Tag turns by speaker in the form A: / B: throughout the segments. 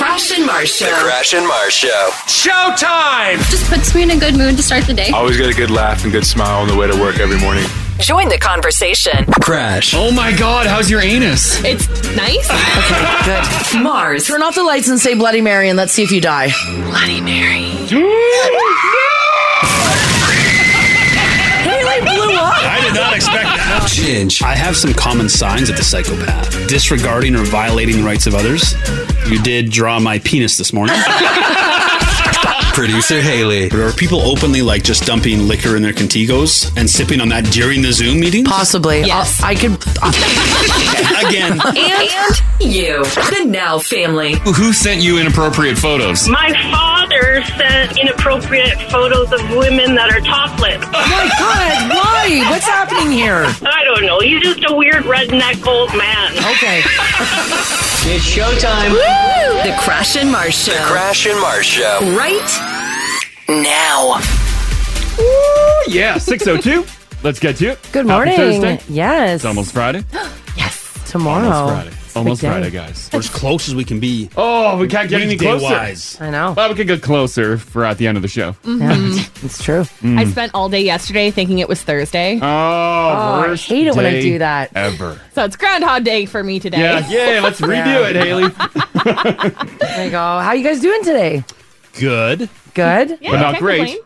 A: Mars Show.
B: The Crash and Mars Show.
C: Showtime!
D: Just puts me in a good mood to start the day.
E: Always get a good laugh and good smile on the way to work every morning.
F: Join the conversation.
B: Crash.
C: Oh my god, how's your anus?
D: It's nice.
F: Good. Mars.
G: Turn off the lights and say Bloody Mary and let's see if you die.
F: Bloody Mary.
C: I did not expect that.
B: Ginge.
H: I have some common signs of the psychopath. Disregarding or violating the rights of others. You did draw my penis this morning.
B: Producer Haley.
H: But are people openly like just dumping liquor in their contigos and sipping on that during the Zoom meeting?
G: Possibly.
D: Yes.
G: I'll- I could. uh,
H: Again.
F: And, you. The Now family.
C: Who sent you inappropriate photos?
I: My father sent inappropriate photos of women that are topless.
G: My God, why? What's happening here?
I: I don't know. He's just a weird redneck old man.
G: Okay.
F: The Crash and Mars Show.
B: Crash and Mars Show.
F: right now.
C: yeah, 602. Let's get to it.
J: Good
C: Happy
J: morning.
C: Thursday.
J: Yes.
C: It's almost Friday.
J: tomorrow.
C: Almost Friday. Almost
J: big day.
C: Friday, guys.
H: We're as close as we can be.
C: Oh, we can't get any
H: Weekday
C: closer.
H: wise.
J: I know.
C: Well, we could get closer for at the end of the show. Mm.
J: Yeah, it's true.
K: Mm-hmm. I spent all day yesterday thinking it was Thursday.
C: Oh, worst
J: hate it when I
C: day
J: do that.
C: Ever.
K: so it's Groundhog Day for me today.
C: Yeah, yeah, let's redo
J: Yeah.
C: it, Haley.
J: There you go. How you guys doing today?
H: Good.
J: Good.
K: Yeah,
C: But not
K: can't
C: great.
K: complain.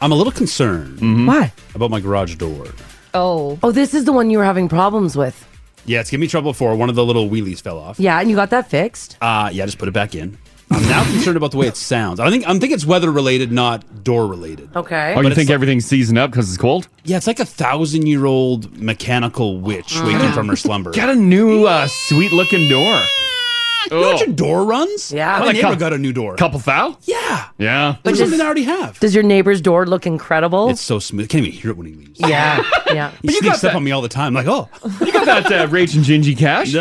H: I'm a little concerned
G: Mm-hmm.
J: Why?
H: about my garage door.
K: Oh.
J: Oh, this is the one you were having problems with.
H: Yeah, it's giving me trouble for one of the little wheelies fell off.
J: Yeah, and you got that fixed.
H: Uh, yeah, just put it back in. I'm now concerned about the way it sounds. I think I'm think it's weather related, not door related.
J: Okay.
C: Oh,
H: But
C: you
H: it's
C: think
H: like-
C: everything's seasoned up because it's cold?
H: Yeah, it's like a thousand year old mechanical witch waking from her slumber.
C: Got a new uh, sweet looking door.
H: You know what
C: Oh.
H: your door runs?
J: Yeah.
H: my
C: Like
H: neighbor
C: cou-
H: got a new door.
C: Couple thou?
H: Yeah,
C: Yeah.
H: but something
J: just-
H: I already have.
J: Does your neighbor's door look incredible?
H: It's so smooth. I can't even hear it when he leaves.
J: yeah. Yeah.
H: He
C: you
H: sneaks
C: got
H: up
C: that-
H: on me all the time. Like, oh,
C: You got that uh, Rage and Gingy cash?
H: nah.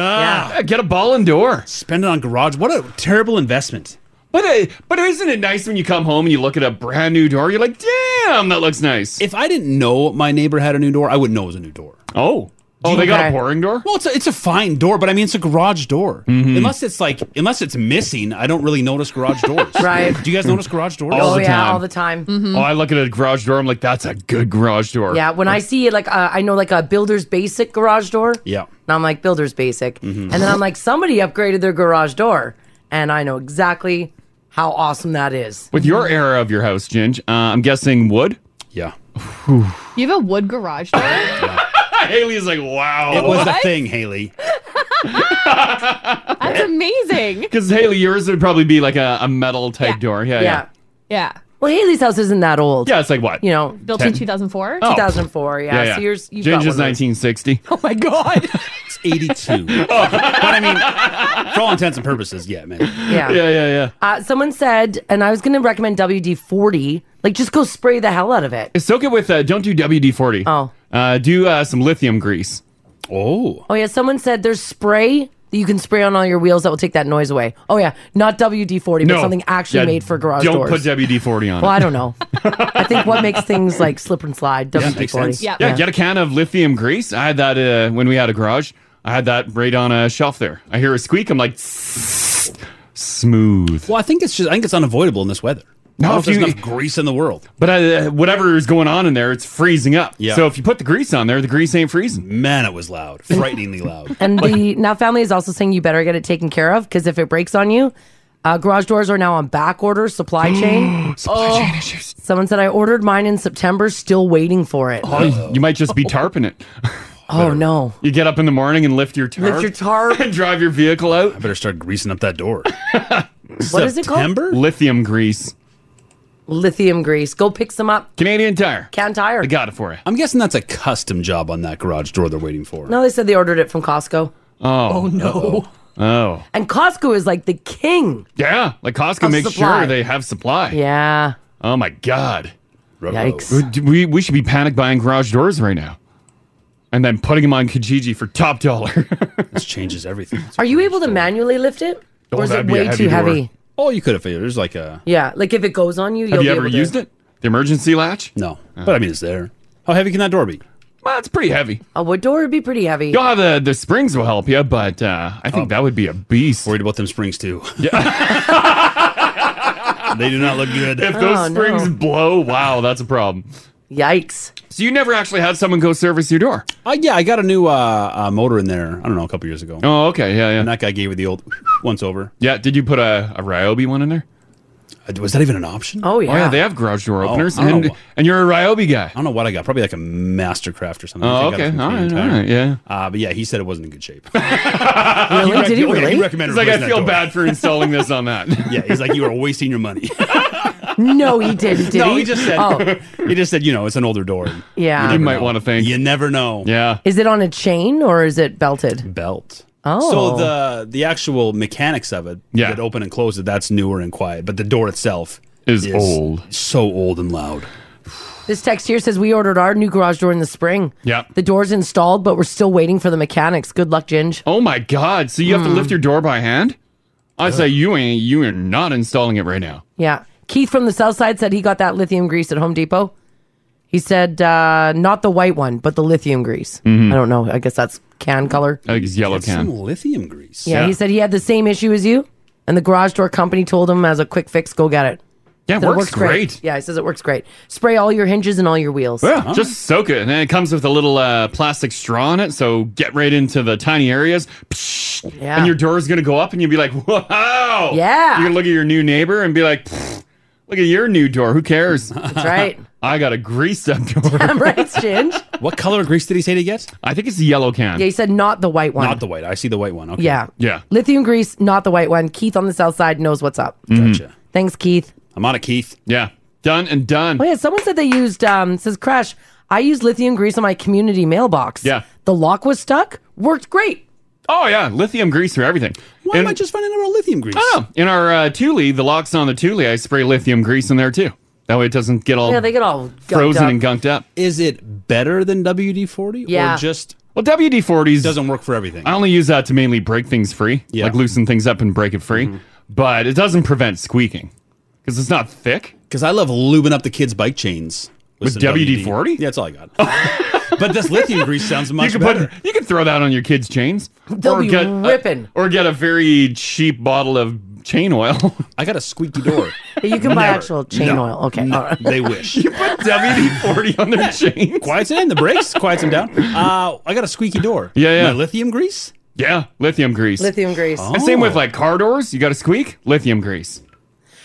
C: Yeah, get a ball and door.
H: spend it on garage. What a terrible investment.
C: But uh, but isn't it nice when you come home and you look at a brand new door? You're like, damn, that looks nice.
H: If I didn't know my neighbor had a new door, I wouldn't know it was a new door.
C: oh, oh, they got a
J: Okay.
C: pouring door. Mm-hmm.
H: Well, it's a, it's a fine door, but I mean, it's a garage door. Unless it's like, unless it's missing, I don't really notice garage doors.
J: Right.
H: Do you guys notice garage doors?
C: All
J: oh
C: the
J: yeah,
C: time.
J: all the time.
C: Oh, I look at a garage door. I'm like, that's a good garage door.
J: Yeah, when I see like uh, I know like a builder's basic garage door.
H: Yeah.
J: And I'm like builder's basic,
C: Mm-hmm.
H: Mm-hmm.
J: and then I'm like somebody upgraded their garage door, and I know exactly how awesome that is.
C: With your era of your house, Ginge, uh, I'm guessing wood.
H: Yeah.
K: You have a wood garage door?
C: Haley is like,
H: It
C: wow.
H: was the thing, Haley.
K: That's amazing.
C: Because Haley, yours would probably be like a, a metal type
K: Yeah.
C: door. Yeah,
J: Yeah.
C: yeah, yeah.
K: Yeah.
J: Well, Haley's house isn't that old.
C: it's like what?
J: You know,
K: Built in 2004.
C: Oh.
J: 2004. Yeah.
C: yeah, yeah.
J: So yours, you've
C: Ginge
J: got
C: is
J: one of those.
C: 1960.
J: Oh my god.
H: It's 82.
C: Oh.
H: but I mean, for all intents and purposes, yeah, man.
J: yeah.
C: yeah, yeah, yeah.
J: Uh, someone said, and I was going to recommend WD 40. Like, just go spray the hell out of it.
C: Soak it with. Uh, don't do WD forty.
J: Oh.
C: Uh, do uh, some lithium grease.
H: Oh.
J: Oh yeah. Someone said there's spray that you can spray on all your wheels that will take that noise away. Oh yeah, not WD 40, but something actually
C: Yeah,
J: made for garage
C: Don't
J: doors.
C: put WD forty on.
J: Well,
C: it.
J: I don't know. I think what makes things like slip and slide, WD
H: makes
J: 40.
H: sense.
K: Yeah.
C: Yeah, get a can of lithium grease. I had that uh, when we had a garage. I had that right on a shelf there. I hear a squeak. I'm like, "Tss." smooth.
H: Well, I think it's just, I think it's unavoidable in this weather. I
C: No,
H: don't know if
C: if
H: there's
C: you-
H: enough grease in the world.
C: But uh, whatever is going on in there, it's freezing up.
H: Yeah.
C: So if you put the grease on there, the grease ain't freezing.
H: Man, it was loud. Frighteningly loud.
J: And the now family is also saying you better get it taken care of because if it breaks on you, uh, garage doors are now on back order supply chain. Someone said I ordered mine in September, still waiting for it. Oh,
C: You might just be tarping it.
J: no.
C: You get up in the morning and lift your tarp.
J: Lift your tarp.
C: and drive your vehicle
H: I
C: out.
H: better start greasing up that door.
J: What is it called?
H: September?
C: Lithium grease.
J: Lithium grease. Go pick some up.
C: Canadian Tire.
J: Can tire.
C: I got it for you.
H: I'm guessing that's a custom job on that garage door they're waiting for.
J: No, they said they ordered it from Costco.
H: Oh,
J: Oh,
C: Oh.
J: And Costco is like the king.
C: Yeah. Like Costco
J: Of
C: makes
J: supply.
C: sure they have supply.
J: Yeah.
C: Oh my God.
J: Yikes.
C: We- We, we should be panic buying garage doors right now. And then putting them on Kijiji for top dollar.
H: This changes everything.
J: Are you able to manually lift it?
C: Oh,
J: Or is it
C: that'd be a
J: way
C: heavy
J: too
C: door.
J: heavy?
H: Oh, you could have figured. There's like a
J: Yeah. Like if it goes on you, you'll
C: Have
J: be
C: you ever
J: able to-
C: used it? The emergency latch? Oh.
H: no, but I mean it's there. How heavy can that door be?
C: Well, it's pretty heavy.
J: A wood door would be pretty heavy.
C: You'll have the, the
H: Oh.
C: springs will help you, but uh, I think that would be a beast.
H: Worried about them springs too. They do not look good.
C: If those
J: Oh, no.
C: springs blow, wow, that's a problem.
J: Yikes.
C: So you never actually had someone go service your door?
H: Uh, yeah, I got a new uh, uh, motor in there. I don't know, a couple years ago.
C: Oh, okay. Yeah, yeah.
H: And that guy gave it the old once over.
C: Yeah, did you put a, a Ryobi one in there?
H: Uh, Was that even an option?
J: Oh yeah.
C: Oh, yeah, they have garage door openers.
H: I don't
C: and,
H: know.
C: and you're a Ryobi guy.
H: I don't know what I got. Probably like a Mastercraft or something.
C: Oh,
H: I think I got it
C: okay.
H: from
C: All
H: Canadian
C: right, all
H: Tire.
C: right. Yeah.
H: Uh, but yeah, he said it wasn't in good shape.
J: Really?
H: rec-
J: Did he
H: oh, yeah,
J: really?
H: recommended
C: It's like, I
H: replacing that
C: feel
H: door.
C: bad for installing this on that.
H: Yeah, he's like, you are wasting your money.
J: no, he didn't. Did
H: no,
J: he?
H: he just said,
J: Oh,
H: he just said, you know, it's an older door.
J: yeah.
C: you might want to think.
H: You never know.
C: Yeah.
J: Is it on a chain or is it belted?
H: Belt.
J: Oh.
H: So the the actual mechanics of it,
C: Yeah.
H: that open and close it, that's newer and quiet. But the door itself
C: Is old.
H: so old and loud.
J: This text here says we ordered our new garage door in the spring.
C: Yeah.
J: The door's installed, but we're still waiting for the mechanics. Good luck, Ginge.
C: Oh my God! So you have to
J: Hmm.
C: lift your door by hand? I'd say you ain't. You are not installing it right now.
J: Yeah. Keith from the south side said he got that lithium grease at Home Depot. He said uh, not the white one, but the lithium grease. I don't know. I guess that's can color.
C: I think it's yellow
H: It's some
C: can.
H: lithium grease.
J: Yeah, He said he had the same issue as you, and the garage door company told him as a quick fix, go get it.
C: Yeah,
J: Said
C: it works, great.
J: Yeah, he says it works great. Spray all your hinges and all your wheels.
C: Yeah, just soak it, and then it comes with a little uh, plastic straw on it. So get right into the tiny areas, Psh,
J: Yeah.
C: and your door is gonna go up, and you'll be like, "Wow!"
J: Yeah.
C: You're gonna look at your new neighbor and be like, "Pfft, "Look at your new door. Who cares?
J: That's right.
C: I got a greased up door.
J: right, Ginge.
H: What color of grease did he say to get?
C: I think it's the yellow can.
J: Yeah, he said not the white one.
H: Not the white. I see the white one. Okay.
J: yeah.
C: Yeah.
J: Lithium grease, not the white one. Keith on the south side knows what's up.
C: Mm-hmm.
H: Gotcha.
J: Thanks, Keith.
H: I'm on it, Keith.
C: Yeah. Done and done.
J: Oh yeah, someone said they used um says Crash, I used lithium grease on my community mailbox.
C: Yeah.
J: The lock was stuck, worked great.
C: Oh yeah, lithium grease for everything.
H: Why
C: And-
H: am I just finding out about lithium grease?
C: Oh, in our uh, Thule, the locks on the Thule, I spray lithium grease in there too. That way it doesn't get all
J: Yeah, they get all gunked
C: frozen
J: up.
C: and gunked up.
H: Is it better than WD forty?
J: Yeah.
H: Or just
C: Well, WD 40s
H: doesn't work for everything.
C: I only use that to mainly break things free,
H: Yeah. Mm-hmm.
C: like loosen things up and break it free. But it doesn't prevent squeaking because it's not thick.
H: Because I love lubing up the kids' bike chains
C: With
H: some
C: WD-40?
H: Yeah, that's all I got. but this lithium grease sounds
C: You
H: much
C: can
H: better.
C: put, you can throw that on your kids' chains.
J: They'll be
C: a-
J: ripping.
C: or get a very cheap bottle of chain oil.
H: I got a squeaky door.
J: But you can buy
H: Never.
J: actual chain
H: No.
J: oil. Okay. All right.
H: they wish.
C: you put WD 40 on their chains.
H: quiets it in. The brakes quiets them down. Uh, I got a squeaky door.
C: Yeah, yeah.
H: My lithium grease.
C: Yeah, lithium grease.
J: Lithium grease.
C: And same with
H: Oh.
C: like car doors. You got to squeak, lithium grease.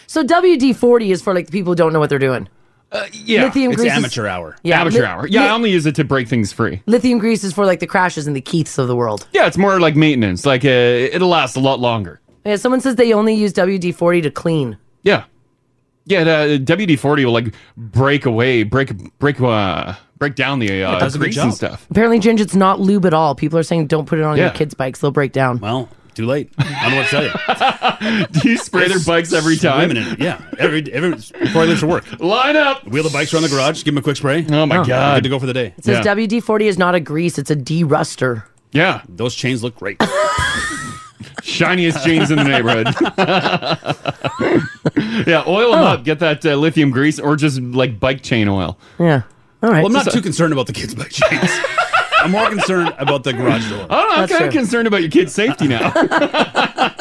J: So WD forty is for like the people who don't know what they're doing.
C: Uh, Yeah.
J: lithium
H: It's
J: grease. is-
H: amateur hour.
J: yeah,
C: Amateur
J: li-
C: hour. Yeah, I only use it to break things free.
J: Lithium grease is for like the crashes and the Keiths of the world.
C: Yeah, it's more like maintenance. Like uh, it'll last a lot longer.
J: Yeah, someone says they only use WD forty to clean.
C: Yeah, yeah. The WD forty will like break away, break, break, uh, break down the uh,
H: does a good
C: grease and
H: job.
C: stuff.
J: Apparently, Ginge, it's not lube at all. People are saying don't put it on
C: Yeah.
J: your kids' bikes; they'll break down.
H: Well, too late. I don't know what to tell you.
C: Do you spray their bikes every time?
H: Swimming in it. Yeah. Every, every before I leave for work.
C: Line up.
H: Wheel the bikes around the garage. Give them a quick spray.
C: Oh my
H: I'm good
C: god.
H: to go for the day.
J: It says
C: Yeah.
J: WD forty is not a grease; it's a de-ruster.
C: Yeah,
H: Those chains look great.
C: shiniest jeans in the neighborhood. yeah, oil them up. Get that uh, lithium grease, or just like bike chain oil.
J: Yeah. All right.
H: Well, I'm not too concerned about the kids' bike chains. I'm more concerned about the garage door.
C: I don't know. Oh, I'm
J: That's
C: kind of
J: true.
C: concerned about your kid's safety now.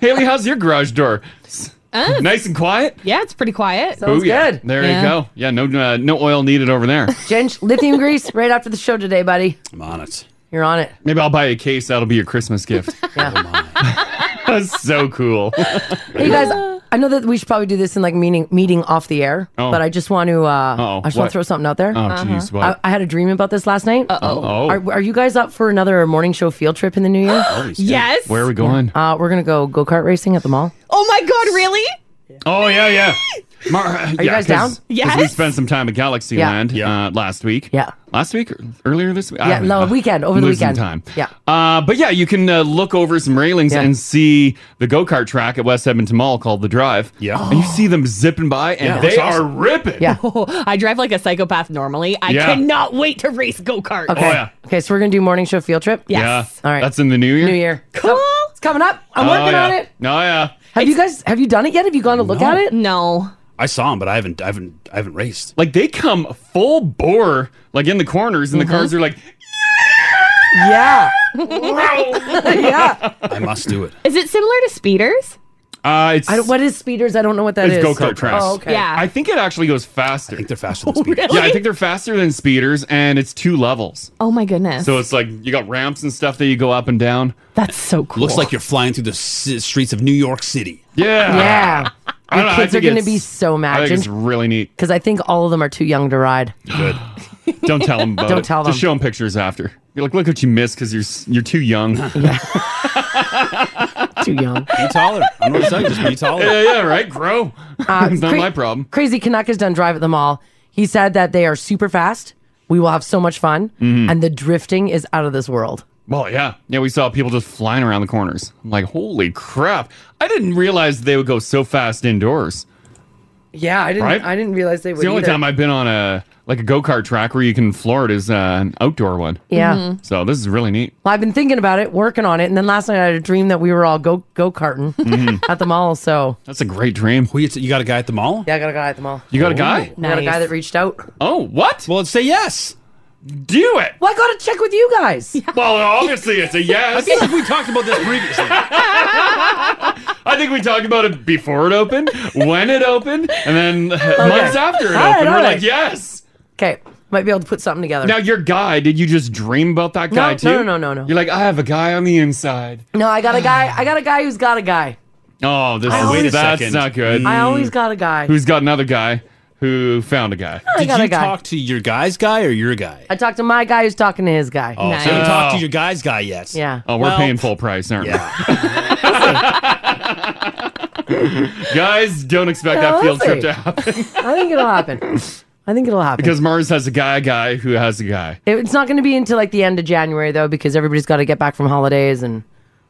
C: Haley, how's your garage door? S- Nice and quiet.
K: Yeah, it's pretty quiet.
J: Sounds
C: Ooh, yeah.
J: good.
C: There
K: Yeah.
C: you go. Yeah, no, uh, no oil needed over there.
J: Ginge, lithium grease right after the show today, buddy.
H: I'm on it.
J: You're on it.
C: Maybe I'll buy a case. That'll be your Christmas gift. That's so cool.
J: Hey guys, I know that we should probably do this in like meeting meeting off the air,
C: Oh.
J: but I just want to uh, I
C: Uh-oh.
J: just want
C: What?
J: to throw something out there.
C: Oh, jeez.
J: I,
C: What?
J: I had a dream about this last night.
K: Uh-huh. Uh-oh.
C: oh,
J: Are, are you guys up for another morning show field trip in the new year?
K: Yes.
C: where are we going?
J: uh, we're gonna go go kart racing at the mall.
K: Oh my God, really?
C: Oh, yeah, yeah. Mar-
H: uh,
C: Are you
J: guys down?
K: Yes.
C: we spent some time at Galaxy
J: Yeah.
C: Land
H: Yeah.
C: uh, last week.
J: Yeah.
C: Last week? or Earlier this week? I
J: Yeah,
C: don't
J: no,
C: know.
J: weekend, over the
C: Ah, uh, Losing
J: weekend.
C: time.
J: Yeah.
C: Uh, but yeah, you can uh, look over some railings
J: Yeah.
C: and see the go kart track at West Edmonton Mall called The Drive.
H: Yeah.
C: And you see them zipping by, and
H: Yeah,
C: they
H: that's
C: are
H: awesome.
C: ripping.
J: Yeah.
K: Oh, I drive like a psychopath normally. I
C: Yeah.
K: cannot wait to race go kart.
C: Oh, yeah.
J: Okay, so we're gonna do morning show field trip.
K: Yes.
C: Yeah.
J: All right.
C: That's in the new year?
J: New year.
K: Cool.
J: It's coming up. I'm
C: Oh,
J: working
C: yeah.
J: on it.
C: No, yeah.
J: Have you guys have you done it yet? Have you gone to look at it?
K: No.
H: I saw him, but I haven't, I haven't, I haven't raced.
C: Like they come full bore, like in the corners,
J: Mm-hmm.
C: and the cars are like,
J: Yeah.
C: "Wow."
J: yeah.
H: I must do it.
K: Is it similar to speeders?
C: Uh, it's
J: I don't, what is speeders? I don't know what that
C: it's
J: is.
C: go kart tracks.
J: Oh, okay. Oh,
C: I think it actually goes faster. I think
H: they're faster than speeders.
C: Yeah, I think they're faster than speeders, and it's two levels.
K: Oh my goodness.
C: So it's like you got ramps and stuff that you go up and down.
K: That's so cool.
H: Looks like you're flying through the s- streets of New York City.
C: Yeah.
J: Yeah.
C: I
J: Your
C: don't know, I
J: kids are
C: think
J: going to
C: it's-
J: be so
C: I
J: mad.
C: think it's really neat.
J: Because I think all of them are too young to ride.
C: Good. Don't tell them about
J: Don't
C: it.
J: tell
C: Just
J: them.
C: show them pictures after. You're like, look what you missed because you're s- you're too young. Yeah.
J: too young.
H: Be taller. I don't know what I'm saying. Just be taller.
C: yeah, yeah, right. Grow. it's not
J: Uh, cra-
C: my problem.
J: Crazy Kanaka's done drive at the mall. He said that they are super fast. We will have so much fun.
C: Mhm.
J: And the drifting is out of this world.
C: Well, yeah, yeah. We saw people just flying around the corners. I'm like, holy crap! I didn't realize they would go so fast indoors.
J: Yeah, I
C: didn't- Right? I
J: didn't realize they
C: It's the only time I've been on a like a go kart track where you can floor it is uh, an outdoor one.
J: Yeah.
H: Mm-hmm.
J: Mhm.
C: So this is really neat.
J: Well, I've been thinking about it, working on it, and then last night I had a dream that we were all go go karting
C: Mhm.
J: at the mall. So
C: That's a great dream.
H: you got a guy at the mall?
J: Oh. yeah, I got a guy at the mall.
C: You got a guy?
J: I got a
C: Nice.
J: guy that reached out.
C: Oh, what?
H: Well, say yes.
C: Do it.
J: Well, I got to check with you guys.
C: Well, obviously it's a yes.
H: I feel like we talked about this previously.
C: I think we talked about it before it opened, when it opened, and then months after it
J: All right,
C: opened.
J: all
C: We're
J: right.
C: like, yes.
J: Okay, might be able to put something together.
C: Now your guy, did you just dream about that
J: No,
C: guy
J: no,
C: too?
J: no, no, no, no.
C: You're like, I have a guy on the inside.
J: no, I got a guy. I got a guy who's got a guy.
C: Oh, this
J: I
C: is
J: always-
C: that's
H: second.
C: not good.
J: I always got a guy.
C: Mm. Who's got another guy who found a guy?
J: I
H: Did
J: got
H: you
J: a guy.
H: talk to your guy's guy or your guy?
J: I talked to my guy who's talking to his guy.
H: Oh, so you haven't talked to your guy's guy yet.
J: Yeah.
C: Oh, we're
H: Well-
C: paying full price, aren't we? Guys, don't expect
J: No,
C: that field
J: let's
C: trip
J: see.
C: to happen
J: I think it'll happen. I think it'll happen.
C: because Mars has a guy, a guy who has a guy.
J: It- It's not going to be until like the end of January though, because everybody's got to get back from holidays and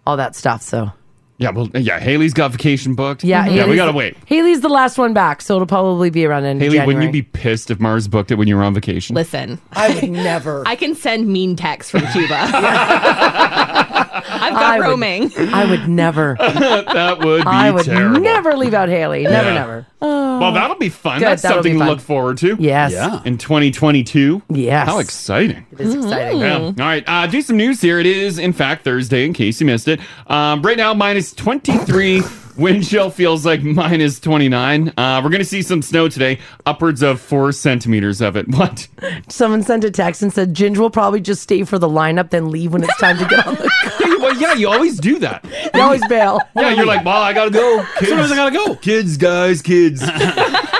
J: all that stuff. So
C: Yeah, well, yeah. Haley's got vacation booked.
J: yeah,
C: yeah. We
J: Haley's-
C: gotta wait.
J: Haley's the last one back, so it'll probably be around end
C: Haley,
J: of
C: wouldn't
J: January.
C: you be pissed if Mars booked it when you were on vacation?
K: Listen,
J: I would never.
K: I can send mean texts from Cuba. I've got
J: I would-
K: roaming.
J: I would never.
C: that would be
J: I would
C: terrible.
J: never leave out Haley. Never,
C: Yeah.
J: never.
C: Well, that'll be fun.
J: Good,
C: That's
J: that'll
C: something
J: be
C: to
J: fun.
C: look forward to.
J: Yes. Yeah.
C: In 2022.
J: Yes.
C: How exciting.
J: It is exciting.
C: Yeah. All right. Uh, do some news here. It is, in fact, Thursday, in case you missed it. Um, right now, minus 23. Wind chill feels like minus 29. Uh, we're going to see some snow today, upwards of four centimeters of it. What?
J: Someone sent a text and said Ginger will probably just stay for the lineup, then leave when it's time to get on the.
C: Yeah, you- well, yeah, you always do that.
J: They always bail.
C: Yeah, you're like, well, I got to go.
H: Sometimes I gotta go.
C: Kids, guys, kids.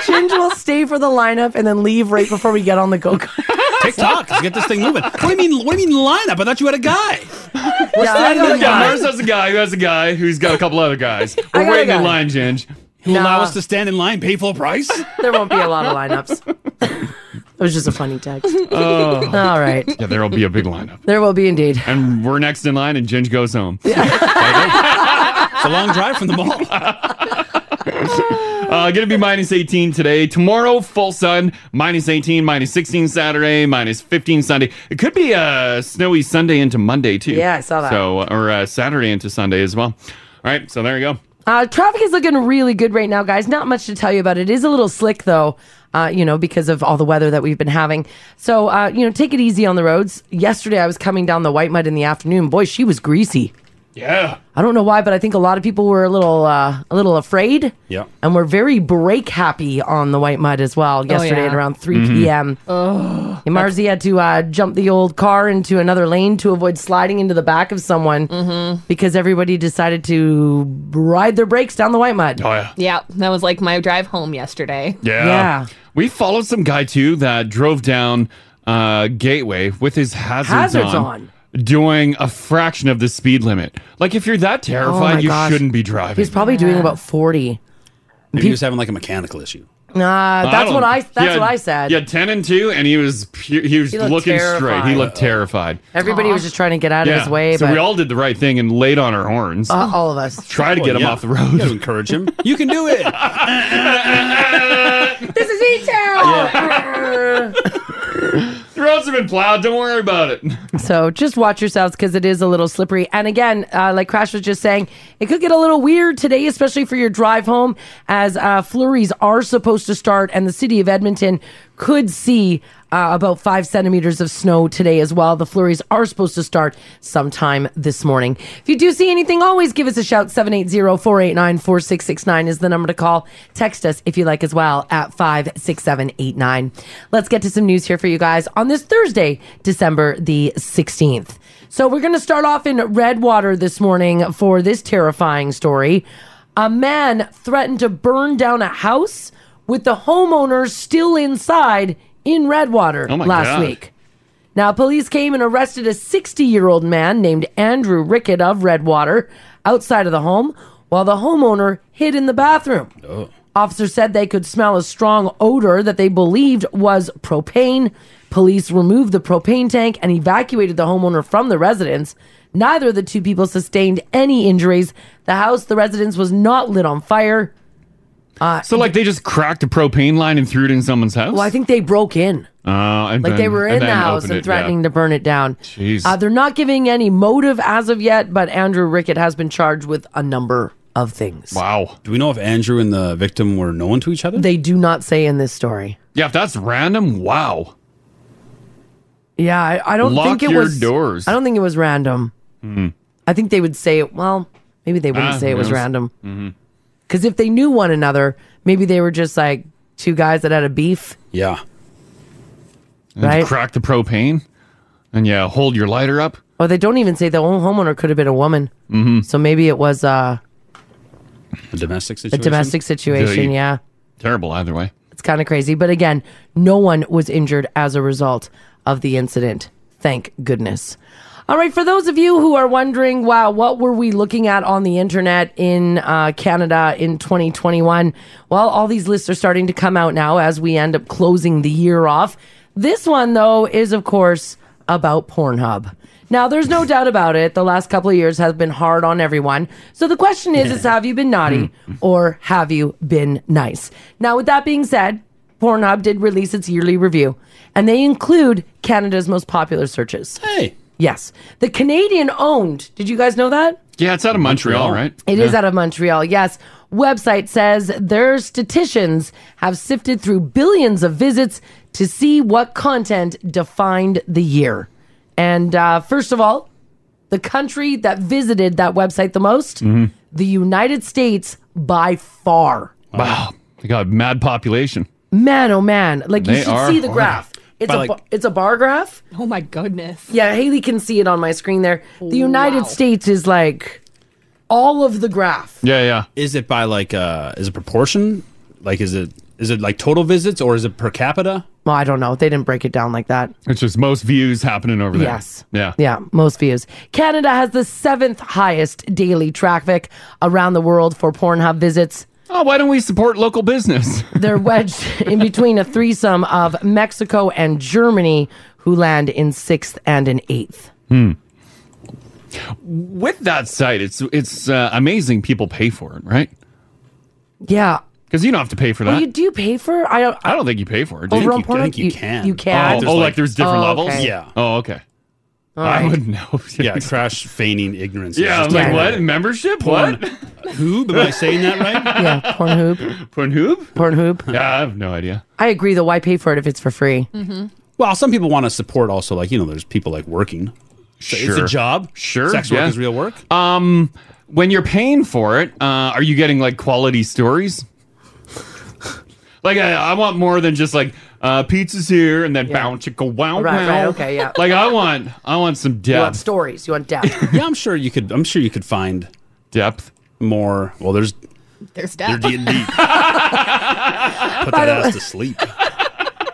J: Ginger will stay for the lineup and then leave right before we get on the go kart.
H: TikTok. Let's get this thing moving. What do you mean? What do you mean lineup? I thought you had a guy.
J: We're standing
C: Yeah, Mars has a guy who has a guy who's got a couple other guys.
J: I
C: We're
J: got a
C: waiting in
J: guy.
C: line, Ginge.
H: Who allow
J: Nah.
H: us to stand in line, pay full price?
J: There won't be a lot of lineups. it was just a funny text.
H: Uh,
J: All right.
C: Oh. Yeah, there'll be a big lineup.
J: There will be indeed.
C: And we're next in line, and Ginge goes home.
H: It's a long drive from the mall.
C: Uh, gonna be minus 18 today. Tomorrow, full sun, minus 18, minus 16 Saturday, minus 15 Sunday. It could be a snowy Sunday into Monday, too.
J: Yeah, I saw that.
C: So, or uh, Saturday into Sunday as well. All right, so there you go.
J: Uh, traffic is looking really good right now, guys. Not much to tell you about. It is a little slick, though, uh, you know, because of all the weather that we've been having. So, uh, you know, take it easy on the roads. Yesterday, I was coming down the White Mud in the afternoon. Boy, she was greasy.
C: Yeah.
J: I don't know why, but I think a lot of people were a little, uh, a little afraid.
H: Yeah.
J: And we're very brake happy on the White Mud as well. Yesterday
K: yeah.
J: at around 3
H: Mhm.
J: p.m. Oh, Marzi had to uh, jump the old car into another lane to avoid sliding into the back of someone because everybody decided to ride their brakes down the white mud.
C: Oh, yeah.
K: Yeah, that was like my drive home yesterday.
C: Yeah.
J: Yeah.
C: We followed some guy too that drove down uh, Gateway with his hazards,
J: Hazards on.
C: doing a fraction of the speed limit. Like if you're that terrified,
J: Oh my
C: you
J: gosh.
C: shouldn't be driving.
J: He's probably doing about 40.
H: Maybe he was having like a mechanical issue.
J: Nah,
C: I
J: Uh, that's
C: don't-
J: what I that's
C: he had-
J: what I said.
C: Yeah, ten and two, and he was pu- he was
J: He looked
C: looking straight. He
J: terrified.
C: looked terrified.
J: Everybody was just trying to get out of
C: yeah.
J: his way,
C: so
J: but
C: we all did the right thing and laid on our horns.
J: uh, all of us.
C: Try to get him
H: Oh, yeah.
C: off the
H: You
C: road.
H: gotta encourage him. You can do it.
J: this is E Town.
C: the roads have been plowed. Don't worry about it.
J: so just watch yourselves because it is a little slippery. And again, uh, like Crash was just saying, it could get a little weird today, especially for your drive home, as uh, flurries are supposed to start, and the city of Edmonton could see uh, about five centimeters of snow today as well. The flurries are supposed to start sometime this morning. If you do see anything, always give us a shout. 780-489-4669 is the number to call. Text us if you like as well at 56789. Let's get to some news here for you guys on this Thursday, December the 16th. So we're going to start off in Redwater this morning for this terrifying story. A man threatened to burn down a house with the homeowner still inside in Redwater
A: Oh my
J: last
A: God.
J: week. Now, police came and arrested a 60 year old man named Andrew Rickett of Redwater outside of the home while the homeowner hid in the bathroom. Officers said they could smell a strong odor that they believed was propane. Police removed the propane tank and evacuated the homeowner from the residence. Neither of the two people sustained any injuries. The house, the residence was not lit on fire. Uh,
C: So like they just cracked a propane line and threw it in someone's house.
J: well, I think they broke in.
C: Oh, and
J: Like
C: then-
J: they were in
C: and
J: the
C: then
J: house
C: opened
J: and
C: it,
J: threatening
C: yeah.
J: to burn it down.
C: Jeez.
J: Uh, they're not giving any motive as of yet, but Andrew Rickett has been charged with a number of things.
C: Wow.
H: Do we know if Andrew and the victim were known to each other?
J: They do not say in this story.
C: Yeah, if that's random, wow.
J: Yeah, I, I don't
C: Lock
J: think it
C: your
J: was.
C: doors.
J: I don't think it was random. I think they would say it. Well, maybe they wouldn't
C: Hmm. Ah,
J: say it
C: who
J: was
C: knows?
J: random
C: Mhm.
J: because if they knew one another, maybe they were just like two guys that had a beef.
H: Yeah.
C: And
J: Right.
C: Crack the propane, and yeah, hold your lighter up.
J: Or they don't even say the home- homeowner could have been a woman. Mm-hmm. So maybe it was uh,
H: A domestic
J: a
H: situation.
J: domestic situation.
C: Dude.
J: Yeah.
C: Terrible either way.
J: It's kind of crazy. But again, no one was injured as a result of the incident. Thank goodness. All right, for those of you who are wondering, wow, what were we looking at on the internet in uh, Canada in 2021? Well, all these lists are starting to come out now as we end up closing the year off. This one, though, is of course about Pornhub. Now, there's no doubt about it. The last couple of years have been hard on everyone. So the question is, is have you been naughty or have you been nice? Now, with that being said, Pornhub did release its yearly review, and they include Canada's most popular searches.
H: Hey.
J: Yes. The Canadian owned, did you guys know that?
C: Yeah, it's out of Montreal, right?
J: It is
C: yeah.
J: out of Montreal. Yes. Website says their statisticians have sifted through billions of visits to see what content defined the year. And uh, first of all, the country that visited that website the most,
H: Mm-hmm.
C: Mhm.
J: the United States by far.
C: Wow, they got mad population.
J: Man, oh man! Like you
C: They
J: should
C: are
J: see the
C: horny.
J: graph. It's
C: By
J: a
C: like-
J: ba- it's a bar graph. Oh my goodness! Yeah, Haley can see it on my screen there. The United States is like all of the graph.
C: Yeah, yeah.
H: Is it by like uh is it proportion? Like is it is it like total visits or is it per capita?
J: Well, I don't know. They didn't break it down like that.
C: It's just most views happening over there.
J: Yes.
C: Yeah.
J: Yeah, most views. Canada has the seventh highest daily traffic around the world for Pornhub visits.
C: Oh, why don't we support local business?
J: They're wedged in between a threesome of Mexico and Germany, who land in sixth and in eighth.
C: Hmm. With that site, it's it's uh, amazing people pay for it, right?
J: Yeah.
C: Because you don't have to pay for that.
J: Well, Oh, you do pay for? I don't.
C: I don't think you pay for it. do
J: Over
C: you?
J: on Pornhub, you- you can.
C: Oh,
J: There's
C: oh,
J: like-
C: like there's different
J: Oh,
C: levels.
J: okay.
H: Yeah.
C: Oh, okay.
J: All
C: I
J: right.
C: wouldn't know.
H: yeah, crash feigning ignorance. is
C: Yeah, I'm
H: just
C: like
H: a-
C: what membership? What?
H: Who? Am I saying that right?
J: yeah, Pornhub.
C: Pornhub.
J: Pornhub.
C: Yeah, I have no idea.
J: I agree. Though, why pay for it if it's for free?
C: Mm-hmm.
H: Well, some people want to support also like, you know, there's people like working. So It's a
C: Sure.
H: job.
C: Sure.
H: Sex work
C: yeah.
H: is real work.
C: Um, when you're paying for it, uh, are you getting like quality stories? like I, I want more than just like uh, pizzas here and then bounce chicka wow
J: Right,
C: wow.
J: right, okay, yeah.
C: Like I want, I want some
J: You
C: depth.
J: want stories? You want depth?
H: yeah, I'm sure you could I'm sure you could find
C: depth
H: more. Well, there's
K: There's
H: they're
K: depth.
H: D and D. Put
J: By
H: that
J: the
H: ass
J: way-
H: to sleep.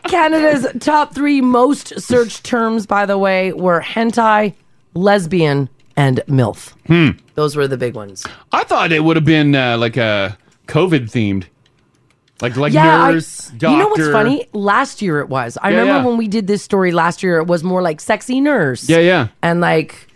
J: Canada's top three most searched terms, by the way, were hentai, lesbian, and MILF.
C: Hmm.
J: Those were the big ones.
C: I thought it would have been uh, like a COVID themed, like like
J: I-
C: nurse, doctor.
J: You know what's funny? Last year it was. I
C: Yeah,
J: remember
C: yeah.
J: when we did this story last year, it was more like sexy nurse.
C: Yeah, yeah.
J: And like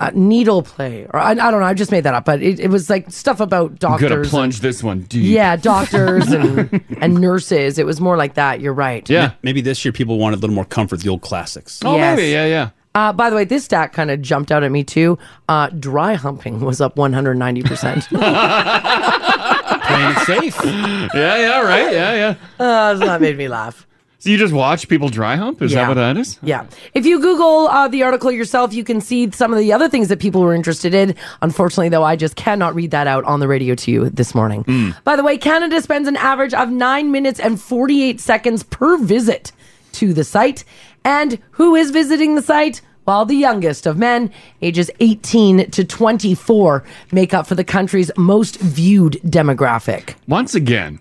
J: uh, needle play. Or I, I don't know. I just made that up, but it, it was like stuff about
C: I'm
J: doctors.
C: gonna
J: and-
C: plunge this one deep.
J: yeah, doctors and, and nurses. It was more like that. You're right.
H: Ma- Maybe this year people wanted a little more comfort, the old classics.
J: Oh, Yes. maybe, yeah,
C: yeah.
J: Uh, by the way, this stat kind of jumped out at me too. Uh, dry humping was up 190%.
C: Playing it safe. yeah, yeah, right. Yeah, yeah.
J: Uh, so that made me laugh.
C: So you just watch people dry hump? Is
J: Yeah.
C: that what that is?
J: Yeah. If you Google uh, the article yourself, you can see some of the other things that people were interested in. Unfortunately, though, I just cannot read that out on the radio to you this morning.
E: Mm.
J: By the way, Canada spends an average of nine minutes and 48 seconds per visit to the site. And who is visiting the site? While the youngest of men, ages 18 to 24, make up for the country's most viewed demographic.
C: Once again,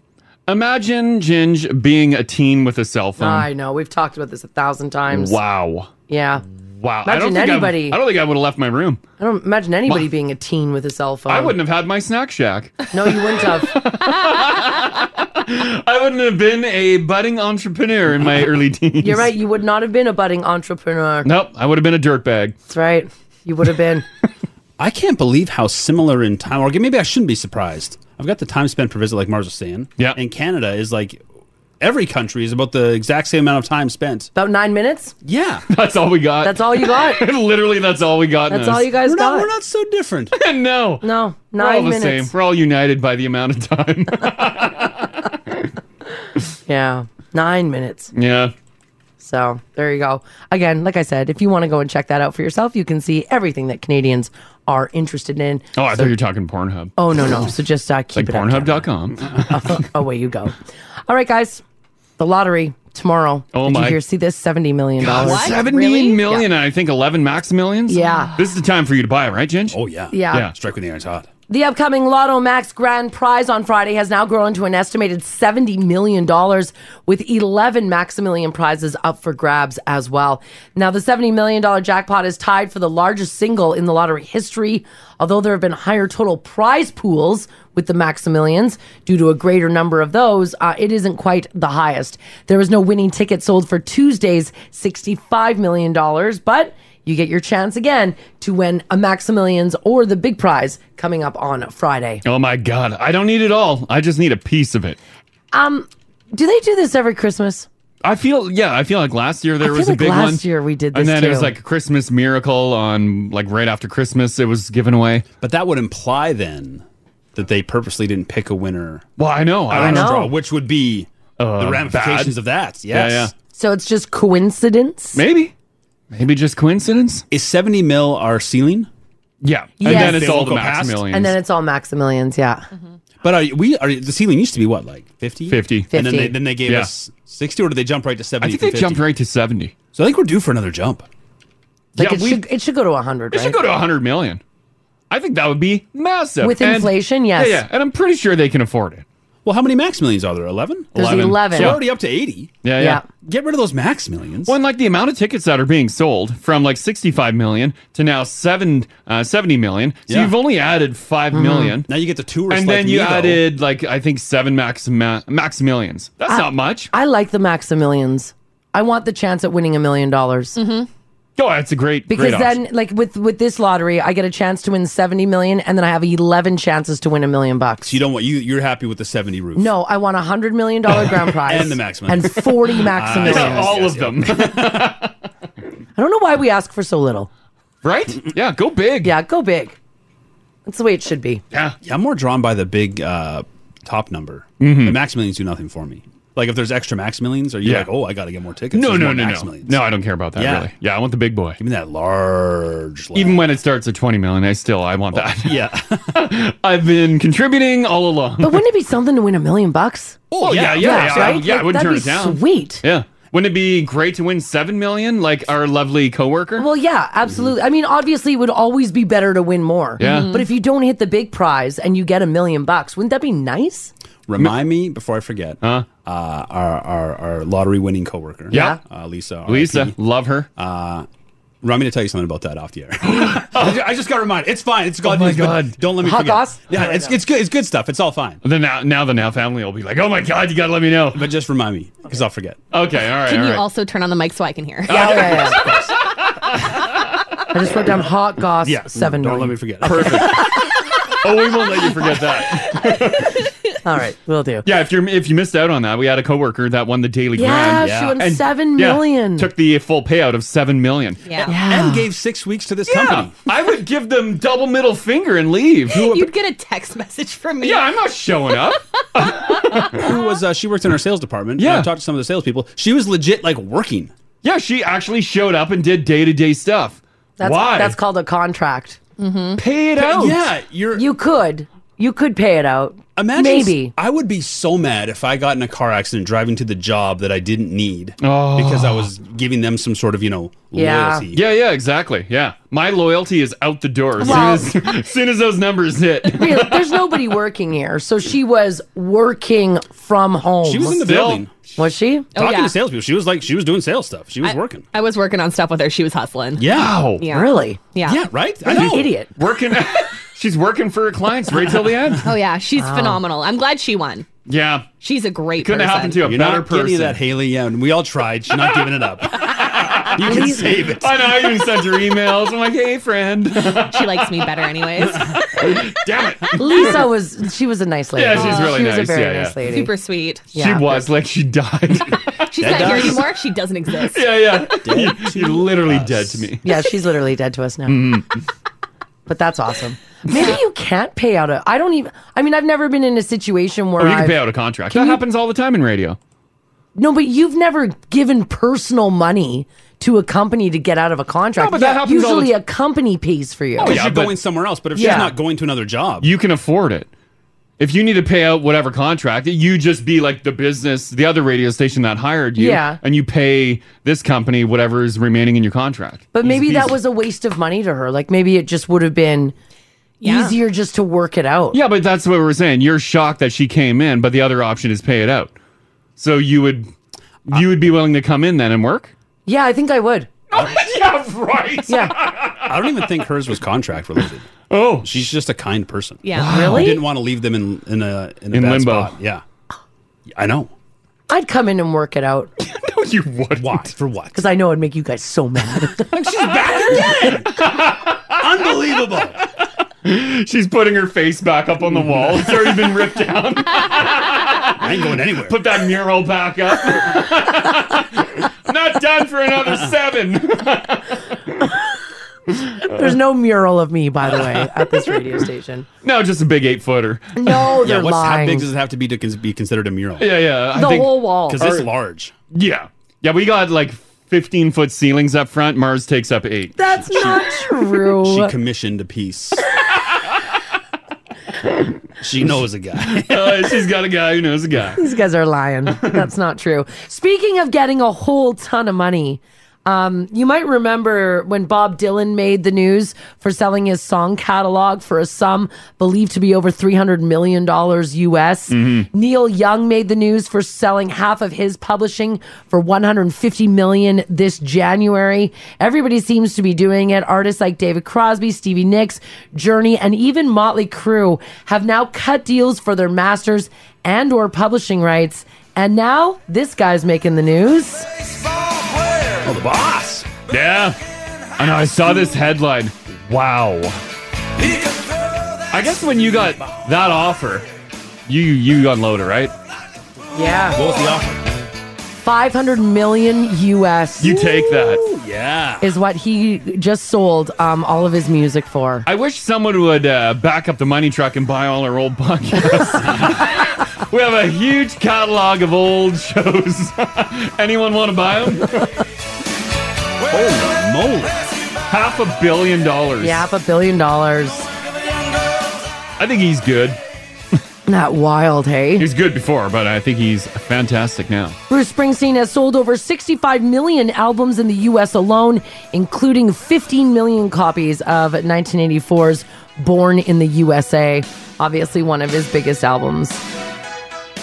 C: imagine Ginge being a teen with a cell phone.
J: I know, we've talked about this a thousand times.
C: Wow.
J: Yeah.
C: Wow. I don't
J: Imagine
C: think I-
J: anybody.
C: I don't think I would have left my room.
J: I don't imagine anybody being a teen with a cell phone.
C: I wouldn't have had my snack shack.
J: No, you wouldn't have.
C: I wouldn't have been a budding entrepreneur in my early teens.
J: You're right. You would not have been a budding entrepreneur.
C: Nope. I would have been a dirtbag.
J: That's right. You would have been.
H: I can't believe how similar in time, or maybe I shouldn't be surprised. I've got the time spent per visit, like Mars was saying. Yeah. And Canada is like every country is about the exact same amount of time spent.
J: About nine minutes?
H: Yeah.
C: That's all we got.
J: That's all you got?
C: Literally, that's all we got. in
J: That's
C: us.
J: all you guys
H: We're not-
J: got.
H: we're not so different.
C: no.
J: No.
C: We're all
J: Nine
C: the
J: minutes.
C: same. We're all united by the amount of time.
J: Yeah. Nine minutes.
C: yeah.
J: So there you go. Again, like I said, if you want to go and check that out for yourself, you can see everything that Canadians are interested in.
C: Oh, I thought you were talking Pornhub.
J: Oh, no, no. So just uh, keep
C: like
J: it up,
C: Pornhub.com.
J: away oh, you go. All right, guys. The lottery tomorrow.
C: Oh,
J: Did
C: my.
J: you hear, see this? $70 million.
C: God, seventy million and I think 11 max millions?
J: Yeah.
C: This is the time for you to buy, right, Ginge? Oh,
H: yeah.
J: Yeah. Yeah.
H: Strike when the iron's hot.
J: The upcoming Lotto Max grand prize on Friday has now grown to an estimated $70 million, with 11 Maximilian prizes up for grabs as well. Now, the $70 million jackpot is tied for the largest single in the lottery history, although there have been higher total prize pools with the Maximilians. Due to a greater number of those, uh, it isn't quite the highest. There was no winning ticket sold for Tuesday's $65 million, but you get your chance again to win a Maximilian's or the big prize coming up on Friday.
C: Oh, my God. I don't need it all. I just need a piece of it.
J: Um, do they do this every Christmas?
C: I feel, yeah, I feel like last year there
J: I
C: was
J: feel
C: a
J: like
C: big
J: last
C: one.
J: year we did this
C: And then it was
J: too.
C: like a Christmas miracle on, like, right after Christmas, it was given away.
H: But that would imply then that they purposely didn't pick a winner.
C: Well, I know. I
H: out
C: don't
H: of the
C: know.
H: draw, which would be
C: Uh,
H: the ramifications
C: bad.
H: of that.
C: Yeah,
H: Yes.
J: So it's just coincidence?
C: Maybe. Maybe just coincidence?
H: Is 70 mil our ceiling?
C: Yeah.
J: Yes.
C: And then it's
H: They
C: all
H: won't
C: the
H: go past.
C: Maximilians.
J: And then it's all Maximilians, yeah.
H: But are we are the ceiling used to be what like 50?
C: 50.
H: And then
J: 50.
H: they, then they gave
C: Yeah.
H: us 60 or did they jump right to 70?
C: I think they jumped right to 70.
H: So I think we're due for another jump.
J: Like
C: yeah,
J: it,
C: we,
J: should, it should go to 100,
C: it
J: right?
C: should go to 100 million. I think that would be massive.
J: With
C: And-
J: inflation, yes.
C: Yeah, yeah. And I'm pretty sure they can afford it.
H: Well, how many max millions are there? 11?
J: There's 11.
H: So we're already up to 80.
C: Yeah, yeah.
J: Yeah.
H: Get rid of those max millions.
C: Well, and like the amount of tickets that are being sold from like 65 million to now seven, uh, 70 million. So
H: Yeah.
C: you've only added 5 million.
H: Now you get the tourists
C: And
H: like
C: then
H: me,
C: you
H: though.
C: added like, I think seven max, ma- max millions. That's not much.
J: I like the Maximilians. I want the chance at winning a million dollars
C: Oh, that's a great
J: because
C: great
J: then, like with with this lottery, I get a chance to win seventy million, and then I have eleven chances to win a million bucks.
H: So you don't want you you're happy with the 70 roof.
J: No, I want a hundred million dollar grand prize
H: And the Maximilians.
J: and forty
C: option.
J: Maximilians.
C: Yeah, all
H: yes,
C: of
H: yes.
C: them.
J: I don't know why we ask for so little.
C: right? Yeah, go big.
J: Yeah, go big. That's the way it should be.
C: Yeah.
H: Yeah, I'm more drawn by the big uh, top number. The max millions do nothing for me. Like if there's extra max millions, are you
C: Mm-hmm. Yeah.
H: like, oh, I got to get more tickets?
C: No,
H: There's
C: no,
H: more
C: no,
H: max
C: no.
H: millions.
C: No, I don't care about that
H: Yeah.
C: really. Yeah, I want the big boy.
H: Give me that large.
C: Even
H: laugh.
C: when it starts at 20 million, I still I want that.
H: yeah.
C: I've been contributing all along.
J: But wouldn't it be something to win a million bucks?
C: Oh yeah, yeah, yeah. Yeah,
J: right?
C: I
J: Like,
C: wouldn't
J: that'd
C: turn
J: be
C: it down.
J: Sweet.
C: Yeah. Wouldn't it be great to win 7 million like our lovely coworker?
J: Well, yeah, absolutely. I mean, obviously, it would always be better to win more.
C: Yeah. Mhm.
J: But if you don't hit the big prize and you get a million bucks, wouldn't that be nice?
H: Remind me before I forget.
C: Huh?
H: Uh, our our, our lottery winning coworker.
C: Yeah.
H: Uh, Lisa. RIP.
C: Lisa, love her.
H: Uh, Remind me to tell you something about that off the air. I ju- I just got reminded. It's fine. It's God.
C: Oh my
H: news, but
C: God.
H: Don't let me
J: Hot
H: forget.
J: goss?
H: Yeah, it's, it's good. It's good stuff. It's all fine.
C: then now, now the now family will be like, "Oh my god, you got to let me know."
H: But just remind me because I'll forget.
C: Okay, all right.
K: Can
C: all
K: you
C: right. Oh,
K: also turn on the mic so I can hear?
J: Yeah, yeah, yeah. I just wrote down hot goss
H: Yeah.
J: seven
H: Don't
J: million.
H: let me forget. Perfect.
C: oh, we won't let you forget that.
J: All right, we'll do.
C: Yeah, if you are if you missed out on that, we had a coworker that won the daily
J: Yeah,
C: grind.
J: she won
C: And-
J: seven
C: yeah,
J: million. Ah.
C: took the full payout of seven million.
K: Yeah.
H: And gave six weeks to this company.
C: I would give them double middle finger and leave. Who-
K: You'd get a text message from me.
C: yeah, I'm not showing up.
H: Who was uh, she worked in our sales department?
C: Yeah.
H: I talked to some of the salespeople. She was legit like working.
C: Yeah, she actually showed up and did day to day stuff.
J: That's,
C: Why?
J: That's called a contract. Mm-hmm.
C: Pay it out.
H: Yeah, you're.
J: You could. You could pay it out.
H: Imagine
J: Maybe.
H: I would be so mad if I got in a car accident driving to the job that I didn't need because I was giving them some sort of you know loyalty.
C: Oh. Yeah, yeah, exactly. Yeah. My loyalty is out the door as,
J: Well-
C: soon, as, as soon as those numbers hit.
J: Really, there's nobody working here, so she was working from home.
H: She was in the building.
J: Was she Oh,
H: Talking
K: yeah.
H: to salespeople, she was like she was doing sales stuff. She was working.
K: I was working on stuff with her. She was hustling.
H: Yeah.
K: Yeah.
J: Really?
K: Yeah.
H: Yeah. Right. I
J: What
H: know.
J: an idiot.
C: Working. she's working for her clients right till the end.
K: Oh yeah, she's phenomenal. I'm glad she won.
C: Yeah.
K: She's a great
C: Couldn't
K: person.
C: have happened to a
H: You're
C: better
H: not getting
C: person.
H: that, Haley. Yeah, and we all tried. She's not giving it up. you can save it.
C: I know. I even sent your emails. I'm like, hey, friend.
K: She likes me better anyways.
C: Damn it.
J: Lisa was. She was a nice lady.
C: Yeah, she's really
J: oh, she
C: nice.
J: was a very
C: Yeah, yeah.
J: nice lady.
K: Super sweet.
J: Yeah.
C: She was like, she died.
K: She's
H: That
K: not here
H: does-
K: anymore. She doesn't exist.
C: yeah, yeah.
H: Dead to
C: You're literally
H: us.
C: dead to me. Mm-hmm.
J: Yeah, she's literally dead to us now. But that's awesome. Maybe you can't pay out a. I don't even. I mean, I've never been in a situation where
C: Or Oh, you
J: I've-
C: can pay out a contract. That
J: you- Oh,
C: happens all the time in radio.
J: No, but you've never given personal money to a company to get out of a contract.
C: No, but that happens all the
J: Usually,
C: ti-
J: a company pays for you.
H: Because
C: yeah,
H: you're
C: but-
H: going somewhere else, but if
J: Yeah.
H: she's not going to another job,
C: You can afford it. If you need to pay out whatever contract, you just be like the business, the other radio station that hired you,
J: Yeah.
C: and you pay this company whatever is remaining in your contract.
J: But maybe
C: Easy
J: that
C: peasy.
J: was a waste of money to her. Like maybe it just would have been
K: Yeah.
J: easier just to work it out.
C: Yeah, but that's what we're saying. You're shocked that she came in, but the other option is pay it out. So you would you would be willing to come in then and work?
J: Yeah, I think I would.
C: yeah, right.
J: Yeah.
H: I don't even think hers was contract related.
C: Oh,
H: She's just a kind person.
K: Yeah.
H: I
J: Really?
H: didn't want to leave them in in a in a
C: In
H: bad
C: limbo.
H: spot. Yeah, I know.
J: I'd come in and work it out
C: no, you would.
H: Why? For what?
J: because I know it'd make you guys so mad.
H: Unbelievable.
C: She's putting her face back up on the wall. It's already been ripped down.
H: I ain't going anywhere.
C: Put that mural back up. Not done for another seven.
J: There's no mural of me, by the way, at this radio station.
C: No, just a big eight footer.
J: No,
H: yeah,
J: they're
H: what's, how
J: lying.
H: big does it have to be to cons- be considered a mural?
C: Yeah, yeah. I
J: the
C: think,
J: whole wall.
H: Because it's large.
C: Yeah. Yeah, we got like 15 foot ceilings up front. Mars takes up eight.
J: That's not true.
H: She commissioned a piece. she knows a guy.
C: Uh, she's got a guy who knows a guy.
J: These guys are lying. That's not true. Speaking of getting a whole ton of money, um, you might remember when Bob Dylan made the news for selling his song catalog for a sum believed to be over $300 million US. Neil Young made the news for selling half of his publishing for 150 million this January. Everybody seems to be doing it. Artists like David Crosby, Stevie Nicks, Journey, and even Motley Crue have now cut deals for their masters and or publishing rights. And now this guy's making the news.
H: Oh, the boss.
C: Yeah. I know. I saw this headline. Wow. I guess when you got that offer, you you unload it, right?
J: Yeah.
H: What was the offer?
J: 500 million US
C: You take that.
H: Yeah.
J: is what he just sold um, all of his music for.
C: I wish someone would uh, back up the money truck and buy all our old podcasts. we have a huge catalog of old shows. Anyone want to buy them?
H: Holy moly.
C: Half a billion dollars.
J: Yeah, half a billion dollars.
C: I think he's good.
J: Not wild, hey?
C: He's good before, but I think he's fantastic now.
J: Bruce Springsteen has sold over 65 million albums in the US alone, including 15 million copies of 1984's Born in the USA, obviously one of his biggest albums.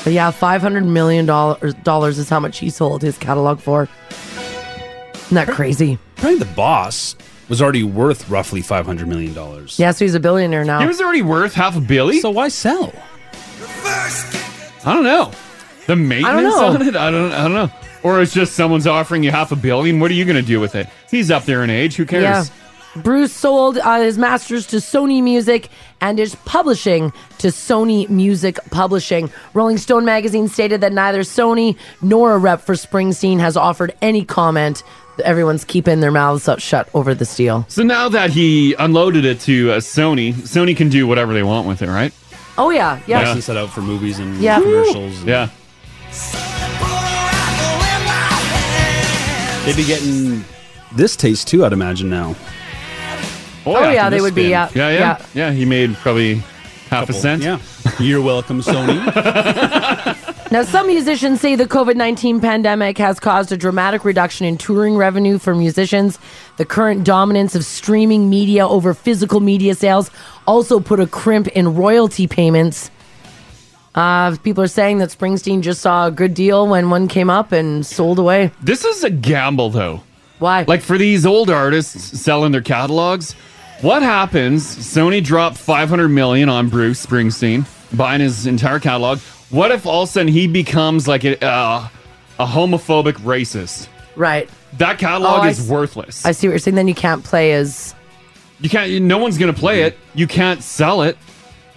J: But yeah, 500 million dollars is how much he sold his catalog for. Isn't that crazy?
H: Apparently, the boss was already worth roughly five hundred million dollars.
J: Yeah, so he's a billionaire
C: He
J: now.
C: was already worth half a billy.
H: So why sell?
C: I don't know. The maintenance
J: know.
C: on it, I don't, I don't know. Or it's just someone's offering you half a billion. What are you going to do with it? He's up there in age. Who cares?
J: Yeah. Bruce sold uh, his masters to Sony Music and his publishing to Sony Music Publishing. Rolling Stone magazine stated that neither Sony nor a rep for Springsteen has offered any comment. Everyone's keeping their mouths up shut over this deal.
C: So now that he unloaded it to uh, Sony, Sony can do whatever they want with it, right?
J: Oh yeah, yeah.
H: License that out for movies and
J: Yeah.
H: commercials. and-
C: Yeah.
H: They'd be getting this taste too, I'd imagine now.
J: Oh, yeah, yeah, they would be, yeah.
C: Yeah, yeah.
J: Yeah.
C: Yeah, he made probably half a cent.
H: Yeah. You're welcome, Sony.
J: Now, some musicians say the COVID 19 pandemic has caused a dramatic reduction in touring revenue for musicians. The current dominance of streaming media over physical media sales also put a crimp in royalty payments. Uh, people are saying that Springsteen just saw a good deal when one came up and sold away.
C: This is a gamble, though.
J: Why?
C: Like for these old artists selling their catalogs, what happens? Sony dropped 500 million on Bruce Springsteen buying his entire catalog. What if all of a sudden he becomes like a, uh, a homophobic racist?
J: Right.
C: That catalog
J: Oh, I
C: is
J: s-
C: worthless.
J: I see what you're saying. Then you can't play as.
C: You can't. You, no one's gonna play it. You can't sell it.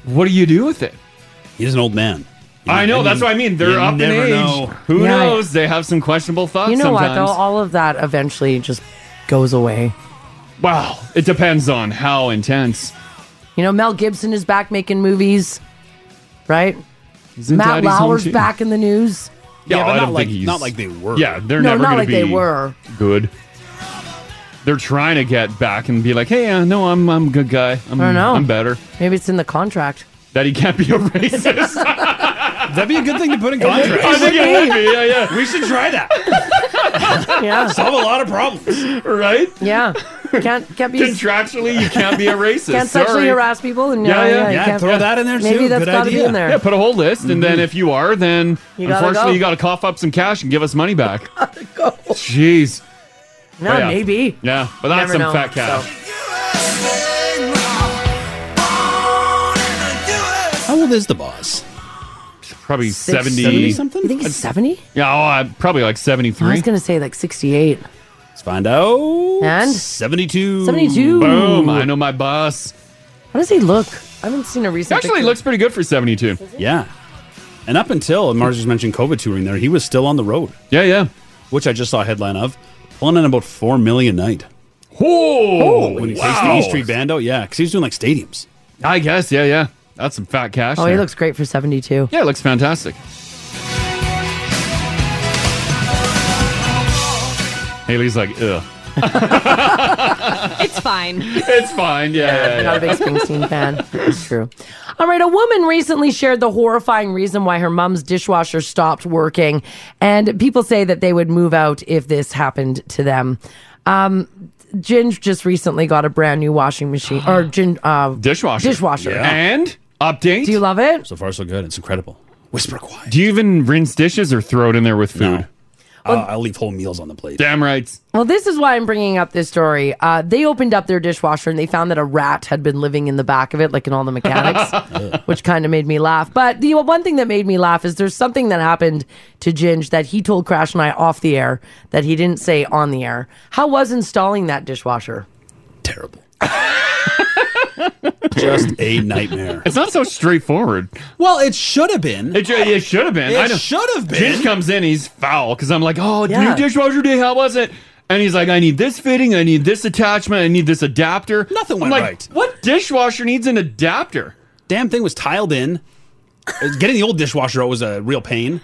C: What do you do with it?
H: He's an old man.
C: I know.
H: You-
C: That's what I mean.
H: you
C: They're up in
H: never
C: age.
H: know.
C: Who
J: Yeah.
C: knows? They have some questionable thoughts.
J: You know what,
C: sometimes.
J: though? All of that eventually just goes away.
C: Wow. It depends on how intense.
J: You know, Mel Gibson is back making movies, right?
C: Isn't
J: Matt
C: Daddy's home
J: Lauer's
C: too?
J: back in the news.
C: Yeah,
H: Yeah, but
C: I
H: not
C: don't
H: like-
C: think he's
H: not like they were.
C: Yeah, they're
J: No,
C: never
J: not
C: gonna
J: like they
C: be
J: were.
C: good. They're trying to get back and be like, hey, uh, no, I'm I'm a good guy. I'm,
J: I don't know.
C: I'm better.
J: Maybe it's in the contract.
C: That he can't be a racist.
H: That'd be a good thing to put in
C: I
H: contract.
C: think it would be. Yeah, yeah.
H: we should try that.
J: Yeah,
H: Solve a lot of problems.
C: Right?
J: yeah. Can't can't be
C: Contractually, you can't be a racist.
J: can't
C: Sorry.
J: sexually harass people and
C: Yeah,
J: yeah,
C: yeah,
J: Oh, yeah, you
H: yeah,
J: can't-
H: throw that in there,
J: Maybe
H: too.
J: that's
H: Good
J: gotta be
H: idea. Mm-hmm.
J: in there.
C: Yeah, put a whole list, and then if you are, then
J: You gotta
C: unfortunately
J: go.
C: you got to cough up some cash and give us money back. Jeez.
J: No,
C: yeah.
J: maybe.
C: Yeah, but that's
J: Never
C: some
J: know,
C: fat cat.
J: so.
H: How old is the boss?
C: Probably
J: Six-
C: 70,
H: 70
J: something? You think it's seventy?
C: Yeah, oh, I- probably like
J: I
C: 73.
J: was gonna say like sixty-eight.
H: Let's find out.
J: And?
H: 72.
J: 72.
C: Boom, I know my boss.
J: How does he look? I haven't seen a recent.
C: Actually,
J: picture. Oh,
C: looks pretty good for 72.
H: Yeah. And up until and Mars just mentioned COVID touring there, he was still on the road,
C: Yeah, yeah.
H: which I just saw a headline of, pulling in about four million a night.
C: Oh,
H: When he takes the East Street Bando, yeah, because he was doing like stadiums.
C: I guess, yeah, yeah. That's some fat cash.
J: Oh, he
C: there.
J: looks great for seventy-two.
C: Yeah, it looks fantastic. Haley's like, ugh.
K: It's fine.
C: It's fine. Yeah, yeah, yeah.
J: Not a big Springsteen fan. It's true. All right. A woman recently shared the horrifying reason why her mom's dishwasher stopped working, and people say that they would move out if this happened to them. Um, Ginge just recently got a brand new washing machine or Gin, uh,
C: Dishwasher.
J: Dishwasher.
H: Yeah.
C: And update.
J: Do you love it?
H: So far, so good. It's incredible. Whisper quiet.
C: Do you even rinse dishes or throw it in there with food?
H: Uh, I'll leave whole meals on the plate.
C: Damn right.
J: Well, this is why I'm bringing up this story. Uh, they opened up their dishwasher and they found that a rat had been living in the back of it, like in all the mechanics, which kind of made me laugh. But the one thing that made me laugh is there's something that happened to Ginge that he told Crash and I off the air that he didn't say on the air. How was installing that dishwasher?
H: Terrible. just a nightmare.
C: It's not so straightforward.
H: Well, it should have been.
C: It, ju- it should have been. I know.
H: It should have been.
C: Ginge comes in, he's foul because I'm like, oh,
J: Yeah.
C: new dishwasher day, how was it? And he's like, I need this fitting, I need this attachment, I need this adapter.
H: Nothing
C: I'm
H: went
C: like,
H: right.
C: What dishwasher needs an adapter?
H: Damn thing was tiled in. Uh, Getting the old dishwasher out was a real pain.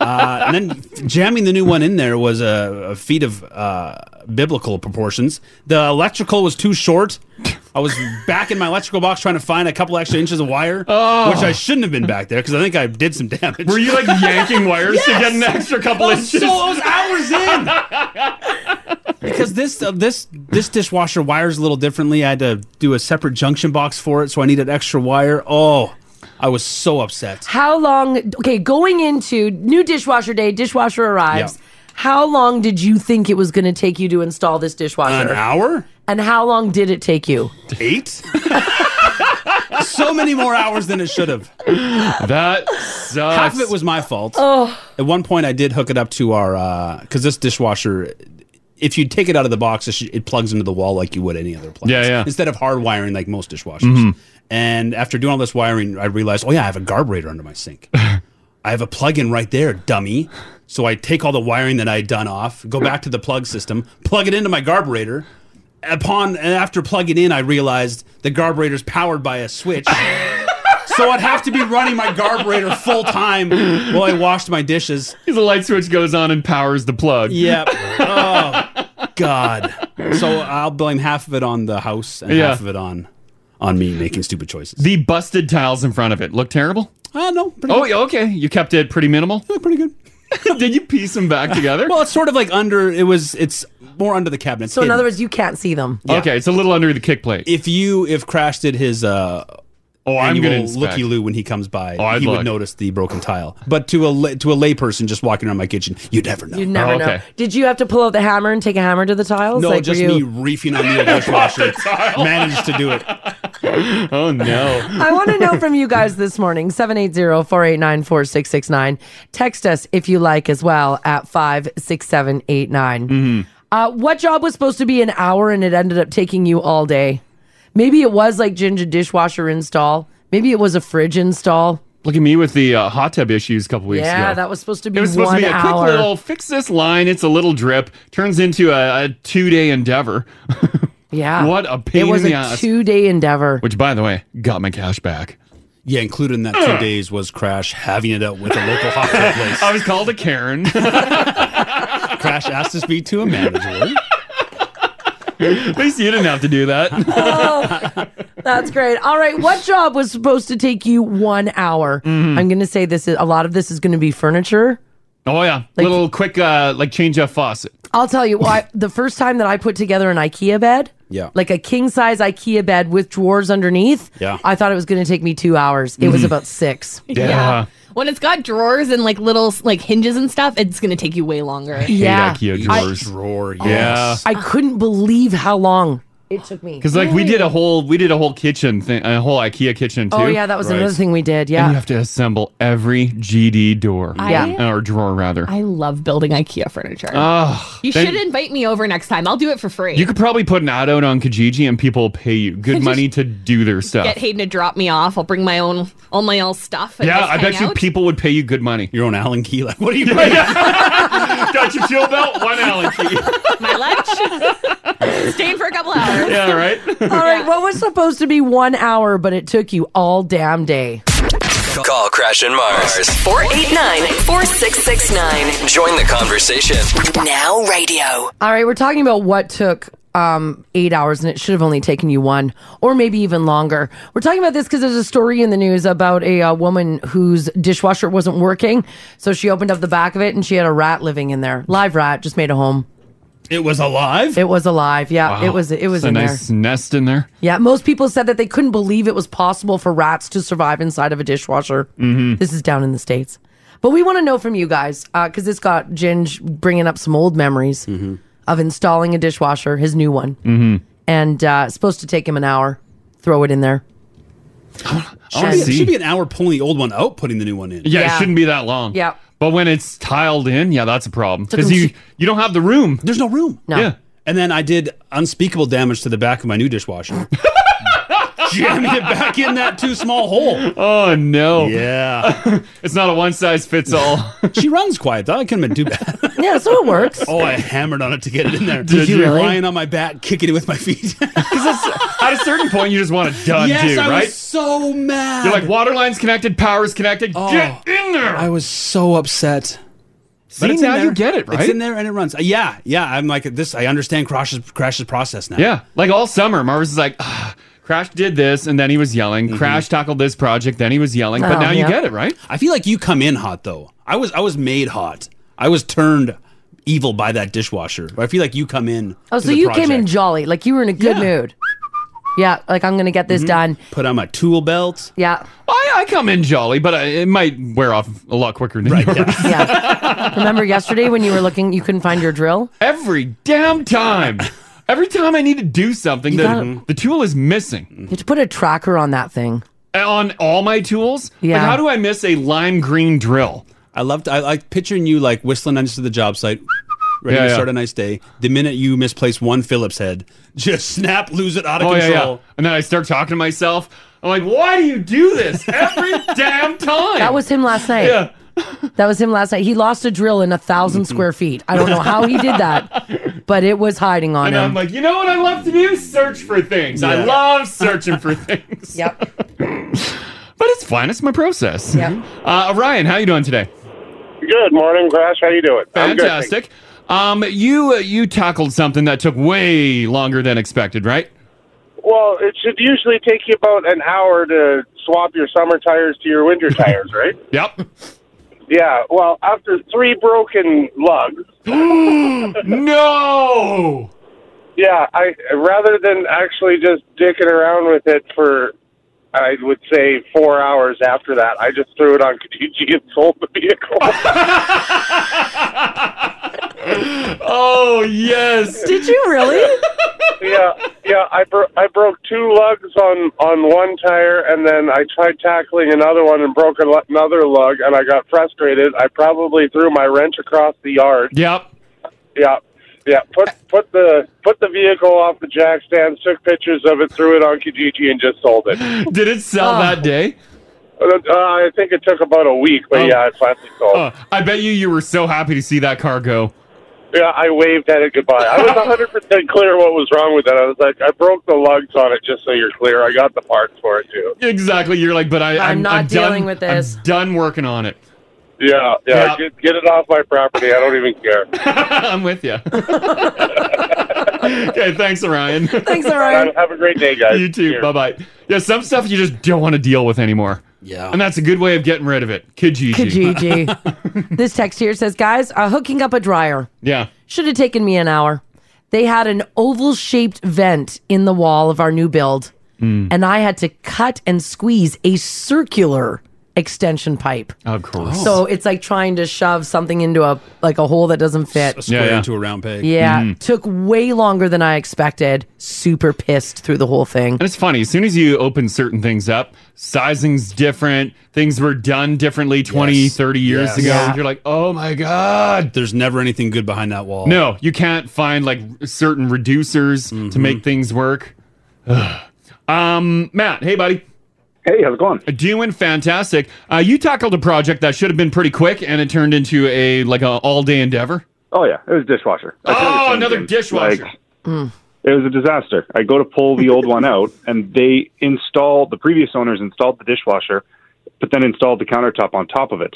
H: Uh, and then jamming the new one in there was a, a feat of uh, biblical proportions. The electrical was too short. I was back in my electrical box trying to find a couple extra inches of wire, which I shouldn't have been back there because I think I did some damage.
C: Oh. Were you like yanking wires to get an extra couple
H: I was
C: inches?
H: so I was hours in because this uh, this this dishwasher wires a little differently. I had to do a separate junction box for it, so I needed extra wire. Oh, I was so upset.
J: How long, okay, going into new dishwasher day, dishwasher arrives.
H: Yeah.
J: How long did you think it was going to take you to install this
H: An
J: dishwasher?
H: hour,
J: and how long did it take you?
H: eight, so many more hours than it should have.
C: that sucks.
H: Half of it was my fault. Oh. At one point, I did hook it up to our because this uh, dishwasher if you take it out of the box, it, should, it plugs into the wall like you would any other appliance.
C: Yeah, yeah.
H: Instead of hardwiring like most dishwashers.
C: Mm-hmm.
H: And after doing all this wiring, I realized, oh yeah, I have a carburetor under my sink. I have a plug-in right there, dummy. So I take all the wiring that I had done off, go back to the plug system, plug it into my carburetor. Upon and after plugging in, I realized the carburetor's powered by a switch. so I'd have to be running my carburetor full time while I washed my dishes.
C: The light switch goes on and powers the plug.
H: Yep. Oh God. So I'll blame half of it on the house and
C: Yeah.
H: half of it on on me making stupid choices.
C: The busted tiles in front of it look terrible.
H: Oh no. Pretty
C: Oh, yeah, okay. You kept it pretty minimal.
H: pretty good.
C: Did you piece them back together?
H: Well, it's sort of like under. It was. It's more under the cabinet. It's
J: So in
H: hidden.
J: other words, you can't see them.
C: Okay, it's a little under the kick plate.
H: if you if Crash did his uh
C: Oh, I'm gonna
H: annual
C: inspect.
H: looky loo when he comes by,
C: Oh, I'd
H: he
C: look.
H: would notice the broken tile. But to a la- to a layperson just walking around my kitchen, you'd never know.
J: You never
C: Oh,
J: know.
C: okay.
J: Did you have to pull out the hammer and take a hammer to the tiles?
H: no,
J: like, were
H: just
J: you-
H: me reefing on the dishwasher managed to do it.
C: Oh no.
J: I want to know from you guys this morning 780-489-4669. Text us if you like as well at 56789.
C: Mm-hmm.
J: Uh, what job was supposed to be an hour and it ended up taking you all day? Maybe it was like ginger dishwasher install. Maybe it was a fridge install.
C: Look at me with the uh, hot tub issues a couple weeks ago.
J: yeah, that was supposed to be
C: It was supposed
J: one
C: to be a
J: hour.
C: quick little fix this line. It's a little drip. Turns into a, a two day endeavor.
J: yeah.
C: what a pain
J: It was
C: in the
J: a
C: ass.
J: two-day endeavor.
C: Which, by the way, got my cash back. Ah.
H: Yeah, included in that two days was Crash having it out with a local hot tub place.
C: I was called a Karen.
H: Crash asked to speak to a manager.
C: At least you didn't have to do that.
J: That's great. All right, what job was supposed to take you one hour?
C: Mm-hmm.
J: I'm going to say this is a lot of this is going to be furniture.
C: Oh yeah, little quick, uh, like change a faucet.
J: I'll tell you why. the first time that I put together an IKEA bed,
H: Yeah.
J: like a king size IKEA bed with drawers underneath,
H: Yeah. Mm.
J: I thought it was going to take me two hours. It was about six.
C: Yeah.
K: When it's got drawers and like little like hinges and stuff, it's gonna take you way longer.
J: Yeah,
C: IKEA
J: I,
C: drawers.
H: Drawer,
C: yeah,
J: I couldn't believe how long it took me.
C: because like we did a whole we did a whole kitchen thing, a whole IKEA kitchen too.
J: Oh yeah, that was
H: Right.
J: another thing we did.
C: And you
J: Yeah,
C: have to assemble every GD door,
J: Yeah.
C: or drawer rather.
K: I love building IKEA furniture.
C: oh,
K: you
C: then-
K: should invite me over next time. I'll do it for free.
C: You could probably put an ad out on Kijiji and people will pay you good money to do their stuff.
K: Get Hayden to drop me off. I'll bring my own all my own stuff. And
C: yeah,
K: just
C: I
K: hang
C: bet you
K: out.
C: people would pay you good money.
H: Your own Allen key. Like, what are you doing?
C: Got your chill belt, one Allen key.
K: my lunch. Staying for a couple hours.
C: Yeah, right.
J: all right. What was supposed to be one hour, but it took you all damn day?
B: Call Crash and Mars.
F: 489 4669.
B: Join the conversation.
F: Now radio.
J: All right, we're talking about what took um, eight hours and it should have only taken you one or maybe even longer. We're talking about this because there's a story in the news about a, uh woman whose dishwasher wasn't working. So she opened up the back of it and she had a rat living in there. Live rat, just made a home.
H: It was alive.
J: It was alive. Yeah, it was, it was
C: It's a
J: in
C: nice
J: there.
C: nest in there.
J: Yeah, most people said that they couldn't believe it was possible for rats to survive inside of a dishwasher. This is down in the States. But we want to know from you guys because this got Ginge bringing up some old memories of installing a dishwasher, his new one. Mm-hmm. And uh, it's supposed to take him an hour. Throw it in there.
C: I
H: It
C: see.
H: should be an hour pulling the old one out, putting the new one in.
C: Yeah,
J: Yeah.
C: it shouldn't be that long.
J: Yeah.
C: But when it's tiled in, yeah, that's a problem
J: Took 'em
C: because you
J: s-
C: you don't have the room.
H: There's no room.
J: No.
C: Yeah.
H: And then I did unspeakable damage to the back of my new dishwasher. Jamming it back in that too small hole.
C: Oh no,
H: Yeah.
C: it's not a one size fits all.
H: She runs quiet. That couldn't have been too bad.
J: Yeah, so it works.
H: Oh, I hammered on it to get it in there.
C: Did you really?
H: Lying on my back, kicking it with my feet.
C: At a certain point, you just want it done
H: yes,
C: too,
H: I
C: right?
H: was so mad. Oh.
C: You're like water lines connected, power's connected. Get in there.
H: I was so upset.
C: See
H: it's in
C: now
H: there.
C: you get it right.
H: It's in there and it runs. Uh, yeah, yeah. I'm like this. I understand Crash's Crash's process now.
C: Yeah, like all summer, Marvis is like, "Ah, Crash did this, and then he was yelling. Crash tackled this project, then he was yelling. But
J: Oh,
C: now you
J: yeah.
C: get it, right?
H: Mm-hmm. I feel like you come in hot though. I was I was made hot. I was turned evil by that dishwasher. But I feel like you come in.
J: oh,
H: to
J: so
H: the
J: you came in
H: project,
J: jolly. Like you were in a good
H: Yeah.
J: mood. Yeah, like I'm going to get this done.
H: put on my tool belt.
J: Yeah.
C: I, I come in jolly, but I, it might wear off a lot quicker than yours.
J: Yeah. Remember yesterday when you were looking, you couldn't find your drill?
C: Mm-hmm. Every damn time. Every time I need to do something, the,
J: gotta-
C: the tool is missing.
J: You had to put a tracker on that thing.
C: On all my tools? Like,
J: Yeah.
C: how do I miss a lime green drill?
H: I loved. I like picturing you like whistling under to the job site. ready
C: Yeah,
H: to
C: yeah.
H: start a nice day. The minute you misplace one Phillips head, just snap, lose it out of
C: Oh, yeah,
H: control.
C: yeah. And then I start talking to myself. I'm like, why do you do this every damn time?
J: That was him last night.
C: Yeah. Mm-hmm.
J: That was him last night. He lost a drill in a thousand square feet. I don't know how he did that, but it was hiding on
C: And
J: him.
C: I'm like, you know what I love to do? Search for things. I
J: Yeah.
C: love searching for things.
J: Yep.
C: But it's fine. It's my process.
J: Yep.
C: Uh, Ryan, how you doing today?
A: Good morning, Crash. How you doing? I'm good, thank
C: Fantastic. Um, you uh, you tackled something that took way longer than expected, right?
A: you. Well, it should usually take you about an hour to swap your summer tires to your winter tires, right?
C: Yep.
A: Yeah. Well, after three broken lugs.
C: no.
A: Yeah, I rather than actually just dicking around with it for, I would say four hours after that, I just threw it on Kijiji and sold the vehicle.
C: Oh yes.
J: Did you really?
A: yeah, yeah. I bro- I broke two lugs on on one tire, and then I tried tackling another one and broke a- another lug, and I got frustrated. I probably threw my wrench across the yard.
C: Yep.
A: Yeah, yeah. Put put the put the vehicle off the jack stands, took pictures of it, threw it on Kijiji, and just sold it.
C: Did it sell
J: Oh.
C: that day?
A: Uh, I think it took about a week, but
C: Oh.
A: yeah, I finally sold.
C: Uh, I bet you you were so happy to see that car go.
A: Yeah, I waved at it goodbye. I was 100 percent clear what was wrong with it. I was like, I broke the lugs on it, just so you're clear. I got the parts for it too.
C: Exactly. You're like, but I, I'm,
J: not dealing
C: done,
J: with
C: I'm
J: this.
C: done working on it.
A: Yeah, yeah.
C: Yeah.
A: Get, get it off my property. I don't even care.
C: I'm with you. okay, thanks, Orion.
J: Thanks,
A: Uh,
J: Orion.
A: Have a great day, guys.
C: you too.
A: Cheers.
C: Bye bye. Yeah, some stuff you just don't want to deal with anymore.
H: Yeah.
C: And that's a good way of getting rid of it. Kijiji.
J: Kijiji. this text here says, guys, uh, hooking up a dryer.
C: Yeah.
J: Should have taken me an hour. They had an oval shaped vent in the wall of our new build,
E: Mm.
C: Mm.
J: and I had to cut and squeeze a circular extension pipe.
C: Of course.
J: So it's like trying to shove something into a like a hole that doesn't fit.
H: A square
C: Yeah, yeah.
H: into a round peg.
J: Yeah,
C: Hmm. Mm.
J: took way longer than I expected. Super pissed through the whole thing.
C: And it's funny, as soon as you open certain things up, sizing's different, things were done differently 20,
H: Yes.
C: 30 years
H: Yes.
C: ago.
J: Yeah.
C: You're like, oh my God.
H: There's never anything good behind that wall.
C: No, you can't find like certain reducers to
H: Mm-hmm.
C: make things work. Ugh. um, Matt, hey, buddy. Uh,
A: Hey, how's it going?
C: Doing fantastic. Uh, you tackled a project that should have been pretty quick and it turned into a like a all day endeavor.
A: Oh yeah, it was dishwasher. I tell you the
C: Oh,
A: same
C: another
A: thing.
C: dishwasher.
A: Like, It was a disaster. I go to pull the old one out, and they installed the previous owners installed the dishwasher, but then installed the countertop on top of it.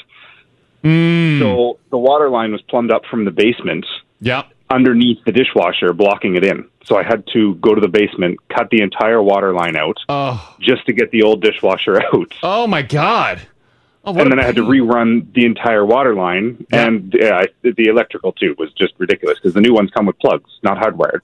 C: Hmm.
A: So the water line was plumbed up from the basement
C: yeah.
A: underneath the dishwasher, blocking it in. So I had to go to the basement, cut the entire water line out
C: Oh,
A: just to get the old dishwasher out.
C: oh my God. Oh, what
A: and
C: a
A: then I had to
C: pain.
A: rerun the entire water line,
C: Yeah.
A: and yeah, I, the electrical too was just ridiculous because the new ones come with plugs, not hardwired.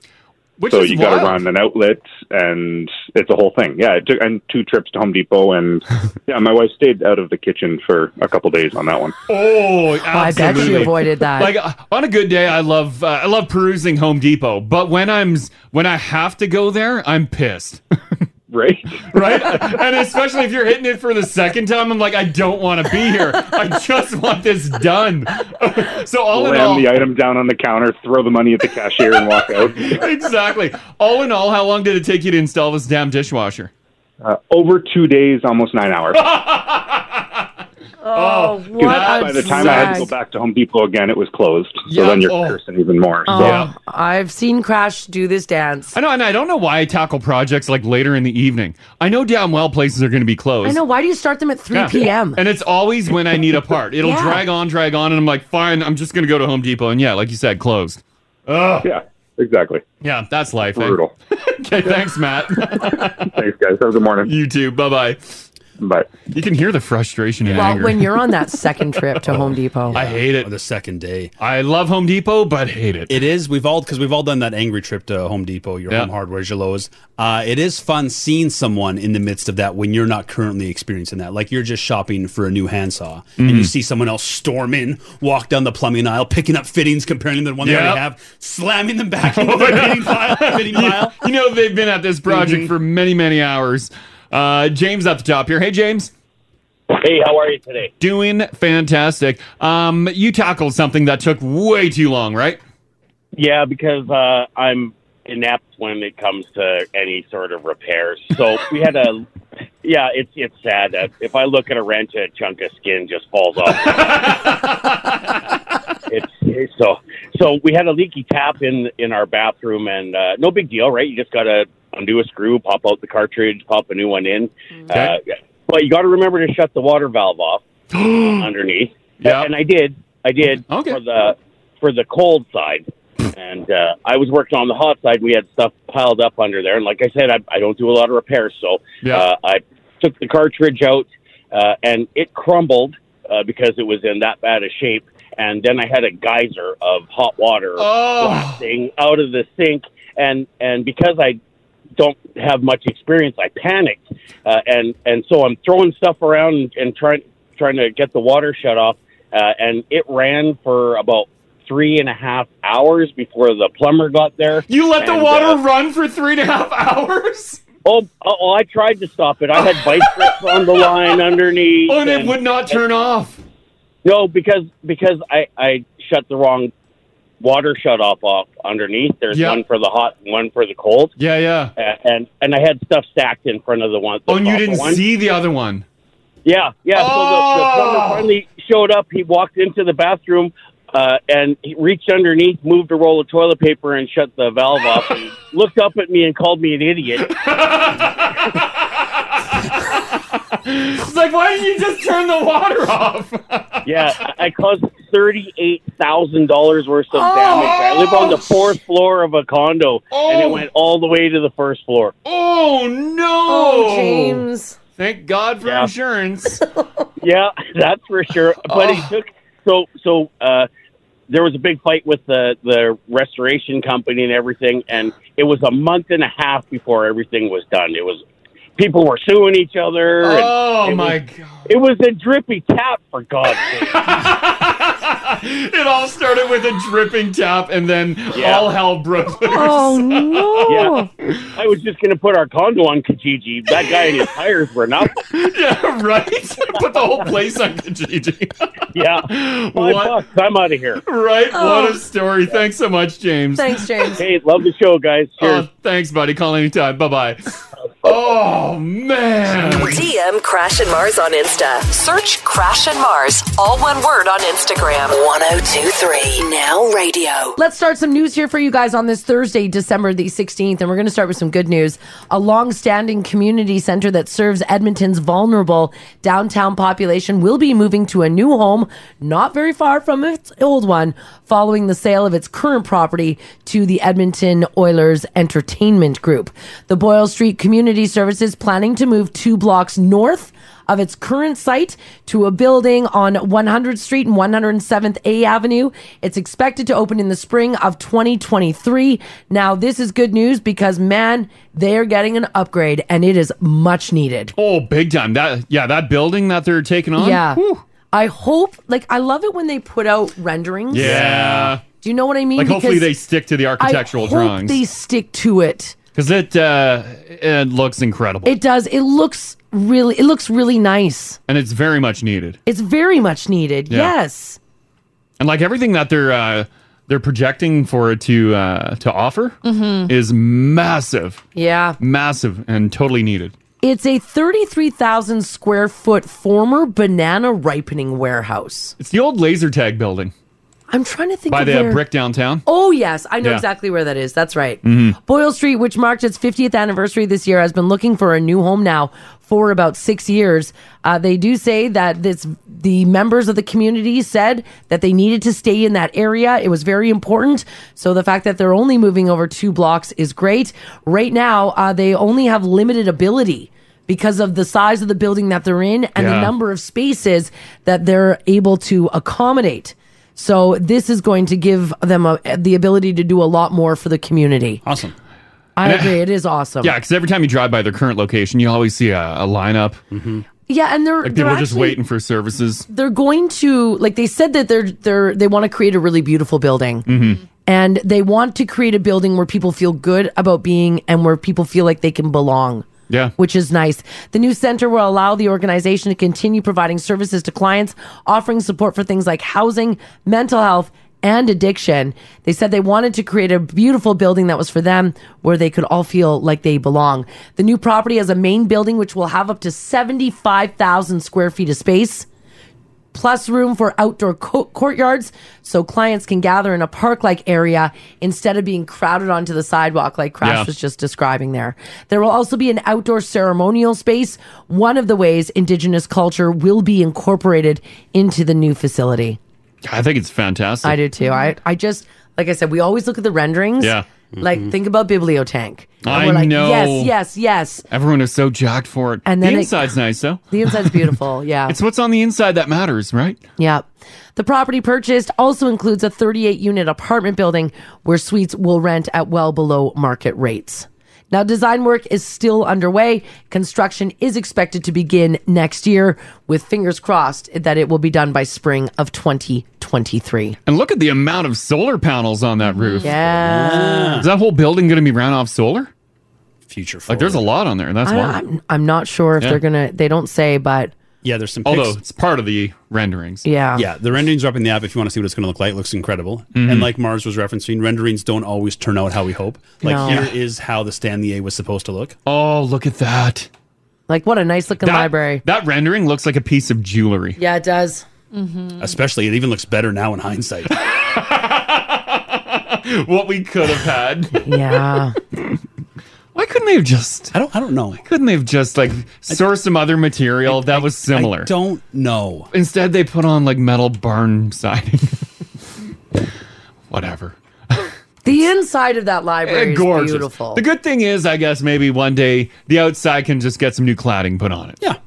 C: Which
A: so
C: is
A: you got to
C: wild.
A: run an outlet, and it's a whole thing. Yeah, it took and two trips to Home Depot, and yeah, my wife stayed out of the kitchen for a couple days on that one.
C: Oh,
J: I bet
C: absolutely.
J: she avoided that.
C: Like uh, on a good day, I love uh, I love perusing Home Depot. But when I'm s- when I have to go there, I'm pissed,
A: Right?
C: right? and especially if you're hitting it for the second time, I'm like, I don't want to be here. I just want this done. so all in all,
A: Slam the item down on the counter, throw the money at the cashier, and walk out.
C: exactly. All in all, how long did it take you to install this damn dishwasher?
A: Uh, over two days, almost nine hours.
J: oh, what
C: a
A: By the time I had to go back to Home Depot again, it was closed. So
C: Yeah,
A: then you're
C: oh.
A: cursing even more. So.
C: Yeah.
J: Um, I've seen Crash do this dance.
C: I know, and I don't know why I tackle projects like later in the evening. I know damn well places are going to be closed.
J: I know. Why do you start them at 3
C: Yeah.
J: p.m.?
C: And it's always when I need a part. It'll
J: Yeah.
C: drag on, drag on, and I'm like, fine, I'm just gonna go to Home Depot. And yeah, like you said, closed. Oh.
A: Yeah, exactly.
C: Yeah, that's life. eh?
A: Brutal.
C: Okay, thanks, Matt.
A: Thanks, guys. Have a good morning.
C: you too. Bye bye.
A: Bye.
C: You can hear the frustration and
J: Well,
C: anger.
J: when you're on that second trip to Home Depot,
C: I hate
H: Or
C: it.
H: the second day.
C: I love Home Depot, but hate it.
H: It is. We've all because we've all done that angry trip to Home Depot. Your
C: Yeah.
H: home hardware's your lowest. Uh, it is fun seeing someone in the midst of that when you're not currently experiencing that. Like you're just shopping for a new handsaw and
C: Mm.
H: you see someone else storm in, walk down the plumbing aisle, picking up fittings, comparing them to the one they
C: Yep.
H: already have, slamming them back into their fitting pile. Fitting pile.
C: you know they've been at this project for many, many hours. Uh, James at the top here. Hey, James.
A: Hey, how are you today?
C: Doing fantastic. Um, you tackled something that took way too long, right?
L: Yeah, because uh, I'm inept when it comes to any sort of repairs. So we had a. Yeah, it's it's sad that if I look at a wrench, a chunk of skin just falls off. it's, it's so so we had a leaky tap in in our bathroom, and uh, no big deal, right? You just gotta undo a screw, pop out the cartridge, pop a new one in. Uh, but you got to remember to shut the water valve off underneath. Yeah, and I did. I did for the for the cold side, and uh, I was working on the hot side. We had stuff piled up under there, and like I said, I, I don't do a lot of repairs, so
M: Yeah.
L: uh, I took the cartridge out, uh, and it crumbled uh, because it was in that bad a shape. And then I had a geyser of hot water
M: Oh.
L: blasting out of the sink, and and because I don't have much experience. I panicked, uh, and and so I'm throwing stuff around and, and trying trying to get the water shut off. Uh, and it ran for about three and a half hours before the plumber got there.
C: You let the
L: And,
C: water
L: uh,
C: run for three and a half hours?
L: Oh, oh, oh, I tried to stop it. I had vice grips on the line underneath,
C: Oh, and it would not turn off.
L: No, because because I I shut the wrong water shut off off underneath. There's
C: Yeah.
L: one for the hot, and one for the cold.
C: Yeah, yeah.
L: Uh, and and I had stuff stacked in front of the one. the
C: Oh, and you
L: proper
C: didn't
L: one.
C: see the other one.
L: Yeah, yeah. So the, the
C: Oh!
L: plumber finally showed up. He walked into the bathroom uh, and he reached underneath, moved a roll of toilet paper, and shut the valve off. And looked up at me and called me an idiot.
C: It's like, why did you just turn the water off?
L: Yeah, I I caused thirty-eight thousand dollars worth of damage. I live on the fourth floor of a condo, and
C: Oh!
L: it went all the way to the first floor.
C: Oh no,
J: Oh, James.
C: Thank God for insurance.
L: Yeah, that's for sure. But
C: Oh.
L: it took so so. Uh, there was a big fight with the the restoration company and everything, and it was a month and a half before everything was done. It was people were suing each other. and
C: Oh,
L: it
C: my
L: was, It was a drippy tap for God's sake.
C: it all started with a dripping tap, and then
L: Yeah.
C: all hell broke loose.
J: Oh,
L: no!
C: Oh.
L: Yeah, I was just going to put our condo on Kijiji. That guy and his tires were not.
C: yeah, right. Put the whole place on Kijiji.
L: yeah,
C: What?
L: bucks. I'm out of here.
C: Right? What
L: Oh.
C: a story. Thanks so much, James.
L: Thanks,
J: James.
L: Hey, love the show, guys.
C: Oh, thanks, buddy. Call anytime. Bye bye. Oh, man.
F: DM Crash and Mars on Insta. Search Crash and Mars, all one word on Instagram. 1023 Now Radio.
J: Let's start some news here for you guys on this Thursday, December the 16th, and we're going to start with some good news. A long-standing community center that serves Edmonton's vulnerable downtown population will be moving to a new home not very far from its old one following the sale of its current property to the Edmonton Oilers Entertainment Group. The Boyle Street Community Services planning to move two blocks north of its current site to a building on 100th Street and 107th A Avenue. It's expected to open in the spring of 2023. Now, this is good news because, man, they are getting an upgrade and it is much needed.
C: Oh, big time. That yeah, that building that they're taking on.
J: Yeah. I hope, like, I love it when they put out renderings.
C: Yeah.
J: Do you know what I mean?
C: Like hopefully
J: Because
C: they stick to the architectural
J: I hope
C: drawings.
J: They stick to it.
C: Because it uh, it looks incredible,
J: It does. It looks really, it looks really nice.
C: and it's very much needed.
J: It's very much needed.
C: Yeah.
J: Yes.
C: And like everything that they're uh, they're projecting for it to uh, to offer
J: Mhm.
C: is massive,
J: Yeah.
C: massive, and totally needed.
J: It's a 33,000 square foot former banana ripening warehouse.
C: It's the old laser tag building
J: I'm trying to think
C: by
J: of
C: the
J: where-
C: brick downtown.
J: Oh yes, I know
C: Yeah.
J: exactly where that is. That's right.
C: Mhm.
J: Boyle Street, which marked its 50th anniversary this year, has been looking for a new home now for about six years. Uh, they do say that this the members of the community said that they needed to stay in that area. It was very important. So the fact that they're only moving over two blocks is great. Right now, uh, they only have limited ability because of the size of the building that they're in and the
N: Yeah.
J: number number of spaces that they're able to accommodate. So this is going to give them a, the ability to do a lot more for the community.
C: Awesome.
J: I
C: And I-
J: agree. It is awesome.
C: Yeah, because every time you drive by their current location, you always see a, a lineup.
J: Yeah, and they're
C: Like
J: they're
C: people
J: actually,
C: just waiting for services.
J: They're going to like they said that they're they're they want to create a really beautiful building.
C: Mm-hmm.
J: And they want to create a building where people feel good about being and where people feel like they can belong.
C: Yeah.
J: Which is nice. The new center will allow the organization to continue providing services to clients, offering support for things like housing, mental health, and addiction. They said they wanted to create a beautiful building that was for them where they could all feel like they belong. The new property has a main building which will have up to 75,000 square feet of space plus room for outdoor co- courtyards so clients can gather in a park like area instead of being crowded onto the sidewalk like Crash
M: Yeah.
J: was just describing there. There will also be an outdoor ceremonial space, one of the ways Indigenous culture will be incorporated into the new facility.
C: I think it's fantastic.
J: Mm-hmm. I do too. I, I just, like I said, we always look at the renderings.
C: Yeah.
J: Like,
C: Mhm.
J: think about Bibliotank. And
C: I
J: we're like,
C: know.
J: Yes, yes, yes.
C: Everyone is so jacked for it.
J: And then
C: the
J: it-
C: inside's nice, though.
J: The inside's beautiful. Yeah.
C: It's what's on the inside that matters, right?
J: Yeah. The property purchased also includes a 38 unit apartment building where suites will rent at well below market rates. Now, design work is still underway. Construction is expected to begin next year, with fingers crossed that it will be done by spring of 2023.
C: And look at the amount of solar panels on that roof.
J: Yeah.
C: Is that whole building going to be ran off solar? Future. Like, there's a lot on there, and that's
J: I,
C: why.
J: I'm, I'm not sure if
C: Yeah.
J: they're going to, they don't say, but
H: Yeah, there's some.
C: Although it's part of the renderings.
J: Yeah.
H: yeah. The renderings are up in the app if you want to see what it's going to look like. It looks incredible.
C: Mhm.
H: And like Mars was referencing, renderings don't always turn out how we hope. Like
J: No.
H: here is how the Stanley was supposed to look.
C: Oh, look at that!
J: like, what a nice looking
C: That-
J: library.
C: That rendering looks like a piece of jewelry.
J: Yeah, it does. Mm-hmm.
H: Especially, it even looks better now in hindsight.
C: what we could have had.
J: Yeah.
C: Why couldn't they have just?
H: I don't. I don't know.
C: Couldn't they have just like sourced some other material that was similar? I
H: don't know.
C: Instead, they put on like metal barn siding. Whatever.
J: The inside of that library
C: Eh,
J: is
C: gorgeous.
J: beautiful.
C: The good thing is, I guess maybe one day the outside can just get some new cladding put on it. Yeah.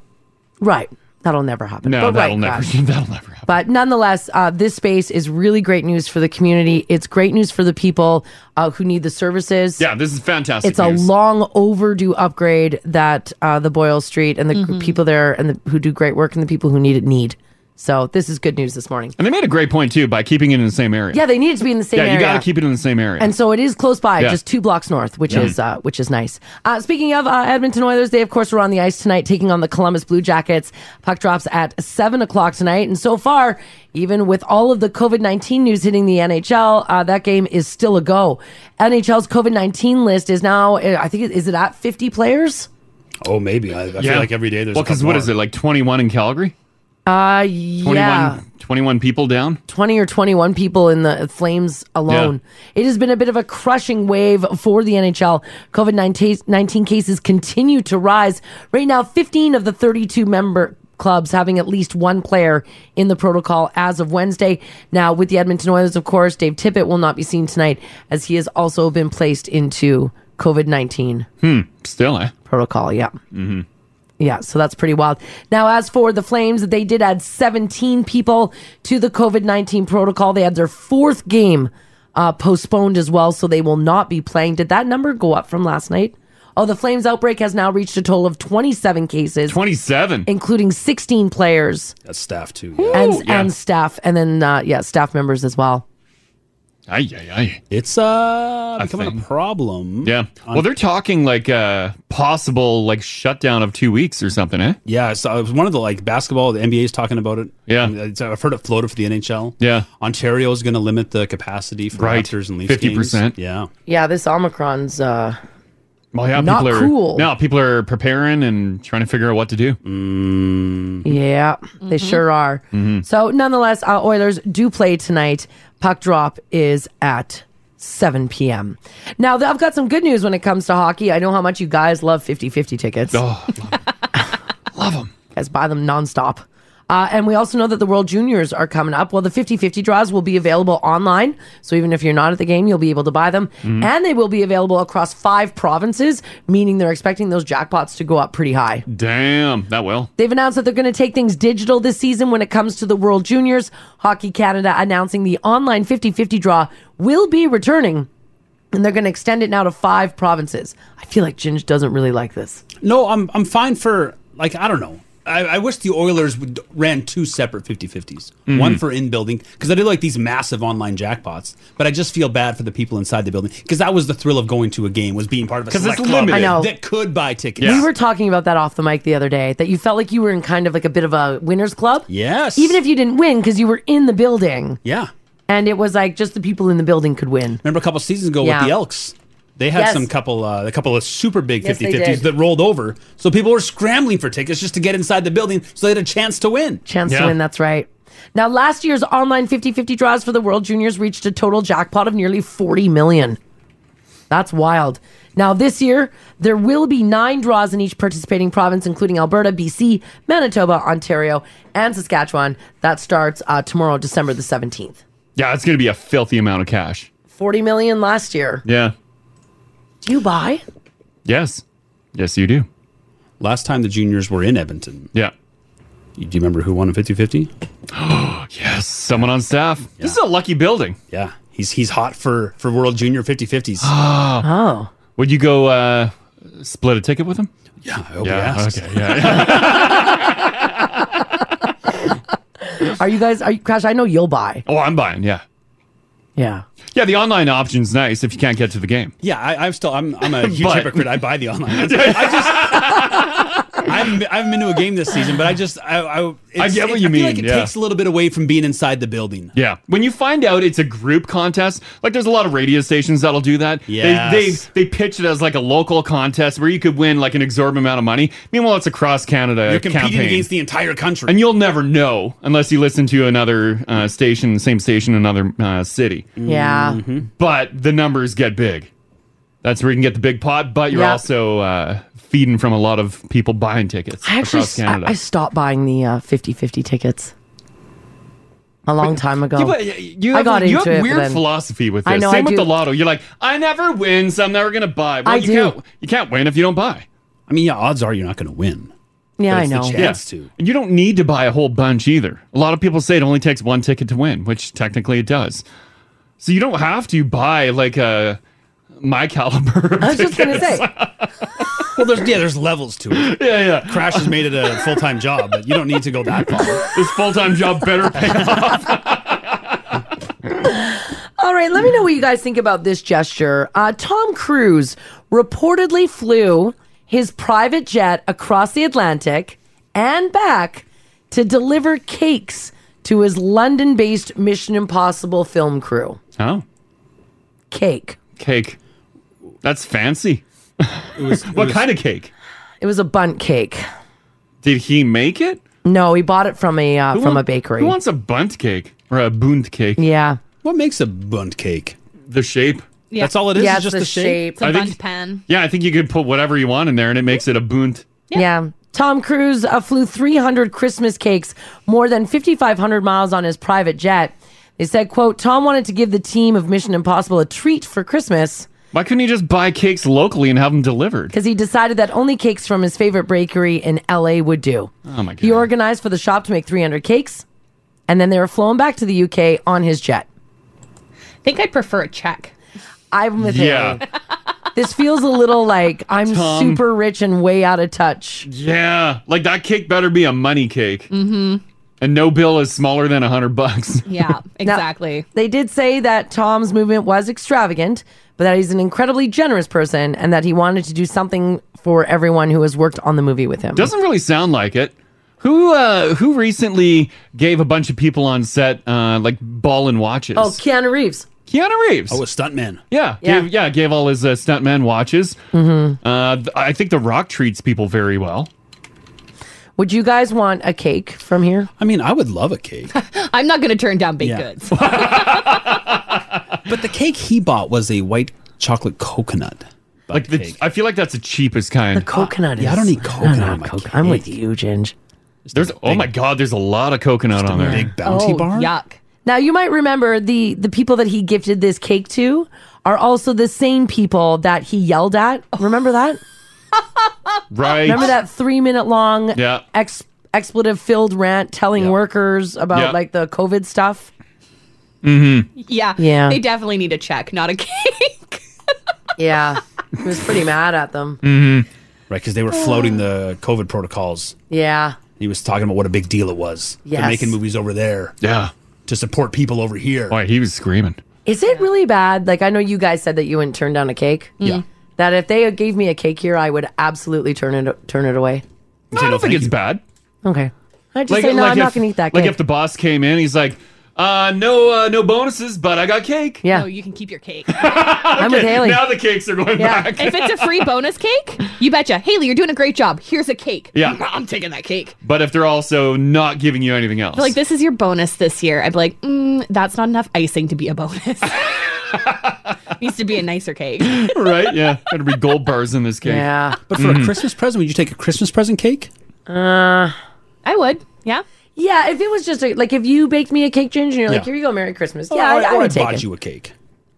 J: right. That'll never happen.
C: No,
J: But right,
C: that'll never.
J: Crash.
C: That'll never.
J: But nonetheless, uh, this space is really great news for the community. It's great news for the people uh, who need the services.
C: Yeah, this is fantastic.
J: It's a
C: news.
J: long overdue upgrade that uh, the Boyle Street and the gr-
C: Mhm.
J: people there and the, who do great work and the people who need it need. So this is good news this morning.
C: And they made a great point too by keeping it in the same area.
J: Yeah, they needed to be in the same
C: yeah,
J: area.
C: you got to keep it in the same area.
J: And so it is close by,
C: Yeah.
J: just two blocks north, which
C: Yeah.
J: is uh, which is nice. Uh, speaking of uh, Edmonton Oilers, they of course were on the ice tonight, taking on the Columbus Blue Jackets. Puck drops at seven o'clock tonight, and so far, even with all of the COVID nineteen news hitting the NHL, uh, that game is still a go. NHL's COVID nineteen list is now, uh, I think, it- is it at fifty players?
H: Oh, maybe. I, I feel like every day there's.
C: well, because what is it like twenty one in Calgary?
J: Uh,
C: 21,
J: yeah.
C: 21 people down.
J: 20 or 21 people in the Flames alone. It has been a bit of a crushing wave for the NHL. COVID 19 cases continue to rise. Right now, 15 of the 32 member clubs having at least one player in the protocol as of Wednesday. Now, with the Edmonton Oilers, of course, Dave Tippett will not be seen tonight as he has also been placed into COVID 19
C: Hmm. Still, eh?
J: protocol. Yeah.
C: Mm-hmm.
J: Yeah, so that's pretty wild. Now, as for the Flames, they did add 17 people to the COVID 19 protocol. They had their fourth game uh, postponed as well, so they will not be playing. Did that number go up from last night? Oh, the Flames outbreak has now reached a total of 27 cases.
C: 27.
J: Including 16 players
H: That's staff too.
J: and, and staff, and then, uh, yeah, staff members as well.
C: Ay, ay, ay.
H: It's uh becoming a problem.
C: Yeah. Well, they're talking like uh possible like shutdown of two weeks or something, eh?
H: Yeah, so it was one of the like basketball. The NBA's talking about it.
C: Yeah.
H: It's- I've heard it floated for the NHL.
C: Yeah.
H: Ontario is going to limit the capacity for
C: Right.
H: Raptors and Leafs.
C: 50%.
H: games. Yeah,
J: Yeah, this Omicron's uh,
C: Well, yeah,
J: not
C: people are,
J: cool.
C: No, people are preparing and trying to figure out what to do.
H: Mm.
J: Yeah, they sure are.
C: Mhm.
J: So, nonetheless, uh, Oilers do play tonight. Puck drop is at 7 p.m. Now, th- I've got some good news when it comes to hockey. I know how much you guys love 50 50 tickets.
C: Oh,
J: love them. guys buy them nonstop. Uh, and we also know that the World Juniors are coming up. Well, the 50 50 draws will be available online. So even if you're not at the game, you'll be able to buy them.
M: Mhm.
J: And they will be available across five provinces, meaning they're expecting those jackpots to go up pretty high.
C: Damn, that will.
J: They've announced that they're going to take things digital this season when it comes to the World Juniors. Hockey Canada announcing the online 50 50 draw will be returning, and they're going to extend it now to five provinces. I feel like Ginge doesn't really like this.
H: No, I'm I'm fine for like I don't know. I, I wish the Oilers would ran two separate 50-50s.
J: Mm-hmm.
C: Mhm.
H: One for in building because I do like these massive online jackpots, but I just feel bad for the people inside the building because that was the thrill of going to a game was being part of a
J: 'Cause it's
H: select club
J: limited. I know.
H: that could buy tickets.
J: We were talking about that off the mic the other day that you felt like you were in kind of like a bit of a winner's club.
H: Yes.
J: Even if you didn't win because you were in the building.
H: Yeah.
J: and it was like just the people in the building could win.
H: Remember a couple seasons ago
J: Yeah.
H: with the Elks? They had
J: Yes.
H: some couple, uh, a couple of super big
J: Yes,
H: 50
J: they
H: 50s
J: did.
H: that rolled over. So people were scrambling for tickets just to get inside the building so they had a chance to win.
J: Chance to win, that's right. Now, last year's online 50 50 draws for the World Juniors reached a total jackpot of nearly 40 million. That's wild. Now, this year, there will be nine draws in each participating province, including Alberta, BC, Manitoba, Ontario, and Saskatchewan. That starts uh, tomorrow, December the 17th.
C: Yeah, it's going to be a filthy amount of cash.
J: 40 million last year.
C: Yeah.
J: Do you buy?
C: Yes. Yes, you do.
H: Last time the juniors were in Edmonton.
C: Yeah.
H: Do you remember who won a 50 50?
C: yes, someone on staff. This is a lucky building.
H: Yeah. He's he's hot for, for World Junior 50 50s.
C: Oh. Would you go uh, split a ticket with him?
H: Yeah, I hope
C: yeah.
H: he asks.
C: Okay. Yeah.
J: Are you guys, are you, Crash, I know you'll buy.
C: oh, I'm buying. Yeah.
J: Yeah.
C: Yeah. The online option's nice if you can't get to the game.
H: Yeah, I, I'm still I'm I'm a huge
C: But-
H: hypocrite. I buy the online. I just I haven't been- I haven't been to a game this season, but I just I I, it's-
C: get what
H: it-
C: you
H: I Feel like
C: mean,
H: it
C: yeah.
H: takes a little bit away from being inside the building.
C: Yeah. When you find out it's a group contest, like there's a lot of radio stations that'll do that. They- They,
H: Yes.
C: they pitch it as like a local contest where you could win like an exorbitant amount of money. Meanwhile, it's across Canada
H: You're competing
C: campaign.
H: against the entire country.
C: and you'll never know unless you listen to another uh, station, same station, another uh, city.
J: Yeah.
H: Mm-hmm.
C: But the numbers get big. That's where you can get the big pot, but you're
J: Yeah.
C: also uh, feeding from a lot of people buying tickets
J: I actually,
C: across Canada.
J: I, I stopped buying the 50 50 tickets a long time ago.
C: Yeah, but you have,
J: I got into
C: you have
J: it, but
C: weird
J: then-
C: philosophy with this.
J: I know,
C: Same
J: I
C: with
J: do.
C: the lotto. You're like, I never win, so I'm never going to buy. Well,
J: I
C: you
J: do.
C: Can't, you can't win if you don't buy.
H: I mean, yeah, odds are you're not going to win.
J: Yeah, I know.
C: to. You don't need to buy a whole bunch either. A lot of people say it only takes one ticket to win, which technically it does. So you don't have to buy like a my caliber.
J: I was just gonna say.
H: Well, there's yeah, there's levels to it.
C: yeah, yeah.
H: Crash has made it a full time job, but you don't need to go that far.
C: This full time job better pay
J: All right, let me know what you guys think about this gesture. Uh, Tom Cruise reportedly flew his private jet across the Atlantic and back to deliver cakes to his London based Mission Impossible film crew.
C: Oh,
J: Cake.
C: cake. That's fancy. what kind of cake?
J: It was a bunt cake.
C: Did he make it?
J: No, he bought it from a uh,
C: Who
J: from
C: want-
J: a bakery.
C: Who wants a bunt cake or a bund cake?
J: Yeah.
H: What makes a bunt cake?
C: The shape.
K: Yeah. That's all it is, Yeah, is it's just the the shape. shape. It's a
C: I
K: bunt pan.
C: Yeah, I think you could put whatever you want in there, and it makes it a bunt.
J: Yeah. Tom Cruise uh, flew 300 Christmas cakes more than 5,500 miles on his private jet. They said, quote, Tom wanted to give the team of Mission Impossible a treat for Christmas
C: Why couldn't you just buy cakes locally and have them delivered?
J: because he decided that only cakes from his favorite bakery in LA would do.
C: Oh my god.
J: He organized for the shop to make 300 cakes, and then they were flown back to the UK on his jet.
K: I think I'd prefer a check.
J: I'm with
C: Yeah.
J: Haley. This feels a little like I'm
C: Tom.
J: super rich and way out of touch.
C: Yeah, like that cake better be a money cake,
J: Mm-hmm.
C: and no bill is smaller than a hundred bucks.
K: Yeah, exactly.
J: They did say that Tom's movement was extravagant, but that he's an incredibly generous person and that he wanted to do something for everyone who has worked on the movie with him.
C: Doesn't really sound like it. Who uh who recently gave a bunch of people on set uh like ball and watches?
J: Oh, Keanu Reeves.
C: Keanu Reeves.
H: Oh, a stuntman.
C: Yeah,
J: Yeah.
C: Gave, yeah, gave all his uh, stuntman watches.
J: Mhm.
C: Uh, th- I think The Rock treats people very well.
J: Would you guys want a cake from here?
H: I mean, I would love a cake.
K: I'm not going to turn down baked goods.
H: But the cake he bought was a white chocolate coconut.
C: Like the, I feel like that's the cheapest kind. The
J: coconut.
H: Yeah, I don't need coconut. on my cake.
J: I'm with you, Ginge.
C: There's oh my god, there's a lot of coconut on there. Big
J: Oh, Yuck. Now you might remember the the people that he gifted this cake to are also the same people that he yelled at. Remember that?
C: Right.
J: Remember that three minute long
C: Yeah.
J: ex- expletive filled rant telling workers about
C: Yeah.
J: like the COVID stuff?
C: Mm-hmm.
K: Hmm. Yeah.
J: Yeah.
K: They definitely need a check, not a cake.
J: Yeah. he was pretty mad at them.
H: Mm-hmm. Right, because they were floating the COVID protocols.
J: Yeah.
H: He was talking about what a big deal it was.
J: Yes.
H: They're making movies over there.
C: Yeah.
H: To support people over here.
C: Boy, he was screaming.
J: Is it really bad? Like, I know you guys said that you wouldn't turn down a cake.
H: Yeah.
J: That if they gave me a cake here, I would absolutely turn it turn it away.
C: I don't think it's bad.
J: Okay. I just say, no, I'm not
C: if-
J: going to eat that
C: Like
J: cake.
C: if the boss came in, he's like, Uh, no, uh, no bonuses, but I got cake.
K: No, you can keep your cake.
C: I'm
K: with Haley.
C: Now the cakes are going back.
K: if it's a free bonus cake, you betcha. Haley, you're doing a great job. Here's a cake.
C: Yeah.
K: I'm taking that cake.
C: But if they're also not giving you anything else,
K: But like, this is your bonus this year. I'd be like, mm, that's not enough icing to be a bonus. Needs to be a nicer cake.
C: right? Yeah, better be gold bars in this cake.
K: Yeah.
H: But for
C: Mm-hmm.
H: a Christmas present, would you take a Christmas present cake?
J: Uh,
K: I would. Yeah.
J: Yeah, if it was just a, like if you baked me a cake, Ginger, and you're like,
H: Yeah.
J: here you go, Merry Christmas.
H: Or-
J: Yeah, I, I
H: or, or
J: would
H: Oh, I
J: take
H: bought
J: it.
H: you a cake.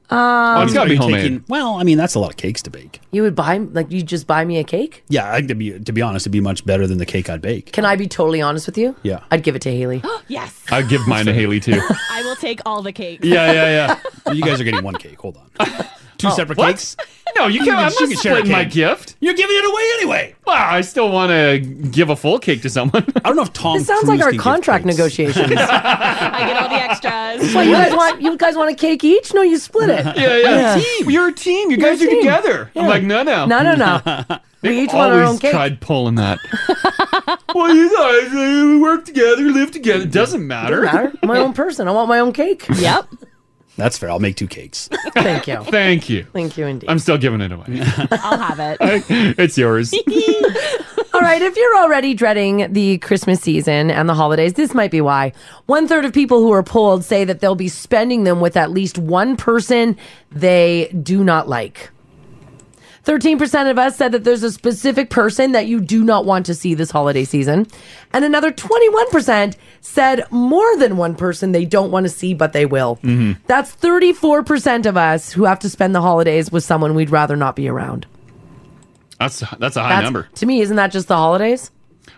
J: Um,
H: Or you'd be taking- well, I mean, that's a lot of cakes to bake.
J: You would buy like you just buy me a cake.
H: Yeah, I, to be to be honest, it'd be much better than the cake I'd bake.
J: Can I be totally honest with you?
H: Yeah,
J: I'd give it to Haley.
K: yes,
C: I'd give mine to Haley too.
K: I will take all the cake.
H: yeah. you guys are getting one cake. Hold on, two separate
C: Oh, what?
H: cakes.
C: No, you can't. I'm not splitting my gift.
H: You're giving it away anyway.
C: Well, I still want to give a full cake to someone. I
H: don't know if Tom.
J: This sounds like our contract negotiations.
K: Extras.
J: Wait, you guys want you guys want a cake each? No, you split it.
C: Yeah, yeah. Team. You're a team. You guys are together. I'm like, no, no,
J: no, no, no.
C: They
J: We each want our
C: always
J: own cake.
C: Tried pulling that. well, you guys uh, work together, live together. It doesn't matter.
J: Doesn't matter. I'm my own person. I want my own cake.
K: Yep.
H: That's fair. I'll make two cakes.
J: Thank you.
C: Thank you.
J: Thank you indeed.
C: I'm still giving it away.
K: I'll have it.
C: it's yours.
J: All right, if you're already dreading the Christmas season and the holidays, this might be why. One third of people who are polled say that they'll be spending them with at least one person they do not like. 13% of us said that there's a specific person that you do not want to see this holiday season. And another 21% said more than one person they don't want to see, but they will.
C: Mm-hmm.
M: Mhm.
J: That's 34% of us who have to spend the holidays with someone we'd rather not be around.
C: That's that's a high
J: That's-
C: number.
J: To me, isn't that just the holidays?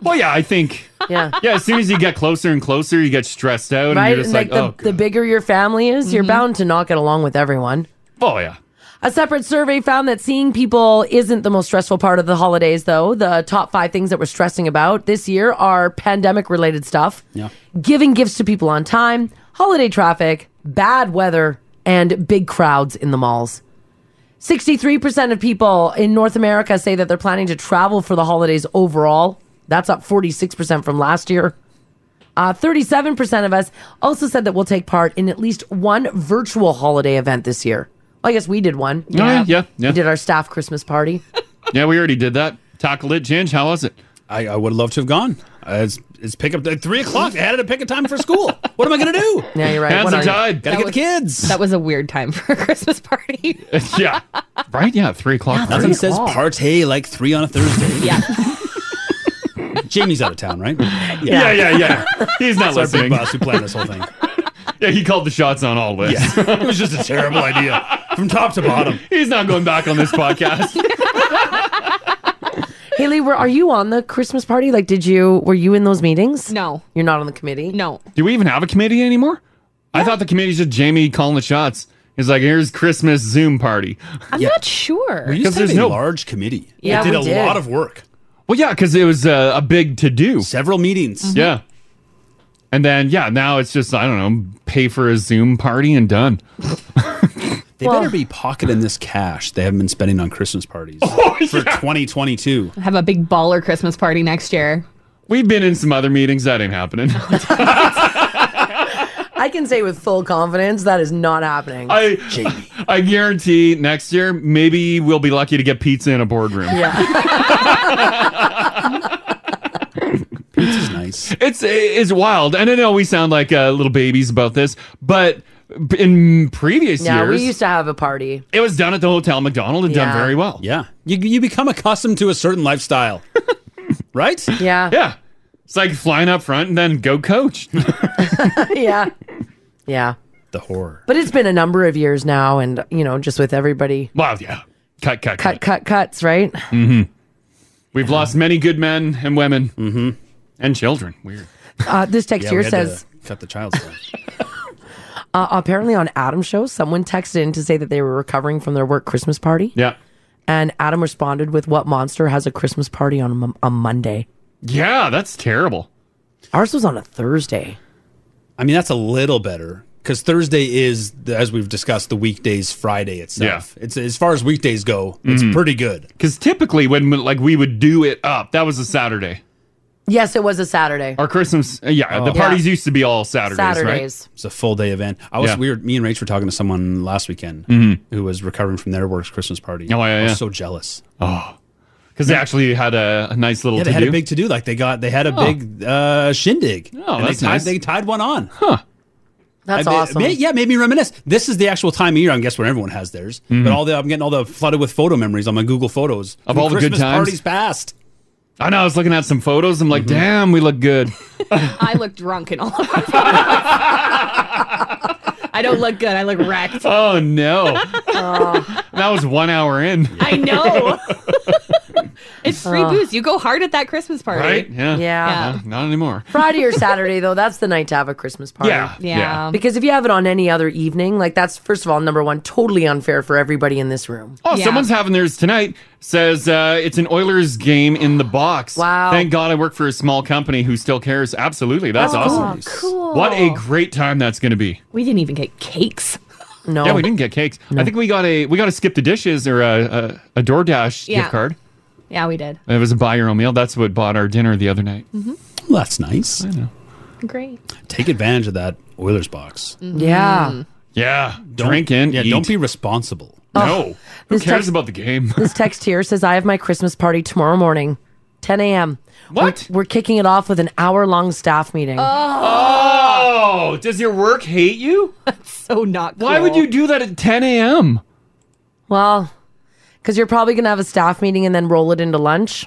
C: Well, yeah, I think.
J: Yeah.
C: Yeah, as soon as you get closer and closer, you get stressed out, and
J: right?
C: you're just
J: And,
C: like,
J: like,
C: oh,
J: the, the bigger your family is, you're bound to not get along with everyone.
C: oh yeah.
J: A separate survey found that seeing people isn't the most stressful part of the holidays, though. The top five things that we're stressing about this year are pandemic related stuff,
H: Yeah.
J: giving gifts to people on time, holiday traffic, bad weather, and big crowds in the malls. 63% of people in North America say that they're planning to travel for the holidays overall. That's up 46% from last year. Uh, 37% of us also said that we'll take part in at least one virtual holiday event this year. Well, I guess we did one.
C: Oh, Yeah, yeah, yeah.
J: We did our staff Christmas party.
C: Yeah, we already did that. Tackled it, Ginge. How was it?
H: I, I would love to have gone. Uh, it's, it's pick up at three o'clock. I had to pick a time for school. What am I going to do?
J: Yeah, you're right.
C: Hands
J: What
C: are
J: are you?
C: tied.
H: Gotta get the kids.
K: That was a weird time for a Christmas party.
C: yeah. Right? Yeah, three o'clock.
H: Nothing says partay like three on a Thursday.
K: Yeah.
H: Jamie's out of town, right?
C: Yeah, yeah, yeah. He's not
H: That's our big
C: listening.
H: boss who planned this whole thing.
C: Yeah, he called the shots on all lists.
H: it was just a terrible idea from top to bottom.
C: He's not going back on this podcast.
J: Haley, were, are you on the Christmas party? Like, did you, were you in those meetings?
K: No.
J: You're not on the committee?
K: No.
C: Do we even have a committee anymore? I thought the committee's just Jamie calling the shots. He's like, here's Christmas Zoom party.
K: I'm not sure.
C: We used to have a
H: large committee.
K: Yeah,
H: it did
K: we
H: a
K: did.
H: lot of work.
C: Well, yeah, because it was uh, a big to do.
H: Several meetings.
C: Yeah. And then, yeah, now it's just, I don't know, pay for a Zoom party and done.
H: They better be pocketing this cash they haven't been spending on Christmas parties
C: Oh,
H: for 2022.
K: Have a big baller Christmas party next year.
C: We've been in some other meetings. That ain't happening.
J: Oh, I can say with full confidence that is not happening.
C: I, I guarantee next year, maybe we'll be lucky to get pizza in a boardroom.
J: yeah.
H: Pizza's nice.
C: It's it's wild, and I know we sound like uh, little babies about this, but in previous
J: Yeah,
C: years,
J: we used to have a party.
C: it was done at the hotel McDonald and
J: Yeah.
C: done very well.
H: Yeah, you you become accustomed to a certain lifestyle, right?
J: Yeah,
C: yeah. It's like flying up front and then go coach.
J: yeah. Yeah.
H: The horror.
J: But it's been a number of years now, and, you know, just with everybody.
C: Wow, yeah. Cut, cut,
J: Cut, cut, cuts, right?
C: Mm-hmm. We've lost many good men and women, mm-hmm. and children. Weird.
J: Uh, this text here says
H: cut the child's down.
J: uh, apparently on Adam's show, someone texted in to say that they were recovering from their work Christmas party.
C: Yeah.
J: And Adam responded with, What monster has a Christmas party on a, mon- a Monday?
C: Yeah, that's terrible.
J: Ours was on a Thursday.
H: I mean, that's a little better because Thursday is, the- as we've discussed, the weekdays Friday itself. It's as far as weekdays go, it's
C: Mhm.
H: pretty good.
C: Because typically, when like we would do it up, that was a Saturday.
J: Yes, it was a Saturday.
C: Our Christmas, uh, yeah,
H: Oh.
C: the
J: Yeah.
C: parties used to be all Saturdays,
J: Saturdays.
C: right?
H: It's a full day event. I was
C: Yeah. Mm-hmm.
H: we were me and Rach were talking to someone last weekend who was recovering from their work's Christmas party.
C: Oh, yeah,
H: I was
C: yeah.
H: so jealous.
C: Oh, because they actually had a, a nice little
H: Yeah, they
C: to
H: had
C: do.
H: a big to do. Like they got they had a
C: Oh.
H: big uh, shindig.
C: Oh,
H: And
C: that's
H: they tied,
C: nice.
H: They tied one on. Huh.
J: That's awesome.
H: yeah, made me reminisce. This is the actual time of year, I guess, when everyone has theirs. But all the I'm getting all the flooded with photo memories on my Google Photos
C: Mm-hmm. Of
H: from
C: all the good
H: Christmas
C: times?
H: Parties past. Mm-hmm.
C: I know. I was looking at some photos. I'm like, damn, we look good.
K: I look drunk in all of our photos. I don't look good. I look wrecked.
C: Oh no,
K: Oh.
C: that was one hour in.
K: I know. it's free
J: Ugh.
K: booze. You go hard at that Christmas party.
C: Right? Yeah.
J: Oh. Yeah.
C: Uh, not anymore.
J: Friday or Saturday though, that's the night to have a Christmas party.
C: Yeah, yeah. Yeah.
J: Because if you have it on any other evening, like that's first of all number one, totally unfair for everybody in this room.
C: Oh, someone's having theirs tonight. Says uh, it's an Oilers game in the box. Wow. Thank God I work for a small company who still cares. Absolutely. That's
K: Oh,
C: awesome.
K: cool.
C: What a great time that's going to be.
K: We didn't even get cakes.
J: No.
C: Yeah, we didn't get cakes. I think we got a we got a skip the dishes or a a, a DoorDash
K: Yeah.
C: gift card.
K: Yeah, we did. Mm-hmm.
C: It was a buy your own meal. That's what bought our dinner the other night.
H: Well, that's nice. I
C: know.
K: Great.
H: Take advantage of that Oilers box.
J: Mm-hmm. Yeah.
C: Yeah.
H: Don't, Drink in. Yeah. Don't be responsible.
C: no. Who
J: Oh, this
C: cares
J: text-
C: about the game?
J: This text here says, I have my Christmas party tomorrow morning, 10 a.m. What? We're, we're kicking it off with an hour long staff meeting.
C: Oh. does your work hate you?
K: That's so not.
C: Why would
J: cool.
C: you do that at 10 a.m.?
J: Well, because you're probably going to have a staff meeting and then roll it into lunch.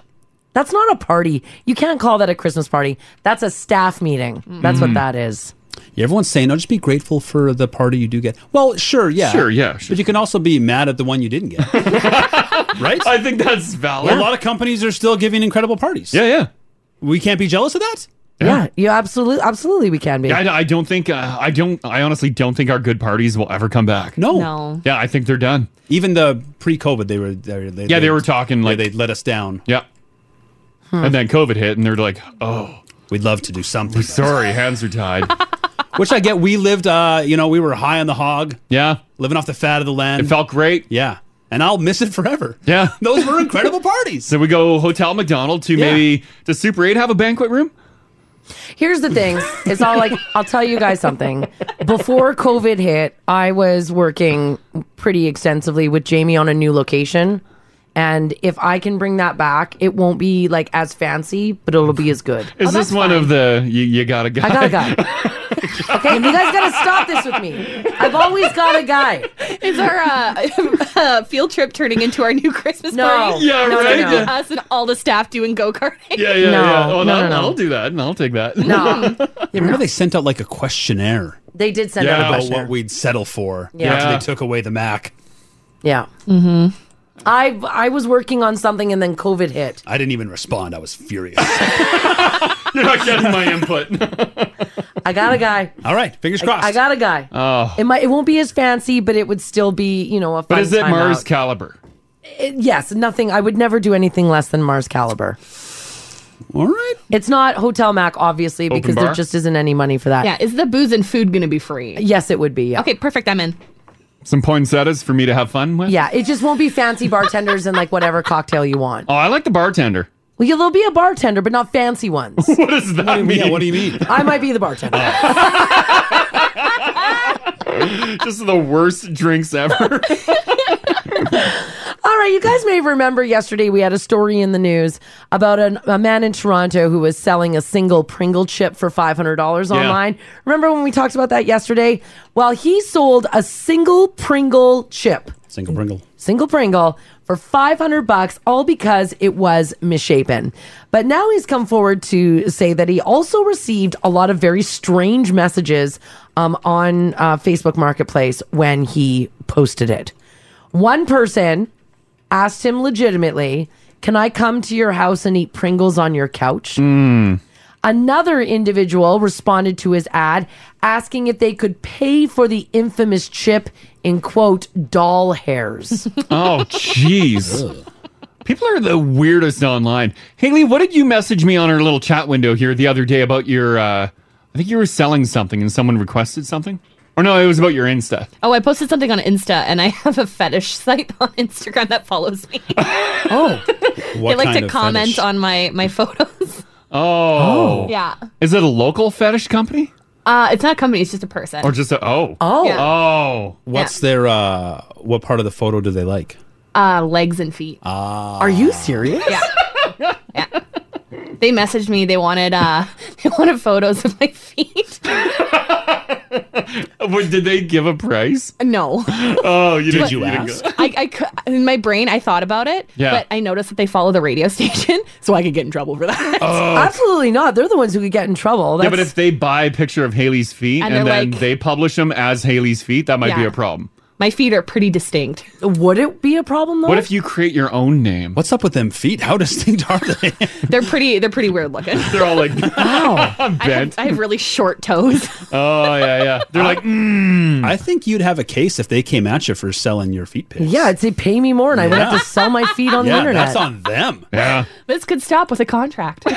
J: That's not a party. You can't call that a Christmas party. That's a staff meeting. That's what that is.
H: Yeah, everyone's saying, "Oh, just be grateful for the party you do get." Well, sure, yeah,
C: Sure, yeah, sure.
H: But you can also be mad at the one you didn't get, right?
C: I think that's valid.
H: A lot of companies are still giving incredible parties. Yeah,
C: yeah.
H: We can't be jealous of that.
J: Yeah, you absolutely, absolutely, we can be.
C: Yeah, I, I don't think uh, I don't. I honestly don't think our good parties will ever come back.
H: No.
K: No.
C: Yeah, I think they're done.
H: Even the pre-COVID, they were. They, they,
C: yeah, they, were talking like
H: they let us down.
C: Yeah. And then COVID hit, and they're like, "Oh,
H: we'd love to do something."
C: Sorry, hands are tied.
H: Which I get. We lived, uh, you know, we were high on the hog.
C: Yeah,
H: living off the fat of the land. It
C: felt great.
H: Yeah, and I'll miss it forever.
C: Yeah,
H: those were incredible parties.
C: So we go hotel McDonald to
J: Yeah.
C: maybe does Super Eight have a banquet room?
J: Here's the thing. It's all like I'll tell you guys something. Before COVID hit, I was working pretty extensively with Jamie on a new location. And if I can bring that back, it won't be like as fancy, but it'll be as good. Oh,
C: Is this one of the you, you got a guy?
J: I got a guy. okay, you guys gotta stop this with me. I've always got a guy.
K: Is our uh, uh, field trip turning into our new Christmas
J: No.
K: party?
J: Yeah,
K: No, no,
J: right?
K: no.
J: Yeah.
K: Us and all the staff doing go karting.
C: Yeah, yeah, yeah. Oh,
J: no,
C: I'll,
J: no, no.
C: I'll do that, and I'll take that.
J: No.
H: Yeah, remember they sent out like a questionnaire.
J: They did send out a
H: about
J: questionnaire.
H: what we'd settle for
J: Yeah.
H: after
J: Yeah.
H: they took away the Mac.
J: Yeah.
K: Mm-hmm.
J: I I was working on something and then COVID hit.
H: I didn't even respond. I was furious.
C: You're not getting my input.
J: I got a guy.
H: All right, fingers crossed.
J: I, I got a guy.
C: Oh,
J: It might. It won't be as fancy, but it would still be, you know, a fun
C: but is it
J: time
C: Mars
J: out.
C: caliber?
J: It- yes, nothing. I would never do anything less than Mars caliber.
H: All right.
J: It's not Hotel Mac, obviously,
K: Open
J: because
K: bar?
J: there just isn't any money for that.
K: Yeah. Is the booze and food going to be free?
J: Yes, it would be. Yeah.
K: Okay, perfect. I'm in.
C: Some poinsettias for me to have fun with.
J: Yeah. It just won't be fancy bartenders and like whatever cocktail you want.
C: Oh, I like the bartender.
J: Well, yeah, there'll be a bartender, but not fancy ones.
C: what does that mean?
H: yeah, what do you mean?
J: I might be the bartender.
C: Just the worst drinks ever.
J: All right, you guys may remember yesterday we had a story in the news about an, a man in Toronto who was selling a single Pringle chip for $500 online. Remember when we talked about that yesterday? Well, he sold a single Pringle chip,
H: Single Pringle.
J: single Pringle for 500 bucks all because it was misshapen. But now he's come forward to say that he also received a lot of very strange messages um, on uh, Facebook Marketplace when he posted it. One person asked him legitimately, Can I come to your house and eat Pringles on your couch? Another individual responded to his ad asking if they could pay for the infamous chip in quote doll hairs.
C: Oh, jeez. People are the weirdest online. Haley, what did you message me on our little chat window here the other day about your? uh I think you were selling something, and someone requested something. Or no, it was about your Insta.
K: Oh, I posted something on Insta, and I have a fetish site on Instagram that follows me.
H: oh,
K: they like to comment on my my photos.
C: Oh.
K: Yeah.
C: Is it a local fetish company
K: Uh, it's not a company. It's just a person.
C: or just a oh?
K: Oh. Yeah.
C: Oh.
H: What's their uh what part of the photo do they like?
K: uh, legs and feet.
H: Ah.
G: Are you serious?
K: Yeah. yeah. They messaged me. They wanted uh, they wanted photos of my feet.
C: What, did they give a price?
K: No.
C: Oh, you
K: But-
C: didn't, didn't go-
K: I, I cou- in my brain, I thought about it,
C: Yeah.
K: but I noticed that they follow the radio station, so I could get in trouble for that.
C: Oh.
J: Absolutely not. They're the ones who could get in trouble. That's,
C: Yeah, but if they buy a picture of Haley's feet
K: And
C: and,
K: they're
C: then
K: like-
C: they publish them as Haley's feet, that might be
K: Yeah.
C: a problem.
K: My feet are pretty distinct.
J: Would it be a problem though?
C: What if you create your own name? What's up with them feet? How distinct are they?
K: They're pretty. They're pretty weird looking.
C: They're all like,
K: wow, I have,
H: bent.
K: I have really short toes.
C: Oh yeah, yeah. They're like, mm.
H: I think you'd have a case if they came at you for selling your feet pics.
J: yeah, I'd say pay me more, and I would have
H: Yeah.
J: to sell my feet on the
H: yeah,
J: internet.
H: that's on them.
C: Yeah.
K: This could stop with a contract.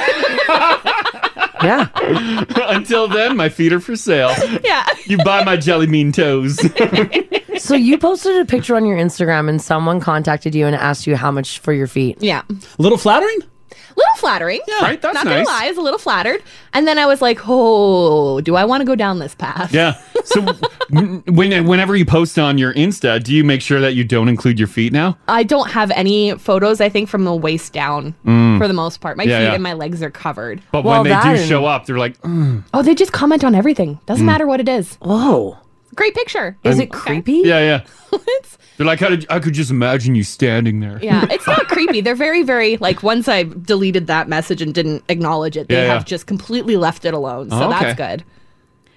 J: Yeah.
C: Until then, my feet are for sale.
K: Yeah.
C: You buy my jelly bean toes.
J: so you posted a picture on your Instagram, and someone contacted you and asked you how much for your feet.
K: Yeah.
H: A little flattering.
K: little flattering. Yeah,
J: Right, that's
K: not
J: nice.
K: gonna lie, I was a little flattered. And then I was like, oh, do I want to go down this path?
C: yeah. So m- when whenever you post on your Insta, do you make sure that you don't include your feet now?
K: I don't have any photos. I think from the waist down,
C: Mm.
K: for the most part, my
C: Yeah,
K: feet
C: yeah.
K: and my legs are covered.
C: But when they do show up, they're like, "Mm."
K: oh, they just comment on everything. Doesn't
C: Mm.
K: matter what it is.
J: Whoa,
K: great picture.
C: Is
K: it
J: creepy?
C: oh." yeah, yeah. they're like, I could, I could just imagine you standing there.
K: Yeah, it's not creepy. They're very, very like. Once I deleted that message and didn't acknowledge it, they
C: Yeah,
K: have
C: yeah.
K: just completely left it alone. So
C: Oh,
K: that's
C: okay.
K: good.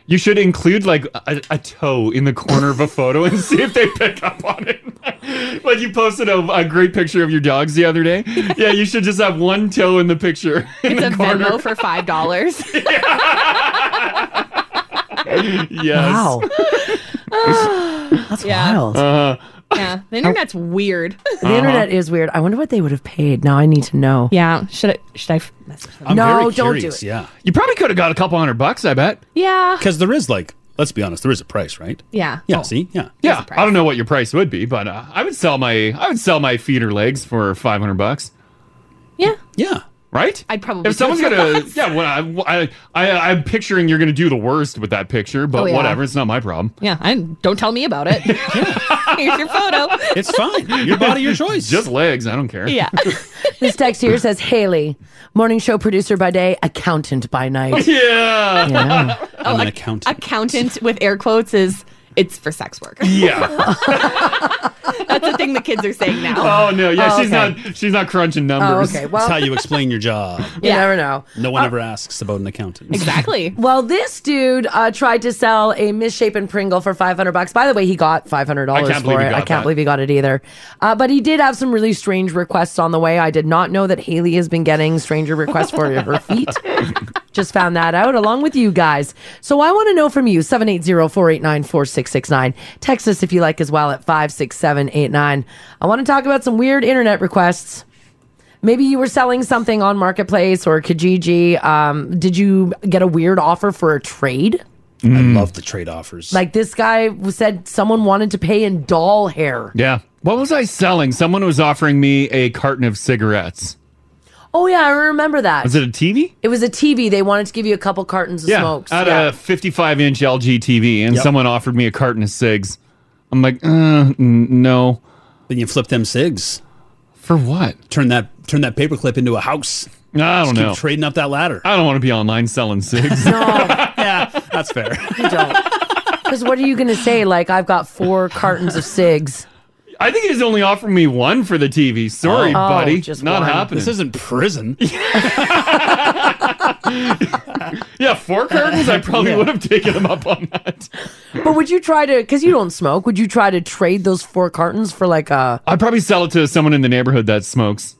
C: You should include like a, a toe in the corner of a photo and see if they pick up on it. like you posted a, a great picture of your dogs the other day. Yeah, you should just have one toe in the picture.
K: It's a Venmo for five dollars.
C: yes.
J: Wow.
K: Oh. that's Oh. yeah.
J: wild.
K: Yeah, the internet's weird.
J: The internet
H: Uh-huh.
C: Uh-huh.
J: is weird. I wonder what they would have paid. Now I need to know.
K: Yeah. Should I? Should I? Message
J: them? no, don't do it.
H: Yeah.
C: You probably could have got a couple hundred bucks, I bet.
K: Yeah.
H: Because there is like, let's be honest, there is a price, right?
K: Yeah.
H: Yeah. See. Yeah.
C: Oh. Yeah, I don't know what your price would be, but uh, I would sell my I would sell my feet or legs for five hundred bucks.
K: Yeah.
H: Yeah.
C: Right?
K: I'd probably
C: If someone's
K: do
C: gonna, yeah, well, I, I, I, I'm picturing you're gonna do the worst with that picture, but
K: Oh, yeah.
C: whatever, it's not my problem.
K: Yeah. I don't tell me about it. Here's your photo.
H: It's fine. Your body, your choice.
C: Just legs. I don't care.
K: Yeah.
J: this text here says Haley, morning show producer by day, accountant by night.
C: Yeah.
J: Yeah.
K: Oh,
H: an
K: ac-
H: accountant.
K: Accountant with air quotes is it's for sex work.
C: Yeah.
K: That's the thing the kids are saying
C: Oh
K: now.
C: no. Yeah,
K: Oh,
C: she's
K: okay.
C: not. She's not crunching numbers.
J: Oh, okay, well-
H: that's how you explain your job.
J: You never know. Uh,
H: No one ever asks about an accountant.
K: Exactly.
J: Well, this dude uh, tried to sell a misshapen Pringle for 500 bucks. By the way, he got $500
G: I can't believe
J: for
G: he
J: it. I
G: got
J: can't
G: that.
J: believe he got it either. Uh, but he did have some really strange requests on the way. I did not know that Haley has been getting stranger requests for her feet. Just found that out along with you guys. So I want to know from you 780-489-4669. Text us if you like as well at 56789. I want to talk about some weird internet requests. Maybe you were selling something on Marketplace or Kijiji. Um, did you get a weird offer for a trade?
C: Mm.
H: I love the trade offers.
J: Like this guy said someone wanted to pay in doll hair.
C: Yeah. What was I selling? Someone was offering me a carton of cigarettes.
J: Oh yeah, I remember that.
C: Was it a TV?
J: It was a TV. They wanted to give you a couple cartons of
C: yeah.
J: smokes.
C: At
J: yeah.
C: a 55 inch LG TV, and
J: Yep.
C: someone offered me a carton of cigs. I'm like, uh, n- no.
H: Then you flip them cigs.
C: For what?
H: Turn that turn that paperclip into a house.
C: I
H: Just
C: don't
H: keep
C: know.
H: trading up that ladder.
C: I don't want to be online selling cigs.
H: yeah, that's fair.
J: Because what are you going to say? Like I've got four cartons of cigs.
C: I think he's only offering me one for the TV. Sorry,
J: Oh. Oh,
C: buddy.
J: just
C: Not
J: one.
C: happening.
H: This isn't prison.
C: yeah, four curtains. I probably would have taken them up on that.
J: But would you try to? Because you don't smoke. Would you try to trade those four cartons for like a?
C: I'd probably sell it to someone in the neighborhood that smokes.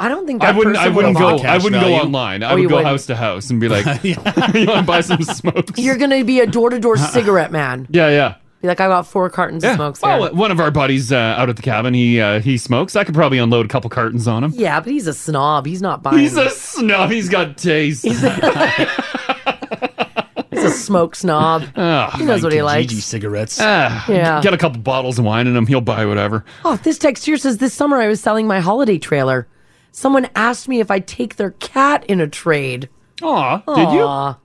J: I don't think
C: I
J: that
C: wouldn't. I
J: person would
C: wouldn't
J: have
C: go.
J: bought-
C: I wouldn't go online. I
J: Oh, you
C: would go
J: wouldn't.
C: house to house and be like, "You want to buy some smoke?"
J: You're going to be a door to door cigarette man.
C: Yeah, yeah.
J: Be like I got four cartons of smokes. There.
C: Well, one of our buddies uh, out at the cabin, he uh, he smokes. I could probably unload a couple cartons on him.
J: yeah, but he's a snob. He's not buying.
C: He's a snob. He's got taste.
J: He's a smoke snob. he knows what he likes.
H: cigarettes.
C: Ah,
J: Yeah.
C: Get a couple bottles of wine in him. He'll buy whatever.
J: Oh, this text here says this summer I was selling my holiday trailer. Someone asked me if I'd take their cat in a trade.
C: Aw, Did you?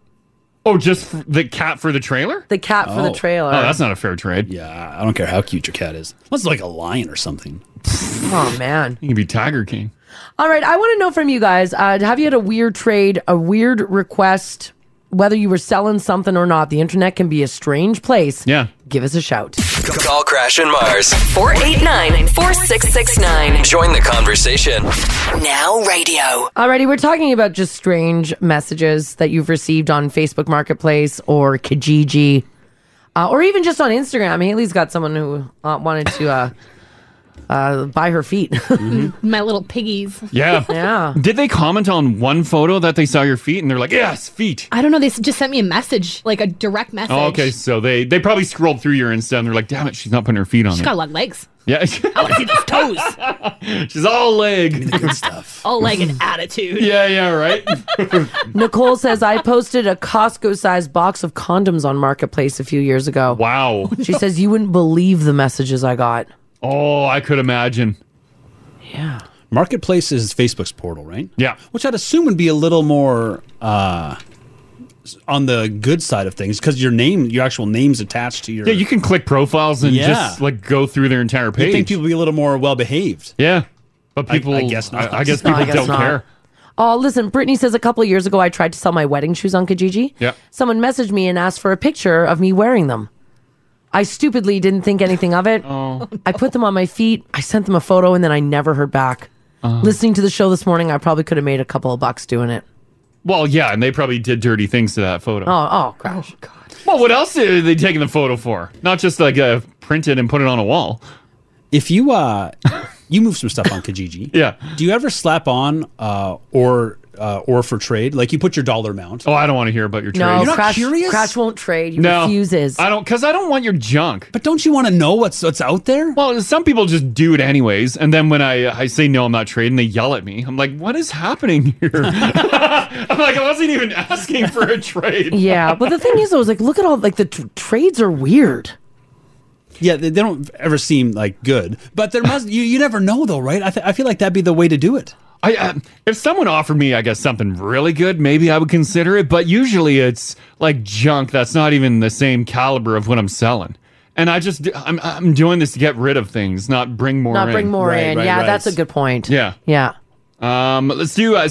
C: Oh, just f- the cat for the trailer?
J: The cat Uh, for the trailer.
C: Oh, that's not a fair trade.
H: Yeah, I don't care how cute your cat is. Unless it's like a lion or something.
J: Oh man.
C: You can be Tiger King.
J: All right, I want to know from you guys. Uh, have you had a weird trade, a weird request, whether you were selling something or not? The internet can be a strange place.
C: Yeah.
J: Give us a shout.
B: Call Crash and Mars.
F: 489 4669.
B: Join the conversation.
F: Now radio.
J: Alrighty, we're talking about just strange messages that you've received on Facebook Marketplace or Kijiji, uh, or even just on Instagram. Haley's got someone who uh, wanted to uh, uh, buy her feet. Mm-hmm.
K: My little piggies.
C: Yeah.
J: yeah.
C: Did they comment on one photo that they saw your feet and they're like, yes, feet?
K: I don't know. They s- just sent me a message, like a direct message.
C: Oh, okay. So they they probably scrolled through your Insta and they're like, damn it, she's not putting her feet on
K: She's
C: it.
K: got long legs.
C: yeah.
K: I want to see those toes.
C: she's all leg.
K: All leg and attitude.
C: Yeah, yeah, right.
J: Nicole says, I posted a Costco sized box of condoms on Marketplace a few years ago.
C: Wow.
J: She says, You wouldn't believe the messages I got.
C: Oh, I could imagine.
J: Yeah.
H: Marketplace is Facebook's portal, right?
C: Yeah.
H: Which I'd assume would be a little more uh, s- on the good side of things because your name, your actual name's attached to your.
C: Yeah, you can click profiles and
H: Yeah.
C: just like go through their entire
H: You'd
C: page.
H: think people would be a little more well behaved.
C: Yeah. But
H: I-
C: people,
H: I guess not.
C: I, I guess
H: No,
C: people
H: I guess
C: don't
H: not.
C: care.
J: Oh, listen, Brittany says, A couple of years ago, I tried to sell my wedding shoes on Kijiji.
C: Yeah.
J: Someone messaged me and asked for a picture of me wearing them. I stupidly didn't think anything of it.
C: Oh.
J: I put them on my feet. I sent them a photo and then I never heard back.
C: Uh-huh.
J: Listening to the show this morning, I probably could have made a couple of bucks doing it.
C: Well, yeah, and they probably did dirty things to that photo.
J: Oh, oh, gosh.
C: Well, what else are they taking the photo for? Not just like uh, print it and put it on a wall.
H: If you uh, you move some stuff on Kijiji,
C: yeah.
H: Do you ever slap on uh, or uh, or for trade? Like you put your dollar amount.
C: Oh, I don't want to hear about your
J: No,
H: You're not
J: Crash,
H: curious.
J: Crash won't trade. He
C: No.
J: refuses.
C: I don't because I don't want your junk.
H: But don't you want to know what's what's out there?
C: Well, some people just do it anyways, and then when I I say no, I'm not trading, they yell at me. I'm like, what is happening here? I'm like, I wasn't even asking for a trade.
J: yeah, but the thing is, though, is like, look at all like the tr trades are weird.
H: Yeah, they, they don't ever seem like good. But there must you, you never know though, right? I, th- I feel like that'd be the way to do it.
C: I uh, if someone offered me, I guess something really good, maybe I would consider it. But usually, it's like junk that's not even the same caliber of what I'm selling. And I just I'm I'm doing this to get rid of things, not bring more.
J: Not
C: in.
J: bring more in. yeah, that's a good point.
C: Yeah.
J: Yeah.
C: Um, let's do uh,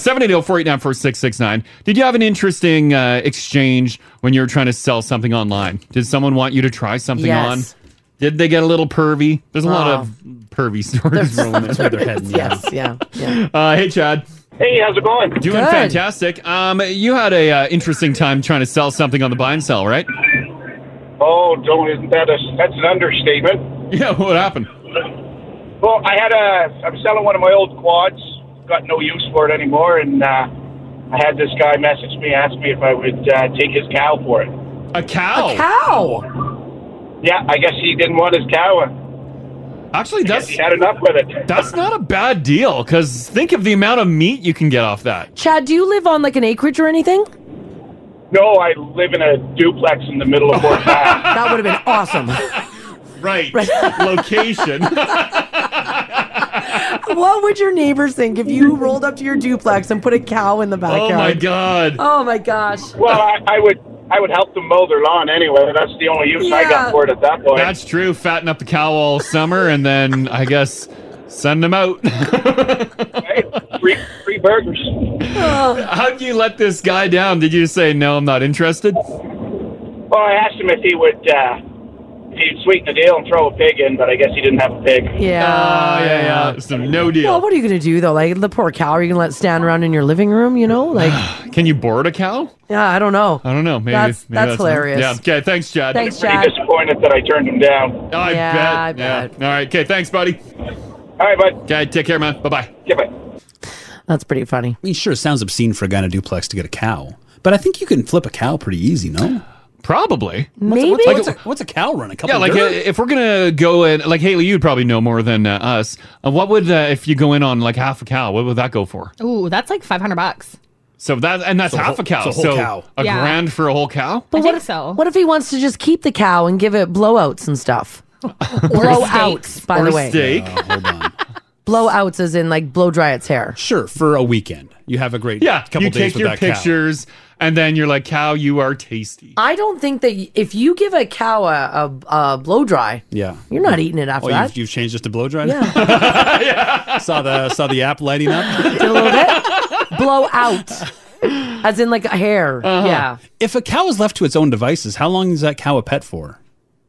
C: 780-489-4669. Did you have an interesting uh, exchange when you were trying to sell something online? Did someone want you to try something
J: Yes.
C: on? Did they get a little pervy? There's a lot
J: Oh.
C: of pervy stories rolling in.
H: where they're heading.
J: Yes. Yeah.
C: Uh, hey, Chad.
L: Hey, how's it going?
C: Doing
L: Good.
C: fantastic. Um, you had a uh, interesting time trying to sell something on the buy and sell, right?
L: Oh, don't! Isn't that a? That's an understatement.
C: Yeah. What happened?
L: Well, I had a. I'm selling one of my old quads. Got no use for it anymore, and uh, I had this guy message me, ask me if I would uh, take his cow for it.
C: A cow.
J: cow.
L: Yeah, I guess he didn't want his cow.
C: Actually, that's
L: he had enough with it.
C: That's not a bad deal because think of the amount of meat you can get off that.
J: Chad, do you live on like an acreage or anything?
L: No, I live in a duplex in the middle of Fort Bass.
J: That would have been awesome.
C: Right. Location.
J: what would your neighbors think if you rolled up to your duplex and put a cow in the backyard?
C: Oh my god.
J: Oh my gosh.
L: Well, I, I would. I would help them mow their lawn anyway. That's the only use I
J: Yeah.
L: got for it at that point.
C: That's true. Fatten up the cow all summer and then I guess send them out.
L: Free, free burgers.
C: How'd you let this guy down? Did you say no? I'm not interested.
L: Well, I asked him if he would uh, if he'd sweeten the deal and throw a pig in, but I guess he didn't have a pig.
J: Yeah.
C: Oh, yeah, yeah. So no deal.
J: Well, what are you gonna do though? Like the poor cow, are you gonna let it stand around in your living room? You know, like
C: Can you board a cow?
J: yeah, I don't know.
C: I don't know. Maybe
J: Oh, That's-
C: maybe
J: that's
C: not-
J: hilarious.
C: Yeah. Okay. Thanks, Chad.
J: Thanks,
L: Pretty
J: Chad.
L: disappointed that I turned him down.
C: I
J: Yeah, I
C: bet. Yeah. All right. Okay. Thanks, buddy.
L: All right, bud.
C: Okay. Take care, man. Bye bye.
L: Yeah, bye.
J: That's pretty funny.
H: I mean, sure, it sounds obscene for a guy in a duplex to get a cow, but I think you can flip a cow pretty easy, no?
C: Probably.
J: Maybe.
H: What's, what's, a, what's a cow run? A couple.
C: Yeah, like uh,
H: dirt?
C: if we're gonna go in, like Haley, you'd probably know more than uh, us. Uh, what would uh, if you go in on like half a cow? What would that go for?
K: Ooh, that's like 500 bucks.
C: So that and that's
H: So a
C: half
H: whole-
C: a cow.
H: so a whole
C: so
H: cow.
C: a
K: Yeah.
C: grand for a whole cow.
K: I
J: what
K: think
J: if-
K: so.
J: What if he wants to just keep the cow and give it blowouts and stuff?
K: Or
J: blowouts,
K: steaks.
J: by
C: or
J: the
C: a
J: way.
C: steak.
J: Blowouts as in like blow dry its hair.
H: Sure, for a weekend. You have a great
C: Yeah,
H: couple
C: you
H: days
C: take
H: with
C: your
H: that cow.
C: pictures, and then you're like, "Cow, you are tasty."
J: I don't think that y- if you give a cow a, a, a blow dry,
H: Yeah.
J: you're not eating it after
H: oh,
J: that.
H: You've, you've changed this to blow dry. Yeah. Saw the saw the app lighting up.
J: a little bit. blow out, as in like a hair.
H: Uh-huh.
C: Uh-huh.
J: Yeah.
H: If a cow is left to its own devices, how long is that cow a pet for?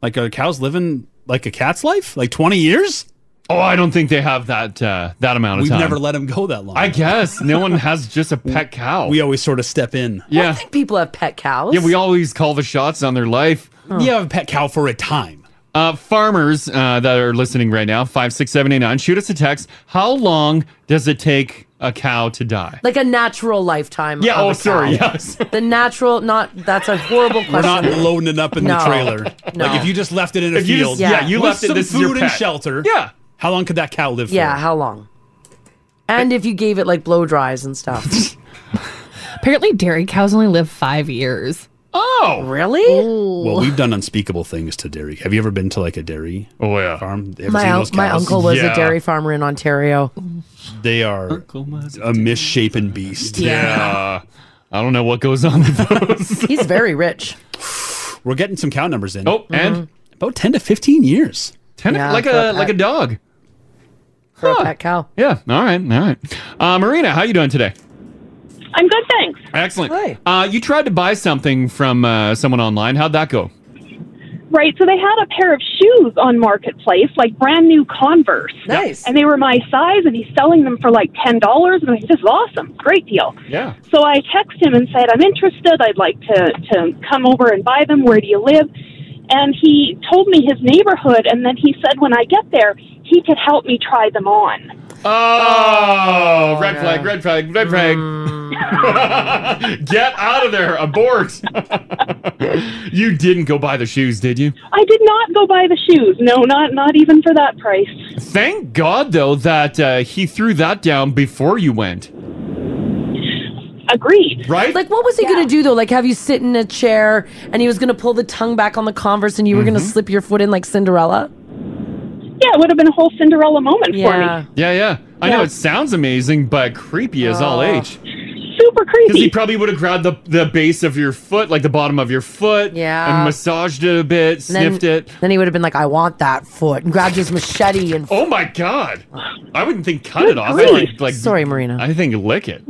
H: Like are cows living like a cat's life? Like twenty years?
C: Oh, I don't think they have that uh, that amount of
H: We've
C: time.
H: never let them go that long.
C: I guess no one has just a pet cow.
H: We always sort of step in.
C: Yeah,
J: I think people have pet cows.
C: yeah. We always call the shots on their life.
H: You have a pet cow for a time.
C: Uh, farmers uh, that are listening right now, five six seven eight nine, shoot us a text. How long does it take a cow to die?
J: like a natural lifetime.
C: Yeah,
J: of
C: oh,
J: a
C: sorry,
J: cow.
C: yes.
J: The natural, not that's a horrible question.
H: We're not loading it up in
J: No.
H: the trailer.
J: No.
H: Like if you just left it in a
C: If you
H: field,
C: just- yeah, you
H: with
C: left it,
H: some
C: this is
H: food
C: your
H: and
C: pet.
H: shelter. Yeah. How long could that cow live
J: Yeah,
H: for?
J: how long? And if you gave it like blow dries and stuff.
K: Apparently, dairy cows only live five years.
C: Oh,
J: really?
H: Well, we've done unspeakable things to dairy. Have you ever been to like a dairy?
C: Oh yeah,
H: farm. Ever
J: my,
H: seen
J: un-
H: those
J: my
H: cows?
J: uncle was a dairy farmer in Ontario.
H: They are a misshapen beast.
J: Yeah.
C: I don't know what goes on.
J: He's very rich.
H: We're getting some cow numbers in. Mm-hmm.
C: Oh, and
H: about ten to fifteen years.
C: 10 to- Yeah, like for a- a like a pet. dog.
J: For a pet cow.
C: Yeah. All right. All right. Uh, Marina, how you doing today?
I: I'm good, thanks.
C: Excellent. Uh, you tried to buy something from uh, someone online. How'd that go?
I: Right, so they had a pair of shoes on Marketplace, like brand new Converse.
J: Nice.
I: And they were my size, and he's selling them for like $10. And I'm like, this is awesome. Great deal.
C: Yeah.
I: So I text him and said, I'm interested. I'd like to, to come over and buy them. Where do you live? And he told me his neighborhood, and then he said when I get there, he could help me try them on.
C: Oh, red flag, red flag, red flag. Get out of there. Abort. you didn't go buy the shoes, did you?
I: I did not go buy the shoes. No, not not even for that price.
C: Thank God, though, that uh, he threw that down before you went.
I: Agreed.
C: Right?
J: Like, what was he going to do, though? Like, have you sit in a chair and he was going to pull the tongue back on the converse and you were
C: Mm-hmm.
J: going to slip your foot in like Cinderella?
I: Yeah, it would have been a whole Cinderella moment
J: Yeah.
I: for me.
C: Yeah, yeah. I know
I: Yeah.
C: it sounds amazing, but creepy as all
I: Oh.
C: age.
I: Super creepy.
C: Because he probably would have grabbed the, the base of your foot, like the bottom of your foot,
J: Yeah.
C: and massaged it a bit,
J: And then-
C: sniffed it.
J: Then he would have been like, I want that foot and grabbed his machete and.
C: Oh my god! I wouldn't think cut it off.
I: grief.
C: I Like, like
J: Sorry, Marina.
C: I think lick it.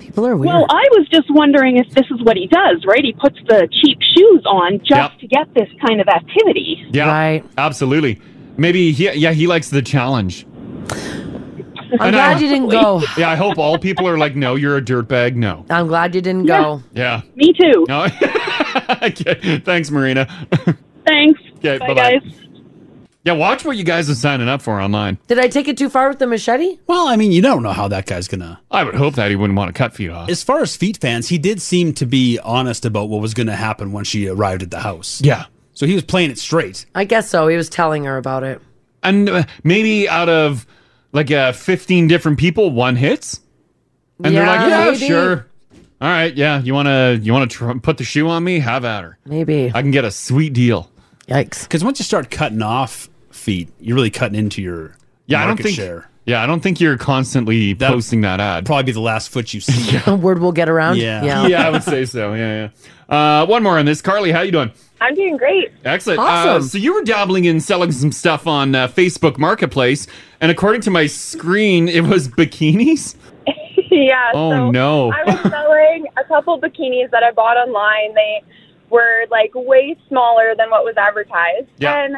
J: People are
I: Well, I was just wondering if this is what he does, right? He puts the cheap shoes on just
C: Yep.
I: to get this kind of activity.
C: Yeah, right. Absolutely. Maybe he. Yeah, he likes the challenge.
J: I'm
C: And I-
J: glad you didn't go.
C: Yeah, I hope all people are like, no, you're a dirtbag. No.
J: I'm glad you didn't go.
C: Yeah.
I: Me too.
C: No. okay. Thanks, Marina.
I: Thanks.
C: Okay.
J: Bye,
C: Bye, bye. Yeah, watch what you guys are signing up for online.
J: Did I take it too far with the machete?
H: Well, I mean, you don't know how that guy's gonna.
C: I would hope that he wouldn't want to cut feet off.
H: As far as feet fans, he did seem to be honest about what was gonna happen when she arrived at the house.
C: Yeah.
H: So he was playing it straight.
J: I guess so. He was telling her about it.
C: and uh, maybe out of like uh, 15 different people one hits and they're
J: Yeah,
C: like yeah
J: maybe.
C: sure all right yeah you want to you want to tr- put the shoe on me have at her
J: maybe
C: i can get a sweet deal
J: yikes
H: Because once you start cutting off feet, you're really cutting into your
C: yeah i don't
H: market
C: think
H: share.
C: yeah i don't think you're constantly posting that ad
H: probably be the last foot you see
J: Word will get around.
C: yeah yeah, i would say so yeah yeah uh, one more on this carly how you doing
M: I'm doing great.
C: Excellent. Uh,
M: Awesome.
C: so you were dabbling in selling some stuff on uh, Facebook Marketplace, and according to my screen, it was bikinis.
M: yeah.
C: Oh,
M: so
C: no.
M: I was selling a couple bikinis that I bought online. They were like way smaller than what was advertised.
C: Yeah.
M: And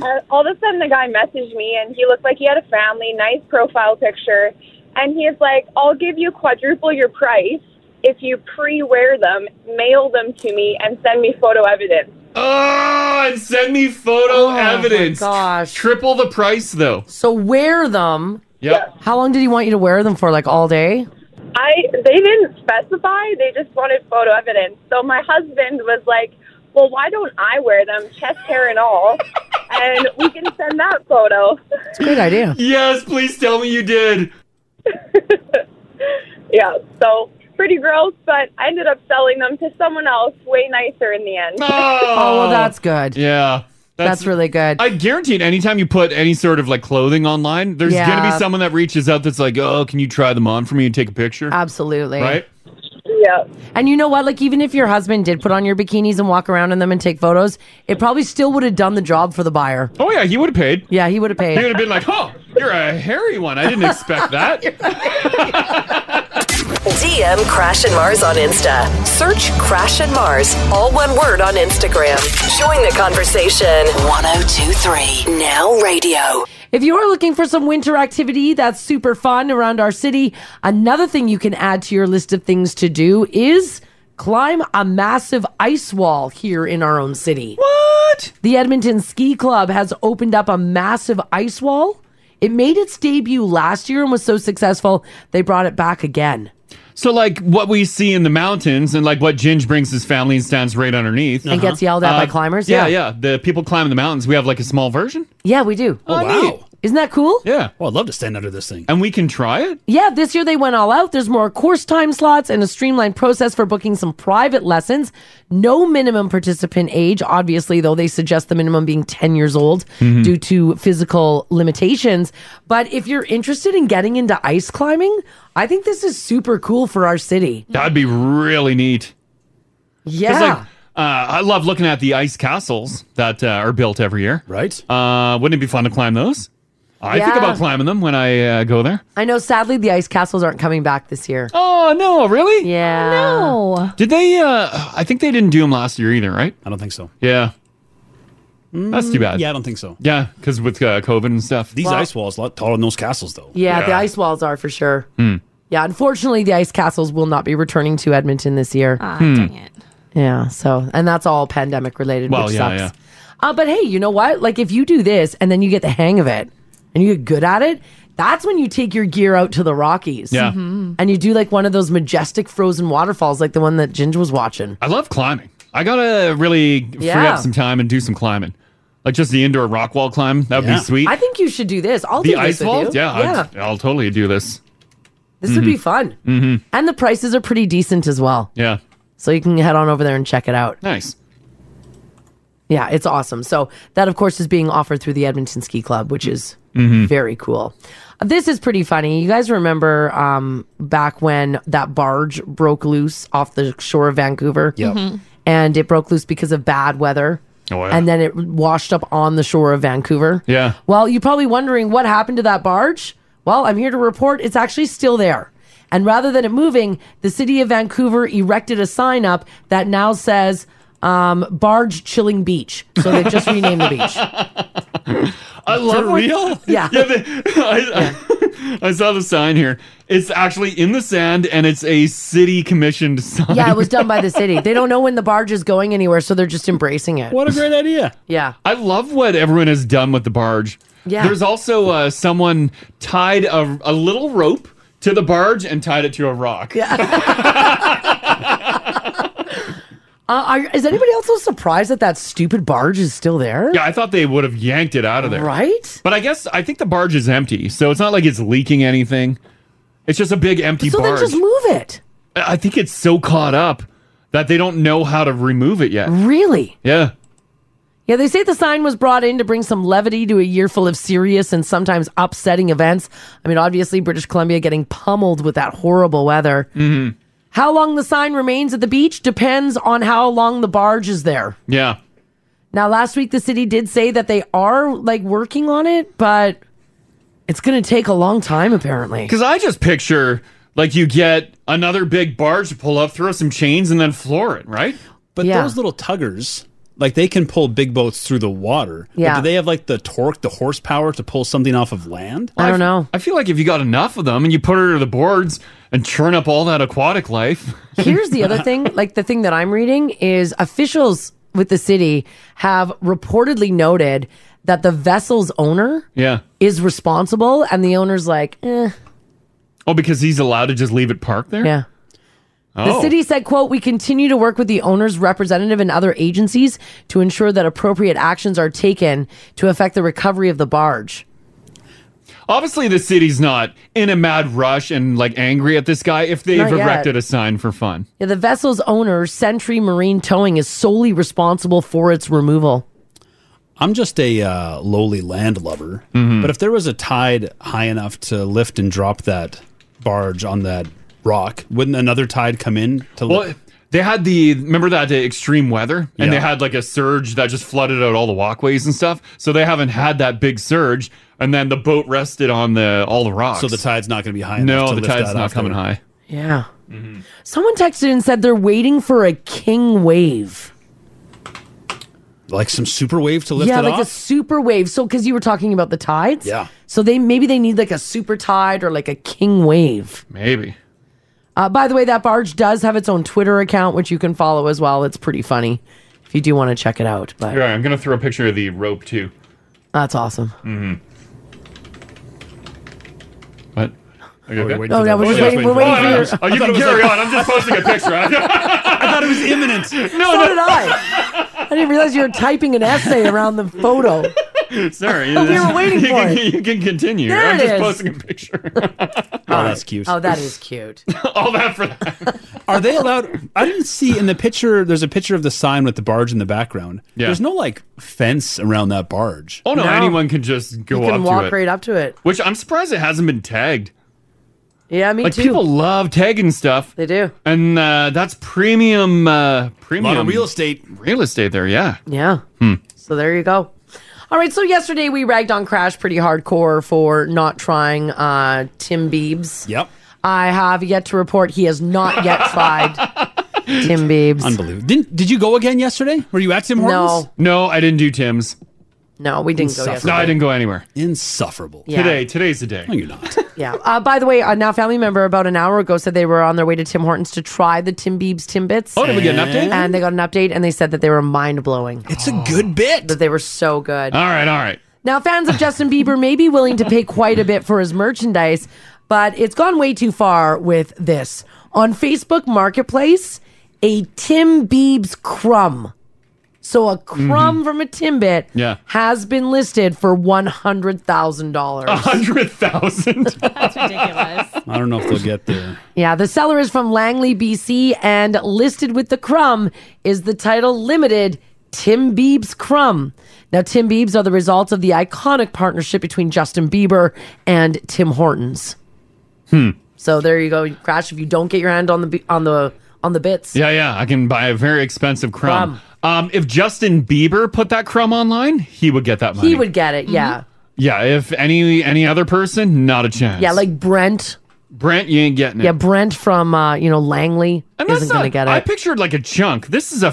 M: uh, all of a sudden, the guy messaged me, and he looked like he had a family, nice profile picture, and he's like, "I'll give you quadruple your price if you pre-wear them, mail them to me, and send me photo evidence."
C: Oh, and send me photo evidence.
J: Oh, gosh.
C: Triple the price though.
J: So wear them.
C: Yep.
J: How long did he want you to wear them for? Like all day?
M: I they didn't specify. They just wanted photo evidence. So my husband was like, "Well, why don't I wear them, chest hair and all, and we can send that photo."
J: Great idea.
C: Yes, please tell me you did.
M: Yeah. So pretty gross, but I ended up selling them to someone else, way nicer in the end.
C: Oh,
J: well, that's good.
C: Yeah.
J: That's really good.
C: I guarantee it. Anytime you put any sort of like clothing online, there's gonna
J: Yeah.
C: be someone that reaches out that's like, "Oh, can you try them on for me and take a picture?"
J: Absolutely.
C: Right?
J: Yeah. And you know what? Like, even if your husband did put on your bikinis and walk around in them and take photos, it probably still would have done the job for the buyer.
C: Oh yeah, he would have paid.
J: Yeah, he would have paid.
C: He would have been like, "Oh, you're a hairy one. I didn't expect that."
F: DM Crash and Mars on Insta. Search Crash and Mars, all one word on Instagram. Join the conversation. 1023 Now Radio.
J: If you are looking for some winter activity that's super fun around our city, another thing you can add to your list of things to do is climb a massive ice wall here in our own city. What? The Edmonton Ski Club has opened up a massive ice wall. It made its debut last year and was so successful, they brought it back again.
C: So, like what we see in the mountains, and like what Ginge brings his family and stands right underneath, Uh-huh. Uh,
J: And gets yelled at by climbers?
C: Yeah,
J: Yeah.
C: yeah, The people climbing the mountains. We have like a small version.
J: Yeah, we do.
C: Oh, wow.
J: Isn't that cool?
C: Yeah.
H: Well, Oh, I'd love to stand under this thing.
C: And we can try it.
J: Yeah, this year they went all out. There's more course time slots and a streamlined process for booking some private lessons. No minimum participant age, obviously, though they suggest the minimum being 10 years old
C: Mm-hmm.
N: Mhm.
J: due to physical limitations. But if you're interested in getting into ice climbing, I think this is super cool for our city.
C: That'd be really neat. 'Cause,
J: Yeah.
C: Like, uh, I love looking at the ice castles that uh, are built every year. Right. Uh, wouldn't it be fun to climb those? I think
J: Yeah.
C: about climbing them when I uh, go there.
J: I know, sadly, the ice castles aren't coming back this year.
C: Oh, no, really?
J: Yeah. No.
C: Did they? Uh, I think they didn't do them last year either, right?
H: I don't think so.
C: Yeah. That's too bad.
H: Yeah, I don't think so.
C: Yeah, because with uh, COVID and stuff.
H: These
J: Well-
H: ice walls a lot taller than those castles, though.
J: Yeah, the ice walls are for sure.
C: Hmm.
J: Yeah, unfortunately, the ice castles will not be returning to Edmonton this year.
C: Hmm.
J: Yeah. So, and that's all pandemic related,
C: Well,
J: which
C: yeah,
J: sucks. Uh, but hey, you know what? Like, if you do this and then you get the hang of it and you get good at it, that's when you take your gear out to the Rockies.
C: Yeah. Mhm.
J: And you do like one of those majestic frozen waterfalls, like the one that Ginger was watching.
C: I love climbing. I gotta really free
J: Yeah.
C: up some time and do some climbing, like just the indoor rock wall climb. That'd be sweet.
J: I think you should do this. I'll
C: the
J: do this
C: ice
J: with
C: wall.
J: you.
C: Yeah,
J: Yeah.
C: I'd- I'll totally do this.
J: This would be fun.
C: hmm
J: And the prices are pretty decent as well.
C: Yeah.
J: So you can head on over there and check it out.
C: Nice.
J: Yeah, it's awesome. So that, of course, is being offered through the Edmonton Ski Club, which is
N: Mhm.
J: very cool. This is pretty funny. You guys remember um, back when that barge broke loose off the shore of Vancouver?
N: Yep. Mhm.
J: And it broke loose because of bad weather.
N: Oh, yeah.
J: And then it washed up on the shore of Vancouver.
N: Yeah.
J: Well, you're probably wondering what happened to that barge. Well, I'm here to report it's actually still there. And rather than it moving, the city of Vancouver erected a sign up that now says um, Barge Chilling Beach. So they just renamed the beach.
C: I love
J: For
C: real.
J: Yeah.
C: the- I, I- I saw the sign here. It's actually in the sand, and it's a city commissioned sign.
J: Yeah, it was done by the city. They don't know when the barge is going anywhere, so they're just embracing it.
H: What a great idea.
J: Yeah.
C: I love what everyone has done with the barge.
J: Yeah.
C: There's also uh, someone tied a, a little rope to the barge and tied it to a rock.
J: Uh, are, is anybody else so surprised that that stupid barge is still there?
C: Yeah, I thought they would have yanked it out of there.
J: Right?
C: But I guess I think the barge is empty, so it's not like it's leaking anything. It's just a big empty
J: so then
C: barge.
J: just move it.
C: I I think it's so caught up that they don't know how to remove it yet.
J: Really?
C: Yeah.
J: Yeah, they say the sign was brought in to bring some levity to a year full of serious and sometimes upsetting events. I mean, obviously, British Columbia getting pummeled with that horrible weather.
C: Mm-hmm.
J: How long the sign remains at the beach depends on how long the barge is there.
C: Yeah.
J: Now, last week, the city did say that they are like working on it, but it's going to take a long time, apparently.
C: Because I just picture like you get another big barge to pull up, throw some chains, and then floor it, right?
H: But those little tuggers, like they can pull big boats through the water. but
C: Yeah.
H: do they have like the torque, the horsepower to pull something off of land?
C: I don't
J: know.
C: I feel like if you got enough of them and you put her to the boards and churn up all that aquatic life.
J: Here's the other thing, like the thing that I'm reading is officials with the city have reportedly noted that the vessel's owner
C: Yeah.
J: is responsible, and the owner's like, eh.
C: Oh, because he's allowed to just leave it parked there?
J: Yeah. The
C: Oh.
J: city said, quote, we continue to work with the owner's representative and other agencies to ensure that appropriate actions are taken to affect the recovery of the barge.
C: Obviously, the city's not in a mad rush and like angry at this guy if they've
J: Not yet.
C: erected a sign for fun.
J: Yeah, the vessel's owner, Century Marine Towing, is solely responsible for its removal.
H: I'm just a uh, lowly landlubber.
C: Mm-hmm.
H: But if there was a tide high enough to lift and drop that barge on that rock, wouldn't another tide come in to
C: Well,
H: lift?
C: they had the remember that uh, extreme weather, and they had like a surge that just flooded out all the walkways and stuff. So they haven't had that big surge, and then the boat rested on the all the rocks.
H: So the tide's not going to be high.
C: no,
H: enough to
C: the
H: lift
C: tide's
H: that
C: not
H: off
C: coming
H: there.
C: high.
J: Yeah.
H: Mm-hmm.
J: Someone texted and said they're waiting for a king wave.
H: Like some super wave to lift
J: yeah,
H: it
J: like a
H: off.
J: super wave. So, because you were talking about the tides.
H: Yeah.
J: So they maybe they need like a super tide or like a king wave.
C: Maybe.
J: Uh, by the way, that barge does have its own Twitter account, which you can follow as well. It's pretty funny if you do want to check it out. But
C: Here, I'm gonna throw a picture of the rope too.
J: that's awesome.
C: Mm-hmm. What? Okay, okay.
J: Oh, yeah, we're just waiting- we're waiting for your-
C: Oh, you can carry on. I'm just posting a picture. I
H: thought it was imminent.
C: No,
J: so
C: no.
J: did I. I didn't realize you were typing an essay around the photo.
C: Oh, Sorry.
J: We were waiting
C: you
J: for
C: can,
J: it.
C: You can continue.
J: There
C: I'm
J: it
C: just
J: is.
C: posting a picture. oh,
H: that's cute.
J: Oh, that is cute.
C: All that for that.
H: Are they allowed? I didn't see in the picture. There's a picture of the sign with the barge in the background.
C: Yeah.
H: There's no like fence around that barge.
C: Oh no, anyone can just go
J: you
C: up
J: can
C: to
J: walk
C: it.
J: right up to it.
C: Which I'm surprised it hasn't been tagged.
J: Yeah, me
C: like
J: too.
C: people love tagging stuff.
J: They do.
C: And uh, that's premium uh premium
H: real estate.
C: Real estate there, yeah.
J: Yeah.
C: Hmm.
J: So there you go. All right. So yesterday we ragged on Crash pretty hardcore for not trying uh, Tim Biebs.
H: Yep.
J: I have yet to report he has not yet tried. Tim Biebs.
H: Unbelievable. Didn't, did you go again yesterday? Were you at Tim Hortons?
C: No, I didn't do Tim's.
J: Oh. No, we didn't go yesterday.
C: No, I didn't go anywhere.
H: Insufferable.
J: Yeah.
C: Today, today's the day. No,
H: you're not.
J: Yeah. Uh, by the way, a now family member about an hour ago said they were on their way to Tim Hortons to try the Tim Biebs Timbits.
C: Oh, did we get an update?
J: And they got an update and they said that they were mind blowing.
H: It's a good bit.
J: That Oh. they were so good.
C: All right, all right.
J: Now, fans of Justin Bieber may be willing to pay quite a bit for his merchandise, but it's gone way too far with this. On Facebook Marketplace, a Tim Biebs crumb. So a crumb from a Timbit
C: Mm-hmm. Yeah.
J: has been listed for $100,000.
C: hundred thousand.
H: I don't know if they'll get there.
J: Yeah, the seller is from Langley, BC, and listed with the crumb is the title Limited Tim Biebs Crumb. Now, Tim Biebs are the results of the iconic partnership between Justin Bieber and Tim Hortons.
C: Hmm.
J: So there you go, Crash. If you don't get your hand on the bi- on the on the bits,
C: Yeah, yeah. I can buy a very expensive crumb. Um, if Justin Bieber put that crumb online, he would get that money. Mm-hmm.
J: he would get it. Yeah,
C: Yeah, if any any other person, not a chance.
J: yeah, like Brent.
C: Brent, you ain't getting it.
J: Yeah, Brent from uh, you know Langley isn't going to get it.
C: I pictured like a chunk. This is a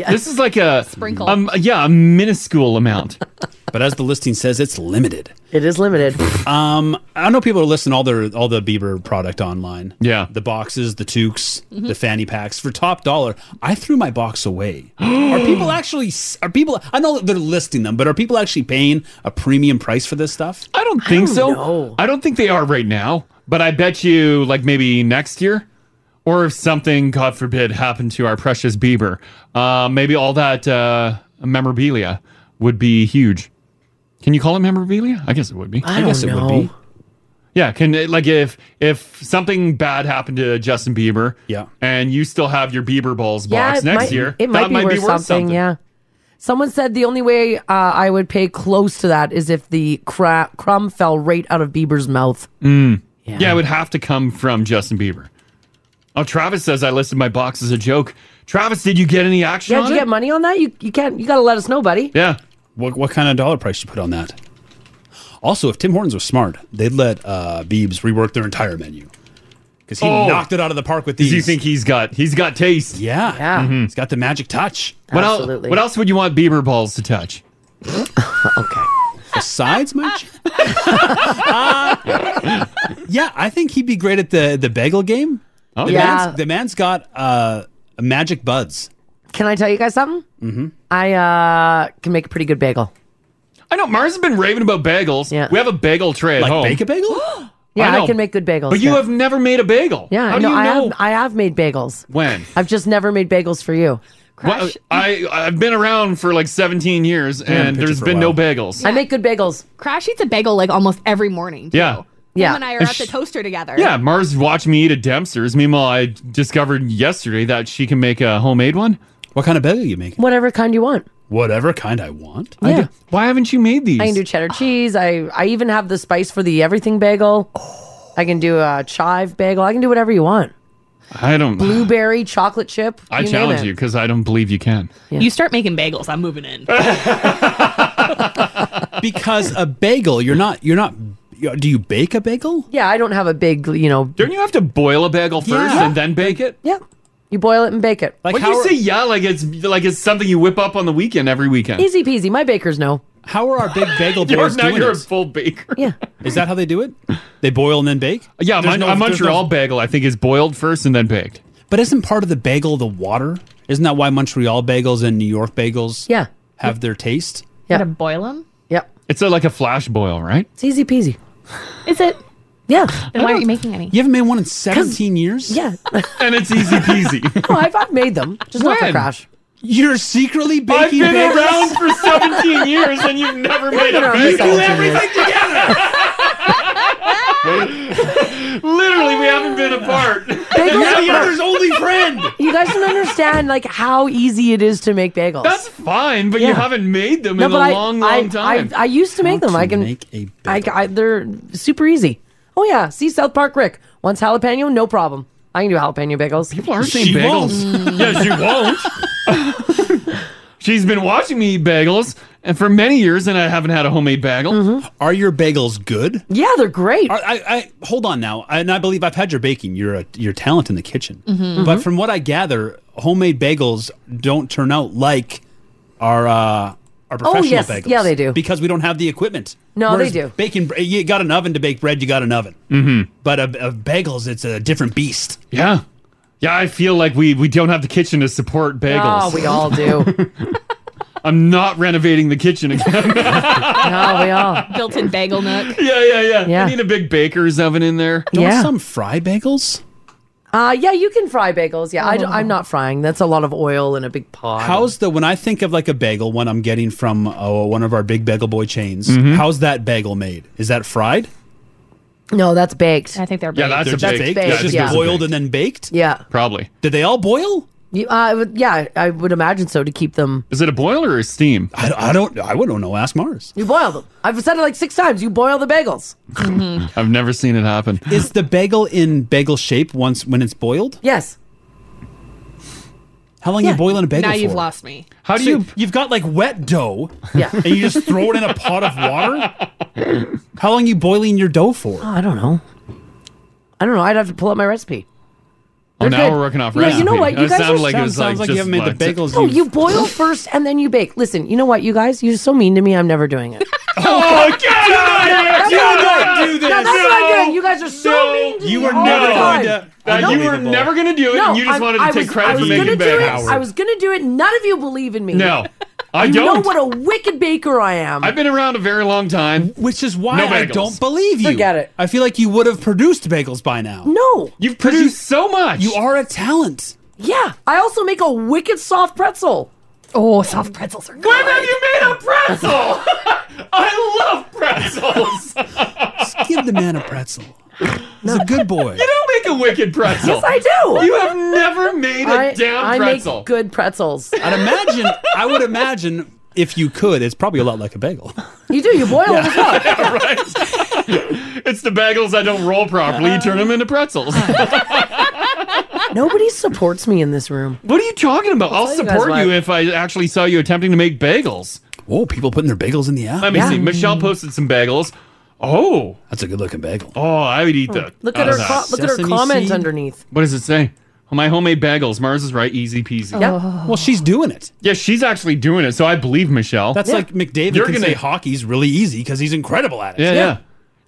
J: Yeah.
C: This is like a
J: Sprinkle.
C: Um, yeah, a minuscule amount.
H: But as the listing says, it's limited.
J: It is limited.
H: Um, I know people are listing all their all the Bieber product online.
C: Yeah,
H: the boxes, the toques,
J: Mm-hmm.
H: the fanny packs for top dollar. I threw my box away. are people actually? Are people? I know that they're listing them, but are people actually paying a premium price for this stuff?
C: I don't think so. I don't think they are right now, but I bet you like maybe next year. Or if something, God forbid, happened to our precious Bieber, uh, maybe all that uh, memorabilia would be huge. Can you call it memorabilia? I guess it would be.
J: I I guess don't it would be. know.
C: Yeah, can it- like if if something bad happened to Justin Bieber, yeah, and you still have your Bieber balls box
J: it
C: next
J: might,
C: year,
J: It might,
C: that
J: be, worth something, Yeah. Someone said the only way uh, I would pay close to that is if the cra- crumb fell right out of Bieber's mouth.
C: Mm.
J: Yeah.
C: it would have to come from Justin Bieber. Oh, Travis says I listed my box as a joke. Travis, did you get any action?
J: Yeah,
C: on
J: did you
C: it?
J: get money on that? You you can't. You got to let us know, buddy.
C: Yeah.
H: What what kind of dollar price you put on that? Also, if Tim Hortons was smart, they'd let uh, Biebs rework their entire menu because he
C: Oh.
H: knocked it out of the park with
C: Do
H: these.
C: you think he's got he's got taste? Mm-hmm.
H: Yeah,
J: yeah,
H: he's got the magic touch.
C: What else?
H: Absolutely.
C: What else would you want Bieber balls to touch?
J: okay.
H: Besides my. ch- Uh, yeah, I think he'd be great at the the bagel game.
J: Oh.
H: the
J: Yeah.
H: man's, the man's got uh, magic buds.
J: Can I tell you guys something?
H: Mm-hmm.
J: I uh, can make a pretty good bagel.
C: I know Mars has been raving about bagels. Yeah. We have a bagel tray at
H: Like
C: home.
H: bake a bagel?
J: Yeah, I,
C: know,
J: can make good bagels.
C: But you
J: yeah.
C: have never made a bagel.
J: Yeah,
C: How
J: I
C: do
J: know.
C: you
J: I
C: know
J: have. I have made bagels.
C: when? uh,
J: I've just never made bagels for you.
C: Well, I I've been around for like 17 years
H: haven't
C: and
H: picked it
C: there's
H: for a
C: been no
H: while.
C: bagels.
J: I make good bagels.
K: Crash eats a bagel like almost every morning.
C: Yeah.
K: Him and I are
C: And
K: at the
C: sh-
K: toaster together.
C: Yeah, Mars watched me eat a Dempster's. Meanwhile, I discovered yesterday that she can make a homemade one.
H: What kind of bagel you making?
J: Whatever kind you want.
H: Whatever kind I want.
J: I Yeah. do-
C: Why haven't you made these?
J: I can do cheddar cheese. I, I even have the spice for the everything bagel.
C: Oh.
J: I can do a chive bagel. I can do whatever you want.
C: I don't.
J: Blueberry, chocolate chip.
C: I
J: you name
C: challenge
J: it.
C: you because I don't believe you can.
K: You start making bagels, I'm moving in.
H: because a bagel, you're not, you're not. you- Do you bake a bagel?
J: Yeah, I don't have a big, you know.
C: Don't you have to boil a bagel first
J: Yeah.
C: and then bake it?
J: Yeah. You boil it and bake it.
C: Like you say yeah, like it's like it's something you whip up on the weekend every weekend.
J: Easy peasy. My bakers know.
H: How are our big bagel
C: You're-
H: boys
C: now
H: doing
C: you're a
H: it?
C: full baker.
J: Yeah.
H: Is that how they do it? They boil and then bake?
C: Yeah,
H: There's
C: Mon-
H: no-
C: a
H: there's
C: Montreal
H: no-
C: bagel I think is boiled first and then baked.
H: But isn't part of the bagel the water? Isn't that why Montreal bagels and New York bagels
J: yeah.
H: have their taste?
J: Yeah.
K: Gotta boil them.
J: Yep.
C: It's a, like a flash boil, right?
J: It's easy peasy.
K: Is it?
J: Yeah.
K: Then why aren't you making any?
H: You haven't made one in 17 years?
J: Yeah.
C: and it's easy peasy.
J: No, I've, I've made them. Just not for
C: When?
J: crash.
H: You're secretly
C: I've
H: baking
C: been
H: bagels?
C: around for 17 years and you've never made a
H: been around for
C: bagel.
H: 17 everything
C: Literally, we haven't been apart.
J: Bagels
C: You're the
J: are-
C: other's only friend.
J: You guys don't understand like how easy it is to make bagels.
C: That's fine, but you
J: Yeah.
C: haven't made them in a
J: I-
C: long,
J: I,
C: long time.
J: I, I used to make them. I can make
H: a
J: I, they're super easy. Oh yeah, see South Park Rick wants jalapeno, no problem. I can do jalapeno bagels.
C: People aren't saying bagels. yes, you won't. She's been watching me eat bagels and for many years, and I haven't had a homemade bagel.
H: Mm-hmm. Are your bagels good?
J: Yeah, they're great.
H: I, I hold on now, and I believe I've had your baking. You're a your talent in the kitchen,
J: Mhm.
H: but
J: Mhm.
H: from what I gather, homemade bagels don't turn out like our uh, our professional
J: Oh, yes.
H: bagels.
J: Yeah, they do.
H: because we don't have the equipment.
J: No, they do.
H: Baking, bre- you got an oven to bake bread. You got an oven,
C: Mm-hmm.
H: but of of bagels, it's a different beast.
C: Yeah. Yeah, I feel like we, we don't have the kitchen to support bagels.
J: Oh, we all do.
C: I'm not renovating the kitchen again.
J: no, we all.
K: Built-in bagel nook.
C: yeah, yeah, yeah, I need a big baker's oven in there.
J: Don't Yeah. some
H: fry bagels?
J: Uh, yeah, you can fry bagels. Yeah, I, am not frying. That's a lot of oil in a big pot.
H: How's the when I think of like a bagel, one I'm getting from uh, one of our big bagel boy chains?
J: Mhm.
H: How's that bagel made? Is that fried?
J: No, that's baked.
K: I think they're
H: They're just baked. Yeah, just
J: yeah.
H: boiled and then baked.
J: Yeah.
C: Probably.
H: Did they all boil?
J: You, uh, I would- yeah, I would imagine so to keep them.
C: Is it a boiler or a steam?
H: I, I don't. I wouldn't know. Ask Mars.
J: You boil them. I've said it like six times. You boil the bagels.
K: Mm-hmm.
C: I've never seen it happen.
H: Is the bagel in bagel shape once when it's boiled?
J: Yes.
H: How long you boiling a bagel
K: Now
H: for?
K: you've lost me.
H: How do you? You've got like wet dough.
K: Yeah.
H: And you just throw it in a pot of water. How long you boiling your dough for?
J: Oh, I don't know. I don't know. I'd have to pull up my recipe.
C: Oh,
J: They're
C: now
J: good.
C: we're working off
J: No,
C: recipe.
J: you know what? You
C: It
J: guys
C: sounded
J: are
C: like it was
H: Sounds like you
C: just
H: haven't made the
C: like-
H: bagels.
J: No, you boil first and then you bake. Listen, you know what, you guys? You're so mean to me. I'm never doing it.
C: Oh, get out
J: of here!
C: Do not
J: do this. No, that's what I'm doing. You guys are so mean to
C: You
J: me
C: were
J: all
C: never
J: the time.
C: going to- that you were
J: Unbelievable.
C: never gonna do it, and you just wanted to take credit for making
J: gonna do
C: bad
J: it.
C: Howard.
J: I was going to do it. None of you believe in me.
C: No, I
J: you know
C: don't.
J: what a wicked baker I am.
C: I've been around a very long time,
H: which is why I don't believe you.
J: Forget it.
H: I feel like you would have produced bagels by now.
J: No.
C: You've produced so much.
H: You are a talent.
J: Yeah. I also make a wicked soft pretzel.
K: Oh, soft pretzels are good.
C: When have you made a pretzel? I love pretzels.
H: Just give the man a pretzel. He's a good boy.
C: You don't make a wicked pretzel.
J: Yes, I do.
C: You have never made a
J: I-
C: damn
J: I make
C: pretzel.
J: good pretzels.
H: I'd imagine. I would imagine if you could, it's probably a lot like a bagel.
J: You do. You boil it as well.
C: It's the bagels I don't roll properly. You turn them into pretzels.
J: Nobody supports me in this room.
C: What are you talking about? I'll,
J: tell you guys
C: support
J: why.
C: you if I actually saw you attempting to make bagels.
H: Whoa, people putting their bagels in the app.
C: Let me
H: Yeah.
C: see. Michelle posted some bagels. Oh,
H: that's a good looking bagel.
C: Oh, I would eat that.
J: Hmm. Look at
C: out
J: her.
C: of that.
J: Co- look at her comment underneath.
C: What does it say? Oh, my homemade bagels. Mars is right. Easy peasy.
J: Yeah.
H: Well, she's doing it.
C: Yeah, she's actually doing it. So I believe Michelle.
H: That's like McDavid
C: You're
H: can
C: gonna-
H: say hockey's really easy because he's incredible at it.
C: Yeah, yeah.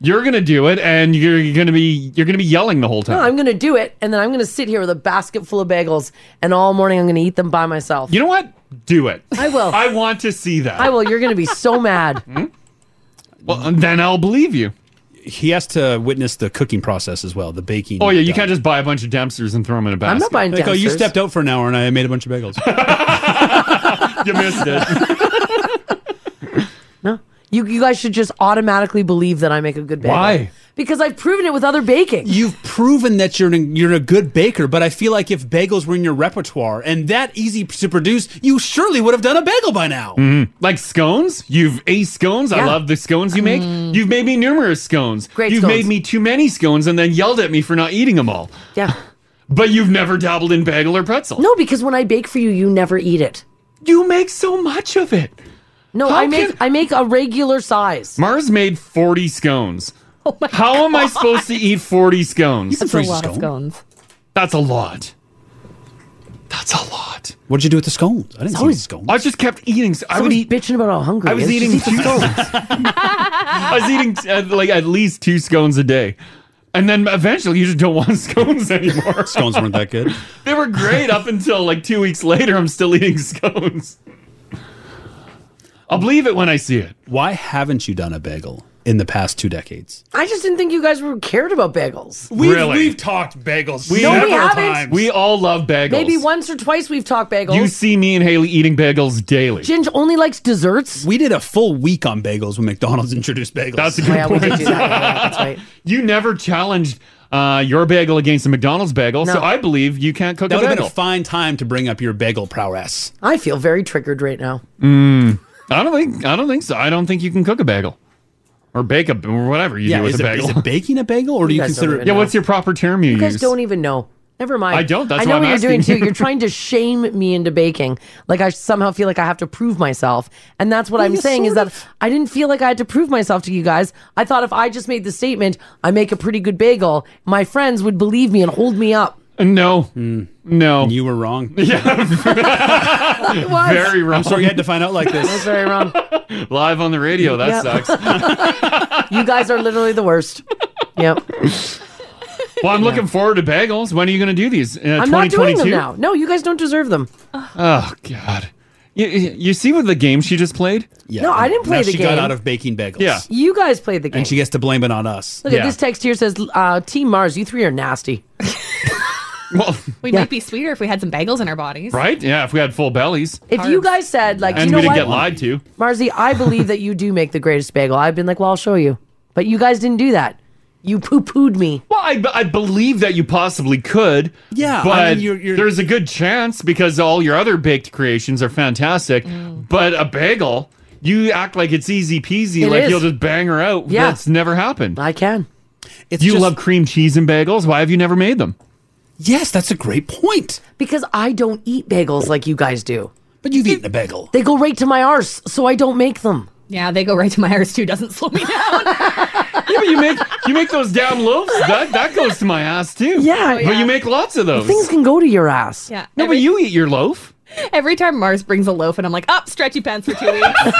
C: You're gonna do it, and you're gonna be you're gonna be yelling the whole
J: No,
C: time.
J: I'm going to do it, and then I'm going to sit here with a basket full of bagels, and all morning I'm going to eat them by myself.
C: You know what? Do it.
J: I will.
C: I want to see that.
J: I will. You're going to be so mad.
C: Hmm? Well, and then I'll believe you.
H: He has to witness the cooking process as well, the baking.
C: Oh yeah, you can't just buy a bunch of dumpsters and throw them in a basket.
H: Like, oh, you stepped out for an hour and I made a bunch of bagels.
C: you missed it.
J: You, you guys should just automatically believe that I make a good bagel.
C: Why?
J: because I've proven it with other baking.
H: You've proven that you're an, you're a good baker, but I feel like if bagels were in your repertoire and that easy to produce, you surely would have done a bagel by now.
C: Mhm. Like scones, you've ace scones. I
H: Yeah.
C: love the scones you make. You've made me numerous scones.
J: Mm. Great
C: You've
J: scones.
C: made me too many scones and then yelled at me for not eating them all.
J: Yeah.
C: But you've never dabbled in bagel or pretzel.
J: No, because when I bake for you, you never eat it.
C: You make so much of it.
J: No, I make I make a regular size.
C: Mars made 40 scones. Oh my How am I supposed to eat 40 scones?
K: That's a lot of scones.
C: That's a lot. That's a lot.
H: What did you do with the scones? I didn't see the scones.
C: I just kept eating. I would eat
J: bitching about how hungry
C: I was
J: he is.
C: eating
J: Just eat
C: two
J: the
C: scones. I was eating uh, like at least two scones a day, and then eventually you just don't want scones anymore.
H: Scones weren't that good.
C: They were great up until like two weeks later. I'm still eating scones. I'll believe it when I see it.
H: Why haven't you done a bagel in the past two decades?
J: I just didn't think you guys were cared about bagels.
H: We've-
C: Really?
H: we've talked bagels.
J: No, we haven't.
C: We all love bagels.
J: Maybe once or twice we've talked bagels.
C: You see me and Haley eating bagels daily.
J: Ginge only likes desserts.
H: We did a full week on bagels when McDonald's introduced bagels.
C: That's
J: Oh,
C: a good point.
J: that's right.
C: You never challenged uh, your bagel against a McDonald's bagel, so
H: No.
C: I believe you can't cook
H: That
C: a
H: would have been
C: bagel.
H: a fine time to bring up your bagel prowess.
J: I feel very triggered right now.
C: Mm. I don't think I don't think so. I don't think you can cook a bagel or bake a or whatever you
H: Yeah,
C: do with
H: is
C: a
H: it-
C: bagel.
H: is it baking a bagel, or do You you guys don't consider- even
C: Yeah,
H: know.
C: what's your proper term you,
J: You guys
C: use?
J: don't even know. Never mind.
C: I don't. That's
J: I know
C: why I'm
J: what you're doing
C: asking
J: too.
C: you.
J: You're trying to shame me into baking. Like I somehow feel like I have to prove myself, and that's what I'm
G: Yeah,
J: saying is
G: sort
J: that I didn't feel like I had to prove myself to you guys. I thought if I just made the statement, I make a pretty good bagel, my friends would believe me and hold me up.
C: Uh, No, no,
H: Hmm. you were wrong.
J: I was.
C: Very wrong.
H: I'm sorry you had to find out like this.
J: That's very wrong.
C: Live on the radio. That
J: Yep.
C: sucks.
J: You guys are literally the worst. Yep.
C: Well, I'm looking forward to bagels. When are you going to do these? Uh,
J: I'm not doing them
C: 2022?
J: now. No, you guys don't deserve them.
C: Oh God. You, you see what the game she just played?
H: Yeah.
J: No, I didn't play
H: now
J: the
H: she
J: game.
H: got out of baking bagels.
C: Yeah.
J: You guys played the game.
H: And she gets to blame it on us.
J: Look at this text here says, uh, "Team Mars, you three are nasty."
C: well,
K: We
J: Yeah.
K: might be sweeter if we had some bagels in our bodies.
C: Right? Yeah. If we had full bellies.
J: If you guys said, like,
C: and
J: you know
C: we didn't
J: what,
C: get lied to.
J: Marzi, I believe that you do make the greatest bagel. I've been like, well, I'll show you, but you guys didn't do that. You poo pooed me.
C: Well, I, I believe that you possibly could.
J: Yeah, I
C: but
J: mean, you're- you're-
C: there's a good chance because all your other baked creations are fantastic.
J: Mm.
C: But a bagel, you act like it's easy peasy,
H: It
C: like
H: is.
C: you'll just bang her out.
H: Yeah.
C: That's never happened.
J: I can.
C: you
H: just-
C: love cream cheese and bagels. Why have you never made them?
H: Yes, that's a great point.
J: Because I don't eat bagels like you guys do.
H: But you've eaten a bagel.
J: They go right to my arse, so I don't make them.
K: Yeah, they go right to my ears too. Doesn't slow me down.
C: yeah, but you make you make those damn loaves. That that goes to my ass too.
J: Oh, Yeah.
C: but you make lots of those.
J: Things can go to your ass.
K: Yeah.
C: No, but you eat your loaf.
K: Every time Mars brings a loaf, and I'm like, up, stretchy pants for two weeks.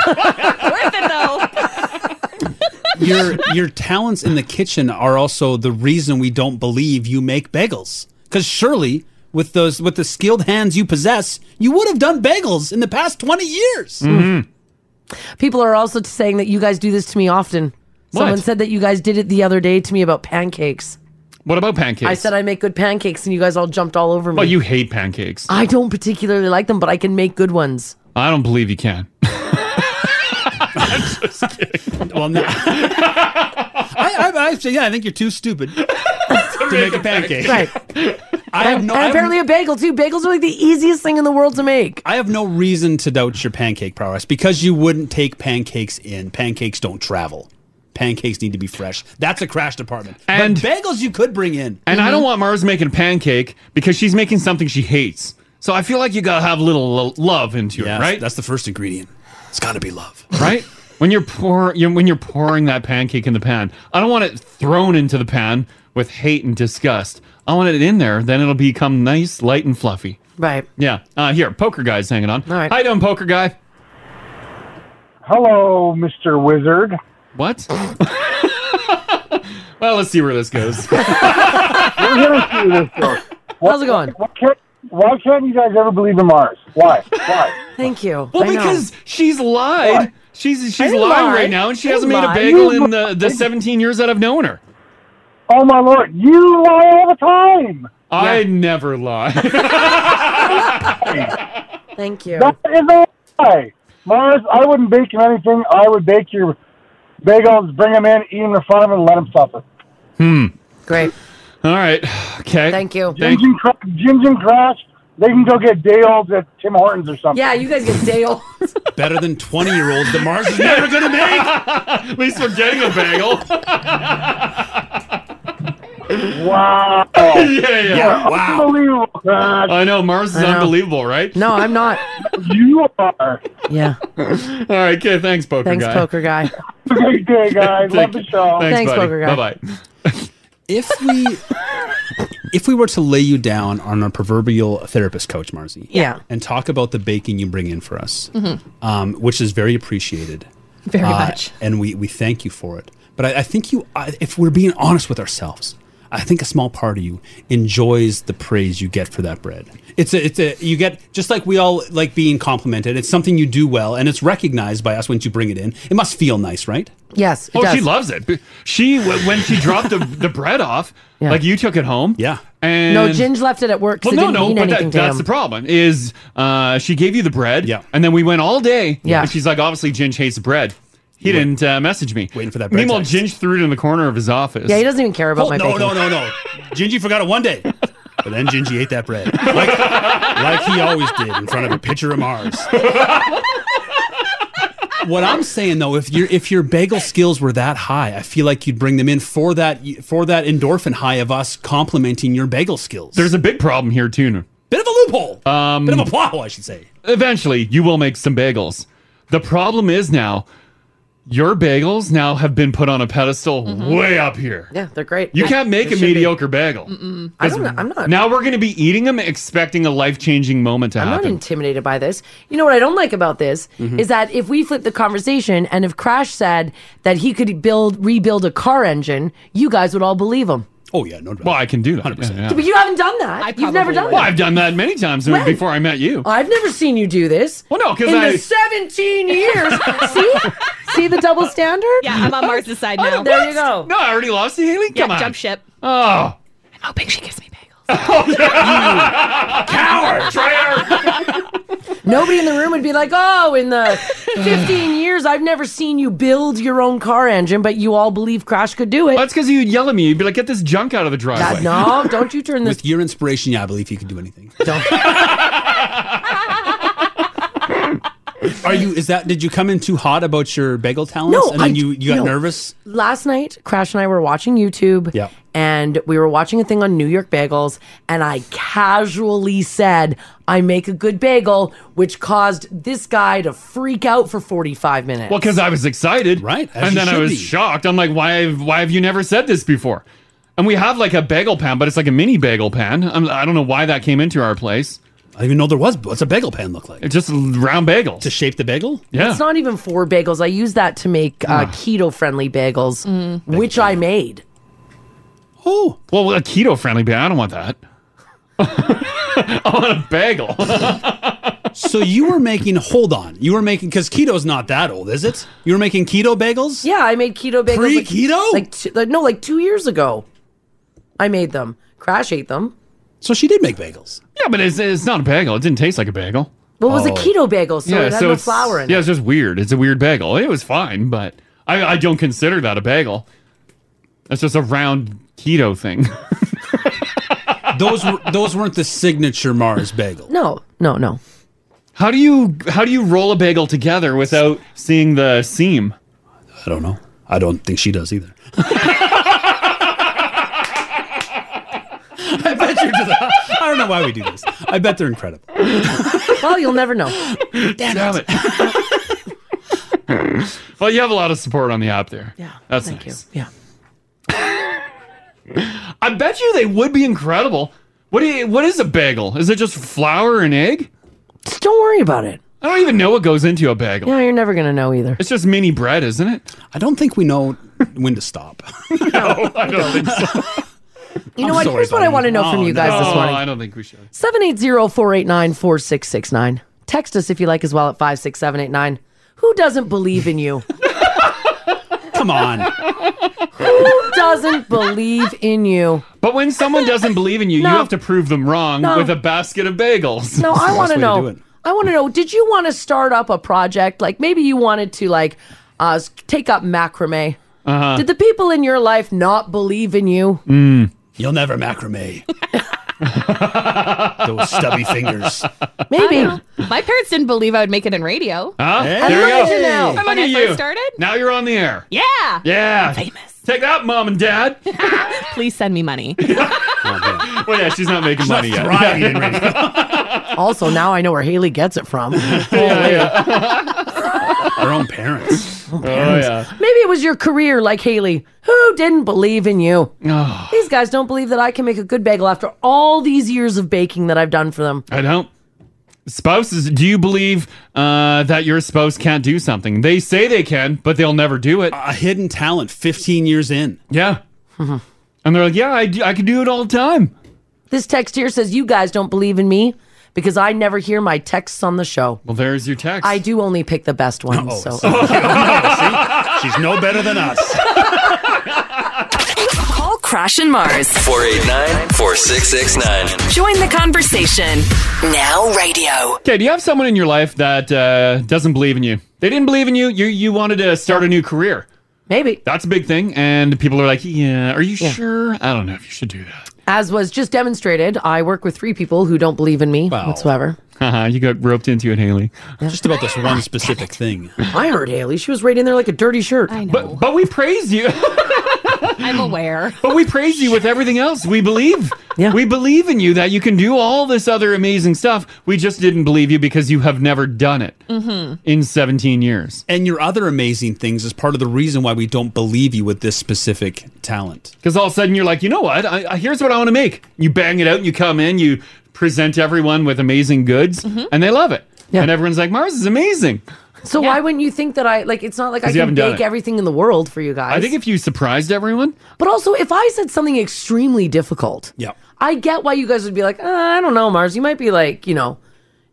H: your your talents in the kitchen are also the reason we don't believe you make bagels. Because surely, with those with the skilled hands you possess, you would have done bagels in the past twenty years.
C: Mm-hmm.
J: People are also saying that you guys do this to me often.
H: What?
J: Someone said that you guys did it the other day to me about pancakes.
C: What about pancakes?
J: I said I make good pancakes, and you guys all jumped all over me.
C: Well, you hate pancakes.
J: I don't particularly like them, but I can make good ones.
C: I don't believe you can.
H: Well, no. I, I, I say, yeah, I think you're too stupid to make a pancake.
J: Right.
H: I have
J: and
H: no. I have-
J: apparently a bagel too. Bagels are like the easiest thing in the world to make.
H: I have no reason to doubt your pancake prowess because you wouldn't take pancakes in. Pancakes don't travel. Pancakes need to be fresh. That's a crash department. And bagels you could bring in.
C: And
J: Mm-hmm.
C: I don't want Mars making a pancake because she's making something she hates. So I feel like you gotta have a little lo- love into it, right?
H: That's the first ingredient. It's gotta be love,
C: right? When you're pour, you when you're pouring that pancake in the pan, I don't want it thrown into the pan with hate and disgust. I want it in there, then it'll become nice, light, and fluffy.
J: Right.
C: Yeah. Uh, here, poker guy's hanging on. All right. How you doing, poker guy?
N: Hello, Mr. Wizard.
C: What? well, let's see where this goes.
N: We're going to see this joke.
J: How's it going?
N: Why can't, why can't you guys ever believe in Mars? Why? Why?
J: Thank you.
C: Well,
N: I know.
C: because she's lied. She's she's
N: didn't
C: lying
N: lie.
C: right now, and she
N: I
C: hasn't made
N: didn't
C: a
N: lie.
C: bagel
N: You
C: in the, the 17 years that I've known her.
N: Oh, my Lord. You lie all the time.
C: I never lie.
J: Thank you.
N: That is a lie. Mars, I wouldn't bake you anything. I would bake your bagels, bring them in, eat them in front of them, and let them suffer.
C: Hmm.
J: Great.
C: All right. Okay.
J: Thank you.
N: Jim's and, Cra- Jim's and Crash, they can go get day olds at Tim Hortons or something.
J: Yeah, you guys get Dale.
H: Better than 20 year olds that Mars is never going to make.
C: At least we're getting a bagel.
N: Wow.
C: yeah, yeah.
N: Yeah,
C: Wow.
N: Unbelievable, Crash.
C: I know Mars is
N: I know.
C: unbelievable, right?
J: No, I'm not.
N: you are.
J: Yeah.
C: All right. Okay. Thanks, poker
J: Thanks,
C: guy.
J: poker guy.
N: Great day, guys. Love
C: Thank
N: the show.
C: Thanks, buddy. Bye-bye.
H: If we if we were to lay you down on our proverbial therapist coach, Marzi,
J: Yeah.
H: and talk about the baking you bring in for us, um, which is very appreciated,
K: Mm-hmm.
H: Uh,
K: Very
C: Uh,
K: much.
H: and we we thank you for it. But I, I think you, I, if we're being honest with ourselves, I think a small part of you enjoys the praise you get for that bread. It's a, it's a, you get just like we all like being complimented. It's something you do well, and it's recognized by us once you bring it in. It must feel nice, right?
J: Yes. It
C: Oh, she
J: does.
C: loves it. B- She w- when she dropped the, the bread off, like you took it home. Yeah. And
J: No, Ginge left it at work
C: Well,
J: because
C: no,
J: it didn't
C: no,
J: mean
C: but that-
J: anything to
C: that's
J: him.
C: the problem. Is uh, she gave you the bread? Yeah. And then we went all day.
J: Yeah.
C: And she's like, obviously, Ginge hates the bread. He didn't uh, message me. Waiting for that.
H: bread
C: Meanwhile,
H: text.
C: Ginge threw it in the corner of his office.
J: yeah, he doesn't even care about
H: Oh,
J: my
H: no,
J: baking.
H: no, no, no. Gingy forgot it one day. But then Gingy ate that bread. Like, like he always did in front of a picture of Mars. What I'm saying though, if your if your bagel skills were that high, I feel like you'd bring them in for that for that endorphin high of us complimenting your bagel skills.
C: There's a big problem here too.
H: Bit of a loophole.
C: Um,
H: Bit of a plot hole, I should say.
C: Eventually, you will make some bagels. The problem is now, your bagels now have been put on a pedestal
J: Mm-hmm.
C: way up here.
J: Yeah, they're great.
C: You
J: They-
C: can't make
J: they
C: a
J: should be.
C: mediocre bagel.
J: Mm-mm. I don't know. I'm not.
C: Now we're going to be eating them, expecting a life changing moment to
J: I'm not
C: happen.
J: intimidated by this. You know what I don't like about this
C: Mhm.
J: is that if we flip the conversation and if Crash said that he could build rebuild a car engine, you guys would all believe him.
H: Oh yeah, no doubt.
C: Well, I can do that. 100%.
J: But you haven't done that. You've never done
C: Well,
J: that.
C: I've done that many times
J: When?
C: before I met you.
J: I've never seen you do this. Well,
C: no, 'cause
J: in
C: I-
J: the 17 years, see, see the double standard. Yeah,
K: I'm on Mars' side
C: Oh,
K: now.
J: Oh, there you go.
C: No, I already lost to Haley.
K: Yeah,
C: Come on.
K: jump ship.
C: Oh.
K: I'm hoping she gives me bagels.
C: Coward!
J: Nobody in the room would be like, "Oh, in the 15 years, I've never seen you build your own car engine," but you all believe Crash could do it.
C: That's because you'd yell at me. You'd be like, get this junk out of the driveway.
J: no, don't you turn this.
H: With your inspiration, yeah, I believe he could do anything. Are you? Is that? Did you come in too hot about your bagel talents,
J: No,
H: and then
J: I-
H: you you got
J: no.
H: nervous?
J: Last night, Crash and I were watching YouTube.
H: Yeah.
J: And we were watching a thing on New York bagels, and I casually said, I make a good bagel, which caused this guy to freak out for 45 minutes.
C: Well, because I was excited, right?
H: as
C: And
H: you
C: then I
H: should
C: was
H: be.
C: shocked. I'm like, why? Have, why have you never said this before? And we have like a bagel pan, but it's like a mini bagel pan. I'm, I don't know why that came into our place.
H: I didn't even know there was. What's a bagel pan look like?
C: It's just a round bagel to
H: shape the bagel.
C: Yeah.
J: It's not even for bagels. I use that to make uh, keto friendly bagels,
C: Mm-hmm.
J: which I made.
H: Oh.
C: Well, a keto friendly bagel. I don't want that. I want a bagel.
H: so you were making. Hold on. You were making because keto's not that old, is it? You were making keto bagels.
J: Yeah, I made keto bagels. like-
H: Pre-keto?
J: Like, two, like, no, like two years ago. I made them. Crash ate them.
H: So she did make bagels.
C: yeah, but it's, it's not a bagel. It didn't taste like a bagel.
J: Well, it
H: Oh.
J: was a keto bagel, so it had no
C: it's-
J: flour in
C: Oh. yeah,
J: it.
C: it's just weird. It's a weird bagel. It was fine, but I, I don't consider that a bagel. That's just a round keto thing.
H: those were, those weren't the signature Mars bagel.
J: No, no, no.
C: How do you how do you roll a bagel together without seeing the seam?
H: I don't know. I don't think she does either. I bet you do that. I don't know why we do this. I bet they're incredible.
J: well, you'll never know.
C: Damn, it. well, you have a lot of support on the app there. Yeah. That's
J: thank
C: nice.
J: you.
C: Yeah. I bet you they would be incredible. What do you, what is a bagel? Is it just flour and egg?
J: Just don't worry about it.
C: I don't even know what goes into a bagel.
J: Yeah, you're never gonna know either.
C: It's just mini bread, isn't it?
H: I don't think we know when to stop.
C: I don't think so.
J: You know what? Here's what I want to know from you guys this morning.
C: Oh, I don't think we should.
J: 780-489-4669. Text us if you like as well at 56789. Who doesn't believe in you?
H: Come on.
J: Who doesn't believe in you?
C: But when someone doesn't believe in you,
J: No.
C: you have to prove them wrong
J: No.
C: with a basket of bagels.
J: No, I want to know. I want to know, did you want to start up a project? Like maybe you wanted to like uh, s- take up macrame
C: Uh-huh.
J: Did the people in your life not believe in you?
C: Mm.
H: You'll never macrame. Those stubby fingers.
J: Maybe.
K: My parents didn't believe I would make it in radio.
C: Huh?
H: Hey.
C: There you
K: I'm on
C: go.
K: it now.
C: How
K: When
C: about
K: I
C: you?
K: first started?
C: Now you're on the air.
K: Yeah.
C: Yeah.
K: famous.
C: Take that, mom and dad.
K: Please send me money.
C: Well, yeah, she's not making money yet.
J: also, now I know where Haley gets it from.
H: Her own parents.
C: Oh, yeah.
J: Maybe it was your career, like Haley, who didn't believe in you.
C: Oh.
J: These guys don't believe that I can make a good bagel after all these years of baking that I've done for them.
C: I don't. Spouses, do you believe uh, that your spouse can't do something? They say they can, but they'll never do it.
H: A hidden talent 15 years in.
C: Yeah. and they're like, yeah, I, do, I can do it all the time.
J: This text here says, You guys don't believe in me because I never hear my texts on the show.
C: Well, there's your text. Oh,
J: I do only pick the best ones. So.
H: She's no better than us.
F: Call Crash and Mars.
B: 489 4669.
F: Join the conversation. Now radio.
C: Okay, do you have someone in your life that uh, doesn't believe in you? They didn't believe in you. You you wanted to start a new career.
J: Maybe.
C: That's a big thing. And people are like, yeah, are you sure? I don't know if you should do that.
J: As was just demonstrated, I work with three people who don't believe in me whatsoever.
C: Haha, you got roped into it, Haley.
H: Just about this one specific thing.
J: I heard Haley. She was right in there like a dirty shirt. I
K: know.
C: But, but we praise you.
K: I'm aware.
C: But we praise you with everything else. We believe. Yeah. We believe in you that you can do all this other amazing stuff. We just didn't believe you because you have never done it
K: Mm-hmm.
C: in 17 years.
H: And your other amazing things is part of the reason why we don't believe you with this specific talent.
C: Because all of a sudden you're like, you know what? I, I, here's what I want to make. You bang it out. You come in. You present everyone with amazing goods,
K: Mm-hmm.
C: and they love it. And everyone's like, Mars is amazing.
J: So why wouldn't you think that I like? It's not like
C: 'Cause
J: I
C: you
J: can
C: haven't done
J: bake
C: it.
J: everything in the world for you guys.
C: I think if you surprised everyone,
J: but also, if I said something extremely difficult,
H: yeah,
J: I get why you guys would be like, uh, I don't know, Mars. You might be like, you know,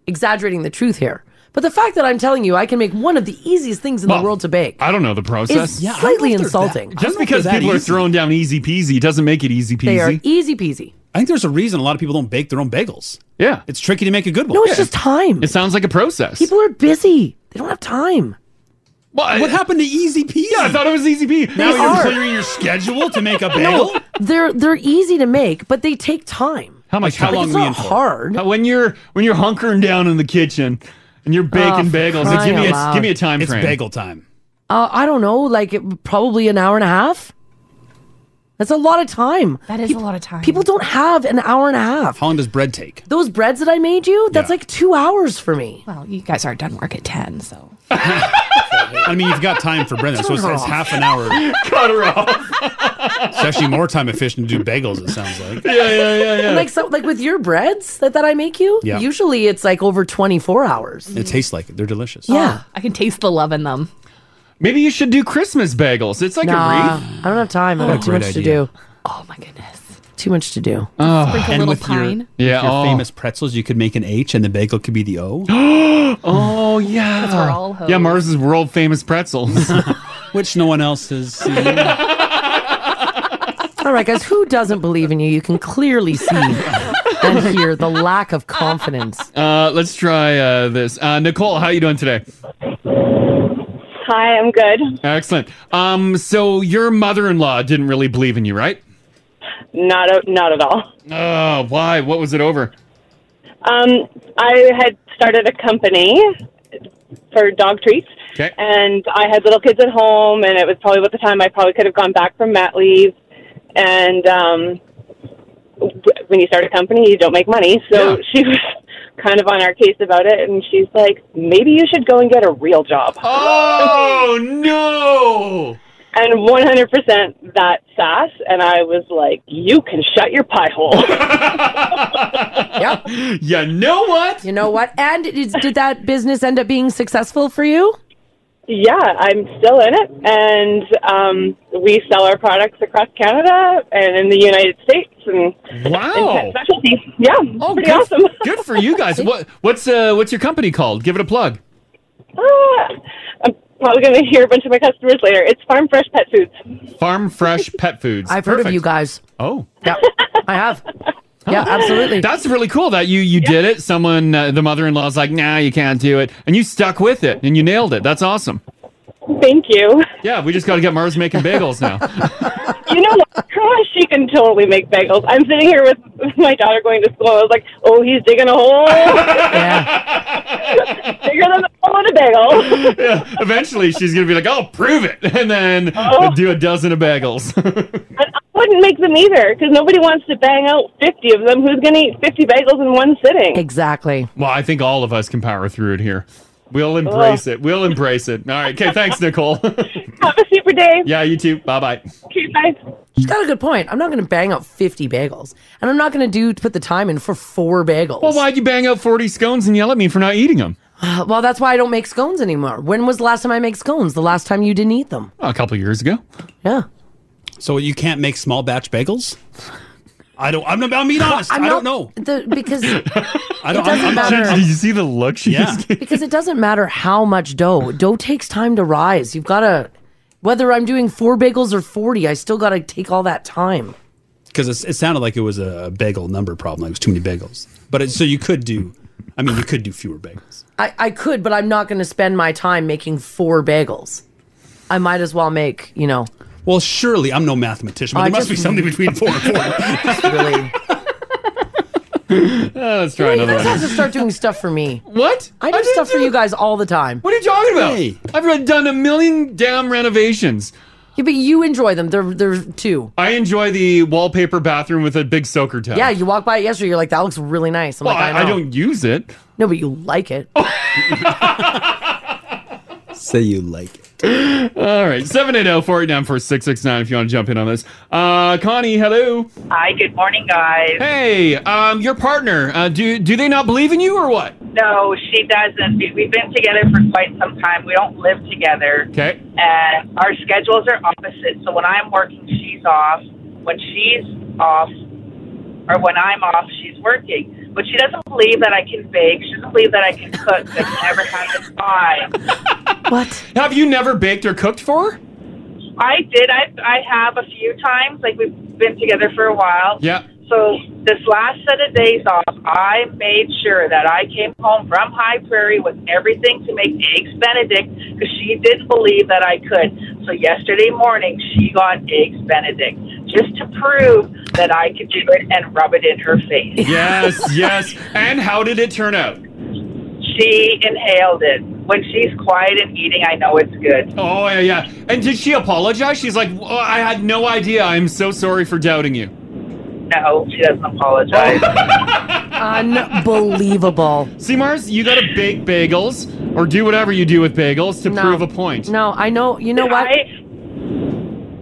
J: exaggerating the truth here. But the fact that I'm telling you, I can make one of the easiest things in the world to bake.
C: I don't know the process.
J: It's slightly insulting.
C: Just because people are throwing down easy peasy doesn't make it easy peasy.
J: They are e- easy peasy.
H: I think there's a reason a lot of people don't bake their own bagels.
C: Yeah.
H: It's tricky to make a good one.
J: No, it's just time.
C: It sounds like a process.
J: People are busy. They don't have time.
H: what happened to easy peasy? Yeah, I
C: thought it was easy peasy.
H: Now
J: They
H: you're
J: are.
H: clearing your schedule to make a bagel?
J: No, they're they're easy to make, but they take time.
C: How much?
J: Like,
C: how long?
J: it's
C: are we
J: not
C: in for?
J: hard.
C: How- When you're when you're hunkering down in the kitchen and you're baking
J: Oh, for
C: bagels, like, give
J: crying
C: me a,
J: out
C: give me a
J: loud.
C: time
H: It's
C: frame.
H: bagel time.
J: Uh, I don't know, like it, probably an hour and a half. That's a lot of time. That is a lot of time. People don't have an hour and a half.
H: How long does bread take?
J: Those breads that I made you, that's like two hours for me.
K: Well, you guys aren't done work at 10, so.
H: I mean, you've got time for Brendan, so it's, it's half an hour.
C: Cut her off.
H: It's actually more time efficient to do bagels, it sounds like.
C: Yeah, yeah, yeah,
J: And like so, like with your breads that, that I make you,
H: Yeah.
J: usually it's like over twenty four hours.
H: It tastes like it. They're delicious.
J: Yeah,
K: Oh, I can taste the love in them.
C: Oh, Maybe you should do Christmas bagels. It's like
J: Nah,
C: a wreath.
J: I don't have time. I
C: What a
J: have too
C: great
J: much to
C: idea.
J: do.
K: Oh,
J: Too much to do.
C: Oh.
K: Sprinkle
H: and
K: little
H: with
K: pine.
H: your,
C: Yeah,
H: with your
C: oh.
H: famous pretzels, you could make an H and the bagel could be the O.
C: oh yeah.
K: 'Cause we're all hoes.
C: yeah, Mars is world famous pretzels.
H: Which no one else has seen.
J: All right, guys, who doesn't believe in you? You can clearly see and hear the lack of confidence.
C: Uh, let's try uh, this. Uh, Nicole, how you doing today?
O: Hi, I'm good.
C: Excellent. Um, so your mother-in-law didn't really believe in you, right?
O: Not a, not at all.
C: Oh, why? What was it over?
O: Um, I had started a company for dog treats,
C: Okay.
O: and I had little kids at home, and it was probably about the time I probably could have gone back from mat leave. And um, w- when you start a company, you don't make money, so she was kind of on our case about it, and she's like, "Maybe you should go and get a real job."
C: Oh no!
O: And 100% that sass, and I was like, "You can shut your pie hole."
C: You know what?
J: You know what? And is, did that business end up being successful for you?
O: Yeah, I'm still in it, and um, we sell our products across Canada and in the United States. And
C: Wow.
O: and pet specialties. Yeah, oh, pretty
C: good,
O: awesome.
C: good for you guys. What what's uh what's your company called? Give it a plug.
O: Ah, I'm probably going to hear a bunch of my customers later. It's Farm Fresh Pet Foods.
C: Farm Fresh Pet Foods.
J: I've heard of you guys.
C: Oh.
J: Yeah, I have. Yeah, absolutely.
C: That's really cool that you you did it. Someone uh, the mother-in-law's like, "Nah, you can't do it." And you stuck with it and you nailed it. That's awesome.
O: Thank you.
C: Yeah, we just got to get Mars making bagels now.
O: You know what? Gosh, she can totally make bagels. I'm sitting here with my daughter going to school. I was like, oh, he's digging a hole. Bigger than the hole in a bagel.
C: yeah, eventually, she's gonna be like, "Oh, prove it," and then
O: Oh.
C: do a dozen of bagels.
O: Wouldn't make them either because nobody wants to bang out 50 of them. Who's going to eat 50 bagels in one sitting?
J: Exactly.
C: Well, I think all of us can power through it here. We'll embrace it. We'll embrace it. All right. Okay. Thanks, Nicole.
O: Have a super day.
C: Yeah. You too. Bye bye.
O: Okay, bye.
J: She's got a good point. I'm not going to bang out 50 bagels, and I'm not going to do put the time in for four bagels.
H: Oh
C: Well, why'd you bang out 40 scones and yell at me for not eating them?
J: Uh, well, that's why I don't make scones anymore. When was the last time I make scones? The last time you didn't eat them.
C: A couple years ago.
J: Yeah.
H: So you can't make small batch bagels? I don't. I'm, not- I'm being honest. I don't know.
J: The, because
H: I don't.
J: It doesn't matter.
C: Did you see the look she
H: yeah.
C: just gave?
J: because it doesn't matter how much dough. Dough takes time to rise. You've got to whether I'm doing four bagels or 40, I still got to take all that time.
H: Because it, it sounded like it was a bagel number problem. Like it was too many bagels. But it, so you could do. I mean, you could do fewer bagels.
J: I, I could, but I'm not going to spend my time making four bagels. I might as well make, you know.
H: Well, surely I'm no mathematician, but
J: I
H: there must
J: just-
H: be something between four and four.
C: let's try
J: You
C: another
J: guys have to
C: one.
J: start doing stuff for me.
C: What?
J: I do stuff for you guys all the time.
C: What are you talking about? I've done a million damn renovations.
J: Yeah, but you enjoy them. They're they're two.
C: I enjoy the wallpaper bathroom with a big soaker towel.
J: Yeah, you walk by it yesterday. You're like, that looks really nice. I'm
C: Well,
J: like,
C: I,
J: I,
C: I
J: know.
C: don't Oh. use it.
J: No, but you like it.
H: Say you like it.
C: All right, oh, 780-489-4669 if you want to jump in on this. Uh, Connie, hello.
P: Hi, good morning, guys.
C: Hey, um, your partner, uh, do do they not believe in you or what?
P: No, she doesn't. We- We've been together for quite some time. We don't live together.
C: Okay.
P: And our schedules are opposite. So when I'm working, she's off. When she's off, or when I'm off, she's working. But she doesn't believe that I can bake. She doesn't believe that I can cook. That I never had the time.
J: What?
C: Have you never baked or cooked for her?
P: I did. I, I have a few times. Like, we've been together for a while.
C: Yeah.
P: So this last set of days off, I made sure that I came home from High Prairie with everything to make eggs Benedict because she didn't believe that I could. So yesterday morning, she got eggs Benedict just to prove that I could do it and rub it in her face.
C: Yes, yes. And how did it turn out?
P: She inhaled it. When she's quiet and eating, I know it's good.
C: Oh yeah, yeah. And did she apologize? She's like, "Well, I had no idea. I'm so sorry for doubting you.
P: No, she doesn't apologize.
J: Unbelievable.
C: See, Mars, you gotta bake bagels or do whatever you do with bagels to
J: No.
C: prove a point.
J: No, I know. You know what?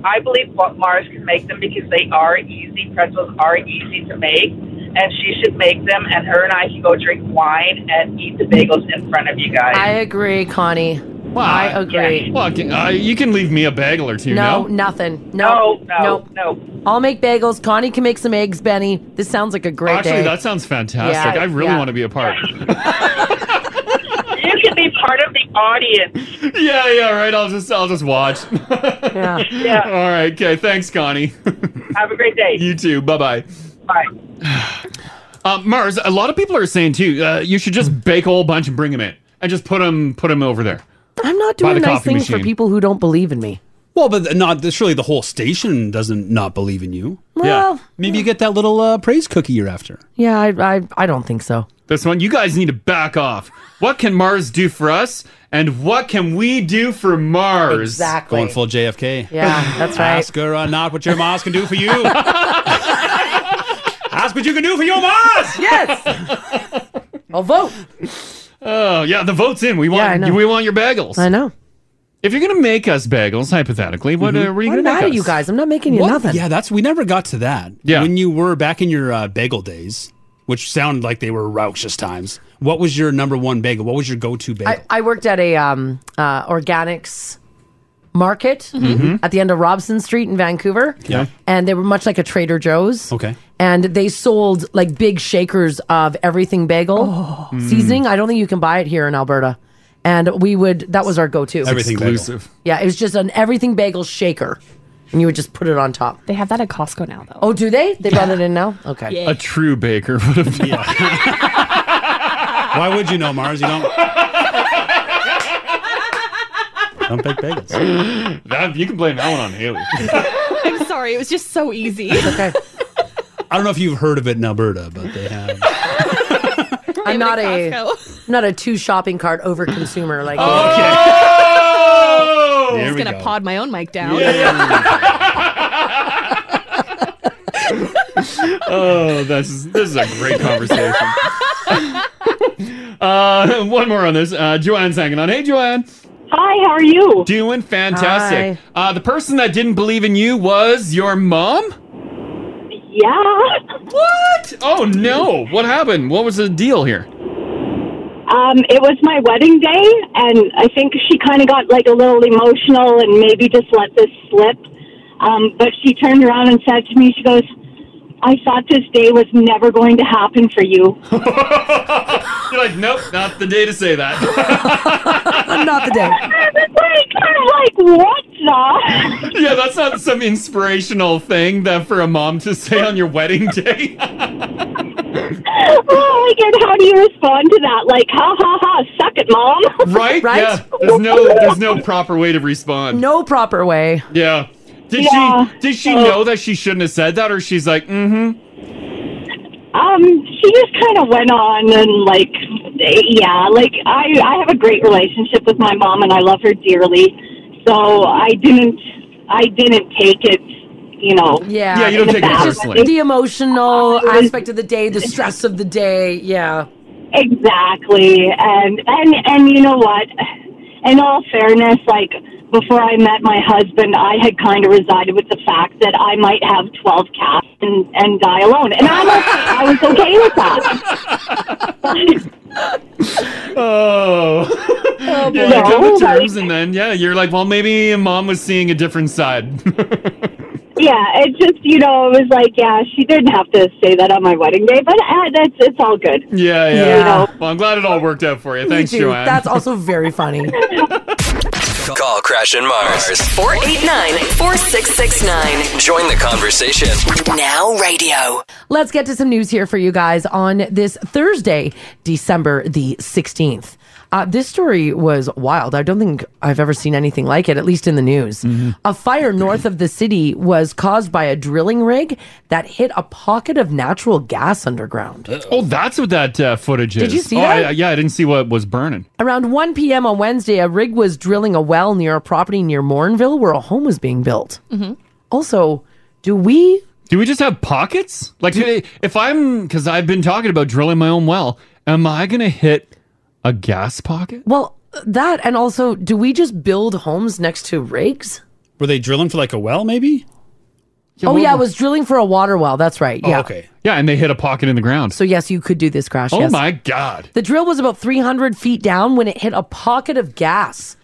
P: I believe what Mars can make them because they are easy. Pretzels are easy to make, and she should make them. And her and I can go drink wine and eat the bagels in front of you guys.
J: I agree, Connie. I agree.
C: Well, can- uh, you can leave me a bagel or two.
J: No,
C: No.
J: nothing. No,
P: no, no,
J: I'll make bagels. Connie can make some eggs, Benny. This sounds like a great
C: Actually,
J: day.
C: that sounds fantastic.
J: Yeah,
C: I really
J: yeah.
C: want to be a part.
P: you can be part of the audience.
C: yeah, yeah, right. I'll just, I'll just watch.
J: yeah.
P: Yeah.
C: All right. Okay. Thanks, Connie.
P: Have a great day.
C: You too. Bye bye.
P: Bye.
C: Um, Mars, a lot of people are saying too. Uh, you should just bake a whole bunch and bring them in, and just put them, put them over there.
J: I'm not
C: Buy
J: doing
C: the
J: nice
C: coffee
J: things for
C: machine.
J: people who don't believe in me.
H: Well, but not surely the whole station doesn't not believe in you.
J: Well,
H: Maybe you get that little uh, praise cookie you're after.
J: yeah, I, I, I don't think so.
C: This one, you guys need to back off. What can Mars do for us, and what can we do for Mars?
J: Exactly.
H: Going full JFK.
J: Yeah, that's right.
H: Ask her uh, not what your Mars can do for you. Ask what you can do for your Mars.
J: Yes. I'll vote.
C: Oh yeah, the vote's in. We want,
J: know.
C: we want your bagels.
J: I know.
C: If you're gonna make us bagels, hypothetically, what
H: Mhm.
C: uh, were you
J: I'm
C: gonna
J: mad
C: make
J: at
C: us?
J: you guys. I'm not making you
H: What?
J: nothing.
H: Yeah, that's we never got to that. Yeah. When you were back in your uh, bagel days, which sounded like they were raucous times. What was your number one bagel? What was your go-to bagel?
J: I, I worked at a um, uh, organics market
H: Mhm.
J: at the end of Robson Street in Vancouver.
H: Yeah.
J: And they were much like a Trader Joe's.
H: Okay.
J: And they sold like big shakers of everything bagel
H: Mm.
J: seasoning. I don't think you can buy it here in Alberta. And we would, that was our go to.
H: Everything bagel. Exclusive.
J: Yeah, it was just an everything bagel shaker. And you would just put it on top. They have that at Costco now, though. Oh, do they? They brought it in now? Okay.
C: A true baker would have. Been.
H: Why would you know Mars? You don't. Don't bake bagels.
C: that, you can blame that one on Haley.
K: I'm sorry. It was just so easy.
J: okay.
H: I don't know if you've heard of it in Alberta, but they have.
J: I'm not a I'm not a two shopping cart over consumer like
K: Oh!
J: There
K: I'm just
J: we
K: gonna
J: go.
K: pod my own mic down.
C: oh, this is this is a great conversation. uh, one more on this. Uh, Joanne's hanging on. Hey, Joanne.
Q: Hi, how are you?
C: Doing fantastic. Uh, the person that didn't believe in you was your mom.
Q: Yeah.
C: What? Oh no! What happened? What was the deal here?
Q: Um, it was my wedding day, and I think she kind of got like a little emotional and maybe just let this slip. Um, but she turned around and said to me, she goes, I thought this day was never going to happen for you.
C: You're like, nope, not the day to say that.
J: not the day.
Q: I'm like, what the?
C: yeah, that's not some inspirational thing that for a mom to say on your wedding day.
Q: Oh my god, how do you respond to that? Like, ha ha ha, suck it, mom.
C: right? Yeah. There's no there's no proper way to respond.
J: No proper way.
C: Yeah. Did
Q: Yeah.
C: she did she
Q: So-
C: know that she shouldn't have said that or she's like, mm-hmm.
Q: Um, she just kind of went on and like, yeah, like I I have a great relationship with my mom and I love her dearly, so I didn't I didn't take it, you know.
J: Yeah.
Q: in a bad way.
J: The emotional aspect of the day, the stress of the day. Yeah.
Q: Exactly, and and and you know what? In all fairness, like before I met my husband, I had kind of resided with the fact that I might have twelve cats and and die alone, and I'm okay, I was okay with that.
C: Oh, yeah,
Q: boy. Oh,
C: you come
Q: No,
C: to terms and then yeah, you're like, well maybe mom was seeing a different side.
Q: Yeah, it just you know it was like yeah, she didn't have to say that on my wedding day, but uh, that's it's all good.
C: yeah, yeah.
Q: You know?
C: Well I'm glad it all worked out for you.
Q: Me
C: Thanks,
Q: too.
C: Joanne.
J: That's also very funny.
B: Call Crash and Mars.
F: 489 4669.
B: Join the conversation.
F: Now radio.
J: Let's get to some news here for you guys on this Thursday, December the 16th. Uh, this story was wild. I don't think I've ever seen anything like it, at least in the news. A fire north of the city was caused by a drilling rig that hit a pocket of natural gas underground.
C: Oh, that's what that uh, footage is.
J: Did you see
C: Oh, I-
J: that?
C: yeah, I didn't see what was burning.
J: Around 1 p.m. on Wednesday, a rig was drilling a well near a property near Mornville where a home was being built. Also, do we
C: Do we just have pockets? Like, do- if I'm, because I've been talking about drilling my own well, am I going to hit a gas pocket?
J: Well, that and also, do we just build homes next to rigs?
H: Were they drilling for like a well, maybe?
J: oh yeah, I was drilling for a water well. That's right.
C: Oh,
J: Yeah.
H: Oh, okay.
C: Yeah, and they hit a pocket in the ground.
J: So yes, you could do this crash.
C: Oh
J: yes.
C: my God.
J: The drill was about 300 feet down when it hit a pocket of gas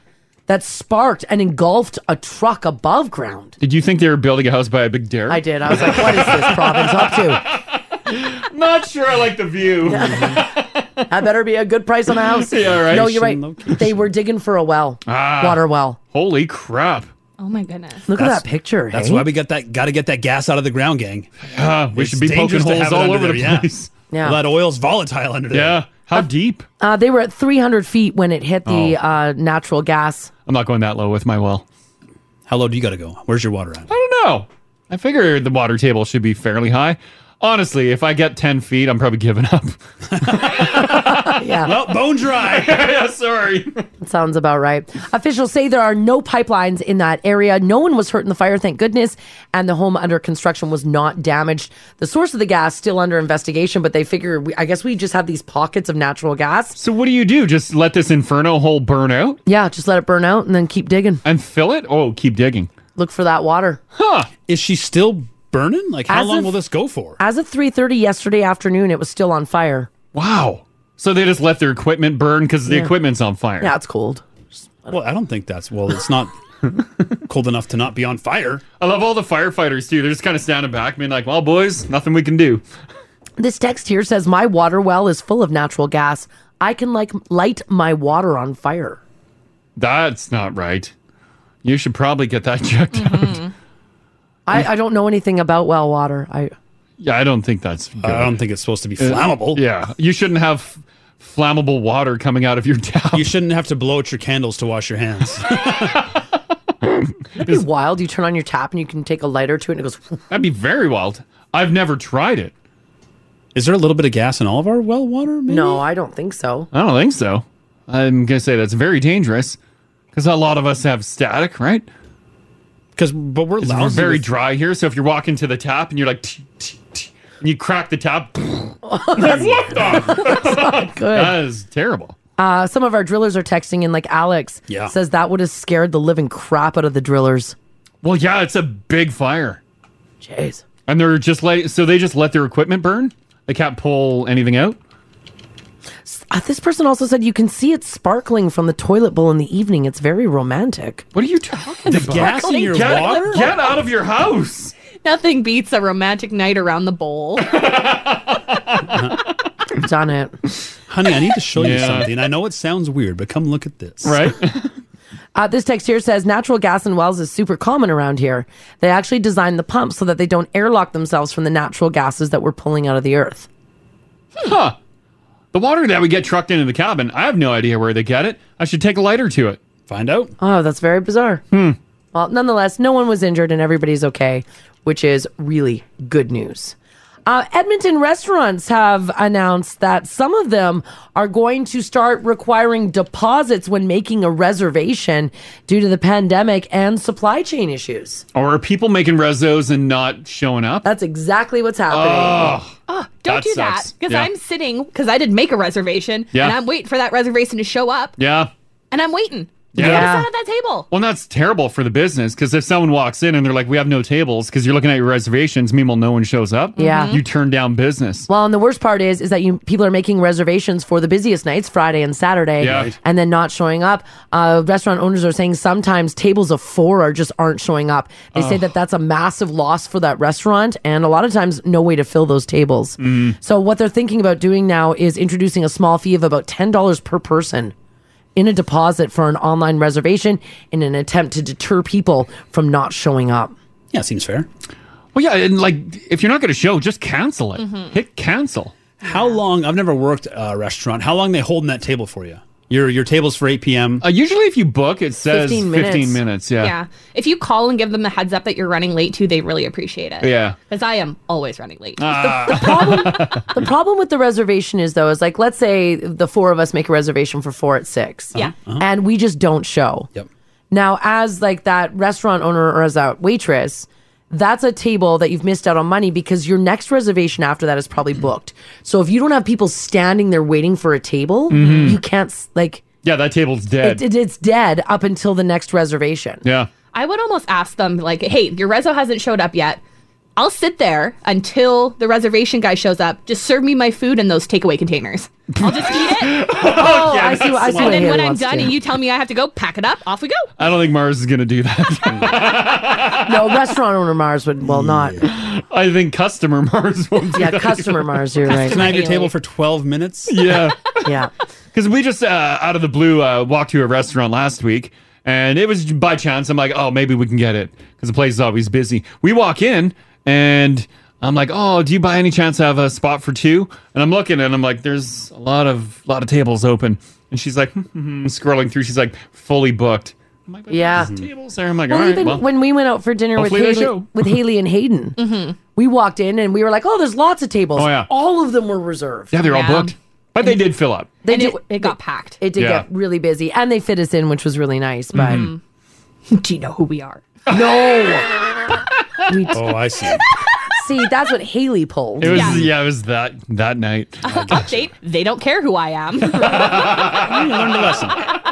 J: that sparked and engulfed a truck above ground.
C: Did you think they were building a house by a big dairy? I
J: did. I was like, what is this province up to?
C: Not sure I like the view.
J: That better be a good price on a house.
C: Yeah, right.
J: No, you're right.
C: Location,
J: They were digging for a well,
H: Ah.
J: water well.
C: Holy crap.
K: Oh my goodness.
J: Look at that picture,
H: That's
J: hey?
H: why we got that. Got to get that gas out of the ground, gang.
C: Yeah, we should be poking holes all over the place.
J: Yeah.
H: Well, that oil's volatile under there.
C: Yeah. How deep?
J: Uh, they were at 300 feet when it hit the
C: Oh.
J: uh, natural gas.
C: I'm not going that low with my well.
H: How low do you got to go? Where's your water at?
C: I don't know. I figure the water table should be fairly high. Honestly, if I get 10 feet, I'm probably giving up.
J: yeah.
H: Well, bone dry.
C: yeah, sorry.
J: Sounds about right. Officials say there are no pipelines in that area. No one was hurt in the fire, thank goodness, and the home under construction was not damaged. The source of the gas still under investigation, but they figure we, I guess we just have these pockets of natural gas.
C: So what do you do? Just let this inferno hole burn out?
J: Yeah, just let it burn out and then keep digging.
C: And fill it? Oh, keep digging.
J: Look for that water.
C: Huh.
H: Is she still burning? Like, how
J: As
H: long
J: of-
H: will this go for?
J: As of 3:30 yesterday afternoon, it was still on fire.
C: Wow. So they just let their equipment burn because the
J: Yeah.
C: equipment's on fire.
J: Yeah, it's cold.
H: Well, I don't think that's. Well, it's not cold enough to not be on fire.
C: I love all the firefighters too. They're just kind of standing back, being like, "Well, boys, nothing we can do."
J: This text here says my water well is full of natural gas. I can like light my water on fire.
C: That's not right. You should probably get that checked out.
J: I, I don't know anything about well water. I
C: Yeah, I don't think that's. Good.
H: I don't think it's supposed to be flammable.
C: yeah, you shouldn't have flammable water coming out of your tap.
H: You shouldn't have to blow out your candles to wash your hands.
J: That'd be wild. You turn on your tap and you can take a lighter to it and it goes.
C: That'd be very wild. I've never tried it.
H: Is there a little bit of gas in all of our well water?
J: No, I don't think so.
C: I don't think so. I'm gonna say that's very dangerous because a lot of us have static, right?
H: Because but we're
C: we're
H: lousy
C: very
H: with-
C: dry here. So if you're walking to the tap and you're like, "Tch, tch, tch," and you crack the tap, that is terrible.
J: Uh, some of our drillers are texting in, like Alex
C: Yeah.
J: says that would have scared the living crap out of the drillers.
C: Well, yeah, it's a big fire.
J: Jeez.
C: And they're just like, so they just let their equipment burn. They can't pull anything out.
J: Uh, this person also said you can see it sparkling from the toilet bowl in the evening. It's very romantic.
C: What are you talking
J: about?
H: gas in your
C: Get-
H: water?
C: Get out of your house.
K: Nothing beats a romantic night around the bowl.
J: Done it.
H: Honey, I need to show you
J: Yeah.
H: something. I know it sounds weird, but come look at this.
C: Right?
J: Uh, this text here says natural gas in wells is super common around here. They actually designed the pumps so that they don't airlock themselves from the natural gases that we're pulling out of the earth.
C: Huh. The water that we get trucked into the cabin, I have no idea where they get it. I should take a lighter to it.
H: Find out.
J: Oh, that's very bizarre. Hmm. Well, nonetheless, no one was injured and everybody's okay, which is really good news. Uh, Edmonton restaurants have announced that some of them are going to start requiring deposits when making a reservation due to the pandemic and supply chain issues.
C: Or are people making rezos and not showing up?
J: That's exactly what's happening.
C: Oh.
K: Ah, Don't
C: That
K: do
C: sucks.
K: that because
C: Yeah.
K: I'm sitting because I didn't make a reservation
C: Yeah.
K: and I'm waiting for that reservation to show up
C: Yeah.
K: and I'm waiting.
C: Yeah.
K: Get us out of that table.
C: Well, that's terrible for the business because if someone walks in and they're like, we have no tables because you're looking at your reservations, meanwhile, no one shows up.
J: Yeah. Mhm.
C: You turn down business.
J: Well, and the worst part is, is that you people are making reservations for the busiest nights, Friday and Saturday,
C: Yeah. Right.
J: and then not showing up. Uh, restaurant owners are saying sometimes tables of four are just aren't showing up. They say
R: Ugh.
J: that that's a massive loss for that restaurant, and a lot of times no way to fill those tables.
H: Mm-hmm.
J: So what they're thinking about doing now is introducing a small fee of about ten dollars per person in a deposit for an online reservation in an attempt to deter people from not showing up.
H: Yeah, seems fair.
C: Well, yeah. And like, if you're not going to show, just cancel it.
J: Mm-hmm.
C: Hit cancel.
H: How long? I've never worked a restaurant. How long they holding that table for you? Your your table's for 8 p.m.
C: Uh, usually, if you book, it
H: says
K: 15 minutes. 15
C: minutes.
K: If you call and give them the heads up that you're running late too, they really appreciate it.
C: Yeah. Ah.
K: Because I am always running late.
J: the problem with the reservation is though is like let's say the four of us make a reservation for four at 6
K: Yeah.
J: and we just don't show yep now as like that restaurant owner or as a waitress that's a table that you've missed out on money because your next reservation after that is probably booked so if you don't have people standing there waiting for a table
C: Mhm.
J: you can't s- like
C: Yeah. That table's dead.
J: it, it, it's dead up until the next reservation
C: yeah.
K: I would almost ask them, like, hey, your rezo hasn't showed up yet. I'll sit there until the reservation guy shows up. Just serve me my food in those takeaway containers.
J: oh i see what- i see
K: and
J: what
K: then
J: Haley
K: when I'm
J: wants to
K: done
J: do.
K: and you tell me I have to go, pack it up, off we go.
C: I don't think Mars is going to do that.
J: no restaurant owner mars would well not
C: I think customer Mars won't do
J: Yeah,
C: that.
J: customer Mars, you're right.
H: Can I have your table for 12 minutes?
C: Yeah.
J: yeah.
C: Because we just, uh, out of the blue, uh, walked to a restaurant last week. And it was by chance. I'm like, oh, maybe we can get it. Because the place is always busy. We walk in and I'm like, oh, do you by any chance have a spot for two? And I'm looking and I'm like, there's a lot of lot of tables open. And she's like, scrolling through. She's like, fully booked.
J: yeah
C: Tables there. I'm like,
J: well,
C: all right.
J: even
C: well.
J: when we went out for dinner with
C: hopefully they
J: Haley,
C: show.
J: with Haley and Hayden,
K: Mm-hmm.
J: we walked in and we were like, "Oh, there's lots of tables.
C: Oh, yeah.
J: All of them were reserved.
C: yeah, they're all booked. But they did fill up.
J: They did, it, got
K: packed.
J: It did
C: Yeah.
J: get really busy, and they fit us in, which was really nice. But
C: Mhm.
K: Mm-hmm. do you know who we are?
J: No. We-
H: Oh, I see.
J: See, that's what Haley pulled.
C: It was yeah. it was that that night.
K: Update, they don't care who I am.
H: learned a lesson.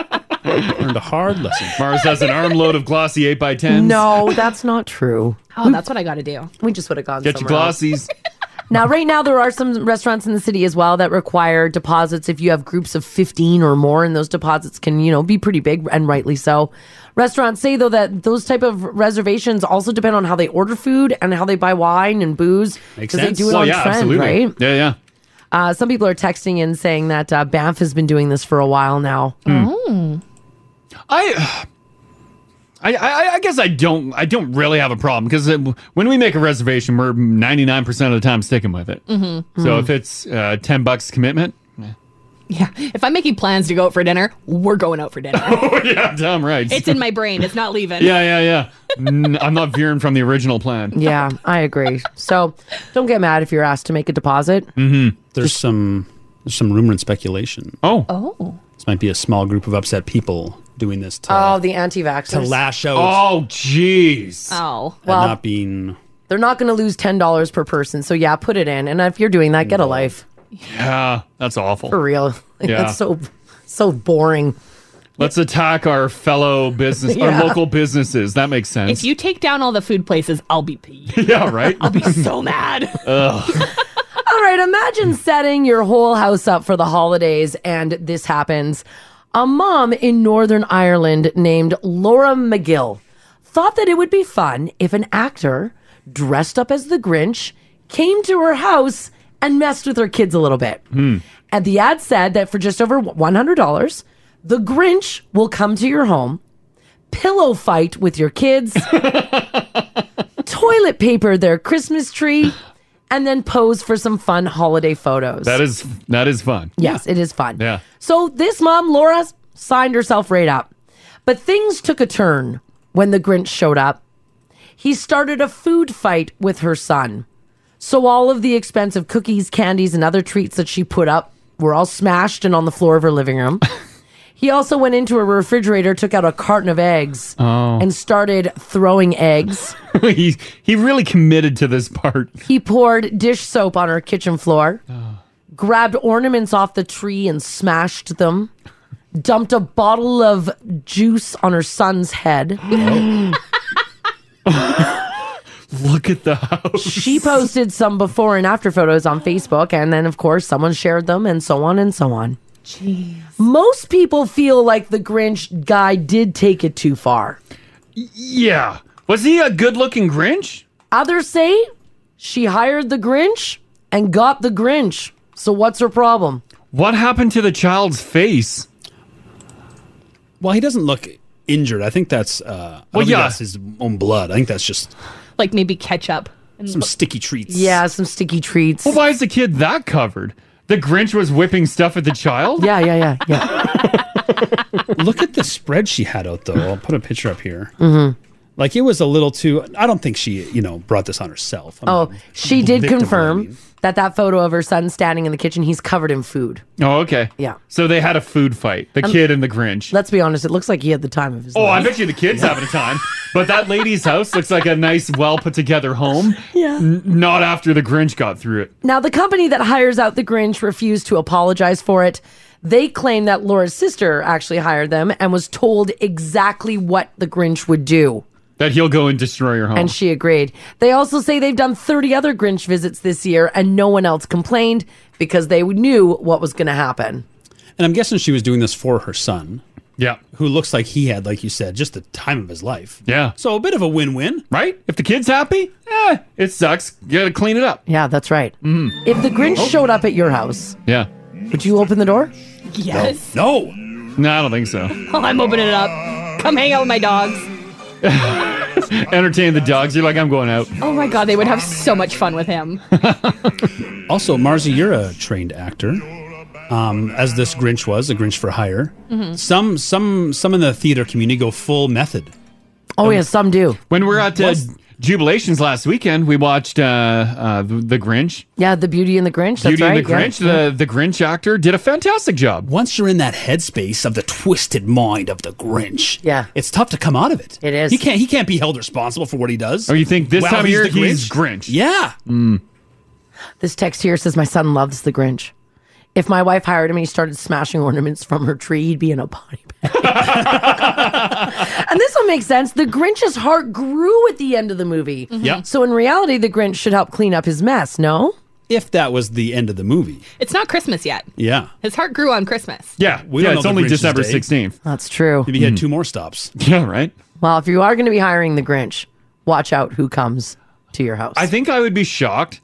H: Learned a hard lesson.
C: Mars has an armload of glossy eight by tens.
J: No, that's not true.
K: Oh, that's what I got to do.
J: We just would have gone.
C: Get your
J: somewhere else.
C: glossies.
J: Now, right now, there are some restaurants in the city as well that require deposits if you have groups of 15 or more, and those deposits can, you know, be pretty big, and rightly so. Restaurants say, though, that those type of reservations also depend on how they order food and how they buy wine and booze.
C: Makes
J: they
C: sense.
J: do it
C: Oh,
J: on
C: yeah,
J: trend,
C: absolutely.
J: right?
C: Yeah, yeah.
J: Uh, some people are texting in saying that uh, Banff has been doing this for a while now.
C: Hmm.
J: Oh.
C: I, I, I, I guess I don't. I don't really have a problem because when we make a reservation, we're
J: Mm.
C: ninety nine percent of the time sticking with it.
K: Mhm.
C: So if it's uh, ten bucks commitment, eh,
K: If I'm making plans to go out for dinner, we're going out for dinner.
C: Oh, yeah, damn right.
K: it's in my brain. It's not leaving.
C: Yeah, yeah, yeah. N- I'm not veering from the original plan.
J: Yeah, I agree. So don't get mad if you're asked to make a deposit.
H: Mm-hmm. There's some there's some rumor and speculation.
C: Oh,
K: Oh.
H: this might be a small group of upset people doing this to,
J: oh, the anti-vaxxers.
H: to lash out.
C: Oh, jeez.
K: Oh,
H: and
J: well,
H: not being
J: they're not going to lose ten dollars per person. So yeah, put it in. And if you're doing that, get a life
C: Yeah, that's awful.
J: for real. Like,
C: Yeah.
J: That's so so boring.
C: Let's attack our fellow business,
K: Yeah.
C: our local businesses. That makes sense.
K: If you take down all the food places, I'll be peeved.
C: yeah, right. I'll
K: be so mad.
C: Ugh.
J: All right, imagine setting your whole house up for the holidays and this happens. A mom in Northern Ireland named Laura McGill thought that it would be fun if an actor dressed up as the Grinch came to her house and messed with her kids a little bit.
Q: Hmm.
J: And the ad said that for just over $100, the Grinch will come to your home, pillow fight with your kids, toilet paper their Christmas tree, and then pose for some fun holiday photos.
C: That is that is fun.
J: Yes, it is fun.
C: Yeah.
J: So this mom, Laura, signed herself right up. But things took a turn when the Grinch showed up. He started a food fight with her son. So all of the expensive cookies, candies, and other treats that she put up were all smashed and on the floor of her living room. he also went into her refrigerator, took out a carton of eggs,
C: Oh.
J: and started throwing eggs.
C: he he really committed to this part.
J: He poured dish soap on her kitchen floor, grabbed ornaments off the tree and smashed them, dumped a bottle of juice on her son's head.
C: Look at the house.
J: she posted some before and after photos on Facebook, and then, of course, someone shared them, and so on and so on.
K: Jeez.
J: Most people feel like the Grinch guy did take it too far.
C: Yeah. Was he a good-looking Grinch?
J: Others say she hired the Grinch and got the Grinch. So, what's her problem?
C: What happened to the child's face?
H: Well, he doesn't look injured. I think that's uh I
K: Well,
H: don't think
K: yeah.
H: that's his own blood. I think that's just
K: Like maybe ketchup. And
H: some sticky treats.
J: Yeah, some sticky treats.
C: Well, why is the kid that covered? The Grinch was whipping stuff at the child?
J: Yeah, yeah, yeah, yeah.
H: Look at the spread she had out though. I'll put a picture up here. Mm-hmm. Like it was a little too I don't think she, you know, brought this on herself. I'm
J: Oh, she did
H: victim of
J: confirm that that photo of her son standing in the kitchen, he's covered in food.
C: Oh, okay.
J: Yeah.
C: So they had a food fight, the
J: Um,
C: kid and the Grinch.
J: Let's be honest, it looks like he had the time of his
C: Oh, I
J: life.
C: bet you the kid's having a time. But that lady's house looks like a nice, well put together home.
J: Yeah.
C: N- not after the Grinch got through it.
J: Now, the company that hires out the Grinch refused to apologize for it. They claim that Laura's sister actually hired them and was told exactly what the Grinch would do.
C: That he'll go and destroy
H: Uh-huh.
C: your home.
J: And she agreed. They also say they've done 30 other Grinch visits this year and no one else complained because they knew what was going to happen.
H: And I'm guessing she was doing this for her son.
C: Yeah.
H: Who looks like he had, like you said, just the time of his life.
C: yeah.
H: So a bit of a win win.
C: Right? If the kid's happy, eh, it sucks. You gotta clean it up.
J: Yeah, that's right. If the
H: Oh.
J: Grinch showed up at your house,
C: Yeah.
J: would you open the door?
K: Yes.
H: No.
C: No, I don't think so.
K: Oh, I'm opening it up. Come hang out with my dogs.
C: Entertain the dogs. You're like, I'm going out.
K: Oh my god, they would have so much fun with him.
H: Also, Marzi, you're a trained actor. Um, as this Grinch was, a Grinch for hire.
K: Mhm.
H: Some some some in the theater community go full method. Um,
J: Oh, yeah, some do.
C: When we were at uh, Jubilations last weekend, we watched uh, uh, the, the Grinch.
J: Yeah, the Beauty and the Grinch.
C: Beauty
J: that's
C: and the
J: right. yeah.
C: Grinch. uh, The, the Grinch actor did a fantastic job.
H: Once you're in that headspace of the twisted mind of the Grinch, yeah, it's tough to come out of it. It is. He can't he can't be held responsible for what he does.
C: Oh, you think this
H: Wow,
C: time of
H: he's
C: year
H: the
C: he's Grinch?
H: Yeah.
C: Mm.
J: This text here says, My son loves the Grinch. If my wife hired him and he started smashing ornaments from her tree, he'd be in a body bag. and this one makes sense. The Grinch's heart grew at the end of the movie.
H: Yeah.
J: So in reality, the Grinch should help clean up his mess, no?
H: If that was the end of the movie,
K: It's not Christmas yet.
H: yeah,
K: His heart grew on Christmas.
C: yeah,
H: we
C: Yeah,
H: don't
C: it's
H: know the
C: only
H: Grinch's Hmm.
C: December
H: day.
C: 16th.
J: That's true.
H: Maybe he had two more stops.
C: Yeah, right.
J: Well, if you are going to be hiring the Grinch, watch out who comes to your house.
C: I think I would be shocked,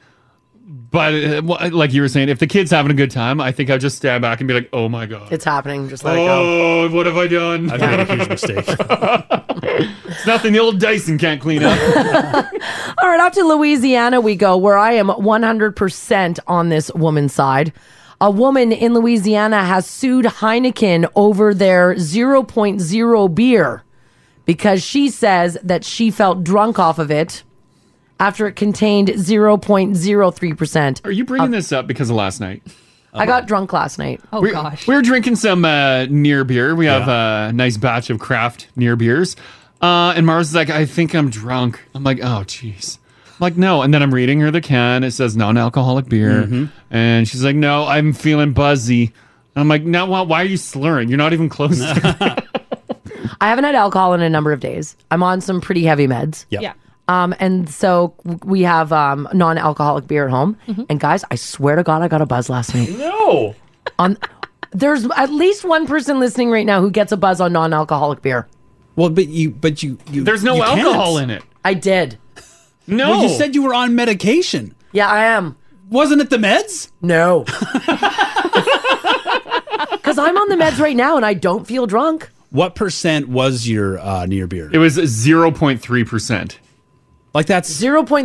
C: but uh, wh- like you were saying, if the kid's having a good time, I think I'd just stand back and be like, "Oh my god,
J: It's happening. Just let it go.
C: oh, what have I done? I
H: made a huge mistake.
C: it's nothing the old Dyson can't clean up."
J: All right, off to Louisiana we go, where I am 100% on this woman's side. A woman in Louisiana has sued Heineken over their 0.0 beer because she says that she felt drunk off of it after it contained 0.03%.
C: Are you bringing this up because of last night?
J: I got drunk last night.
K: Oh,
C: we, gosh. We were drinking some uh, near beer. We have a nice batch of craft near beers. Uh, and Mars is like, I think I'm drunk. I'm like, oh, jeez. I'm like, no. And then I'm reading her the can. It says non alcoholic beer.
R: Mhm.
C: And she's like, no, I'm feeling buzzy. And I'm like, no, why, why are you slurring? You're not even close. to
J: I haven't had alcohol in a number of days. I'm on some pretty heavy meds.
C: Yeah. Yeah.
J: Um, and so w- we have um, non-alcoholic beer at home. And guys, I swear to God, I got a buzz last night.
C: No.
J: On there's at least one person listening right now who gets a buzz on non-alcoholic beer.
H: Well, but you, but you, you
C: There's no
H: you can't.
C: alcohol in it.
J: I did.
C: No.
H: Well, you said you were on medication.
J: Yeah, I am.
H: Wasn't it the meds?
J: No. Because I'm on the meds right now and I don't feel drunk.
H: What percent was your uh, near beer?
C: It was 0.3%.
H: Like that's
J: 0.3 or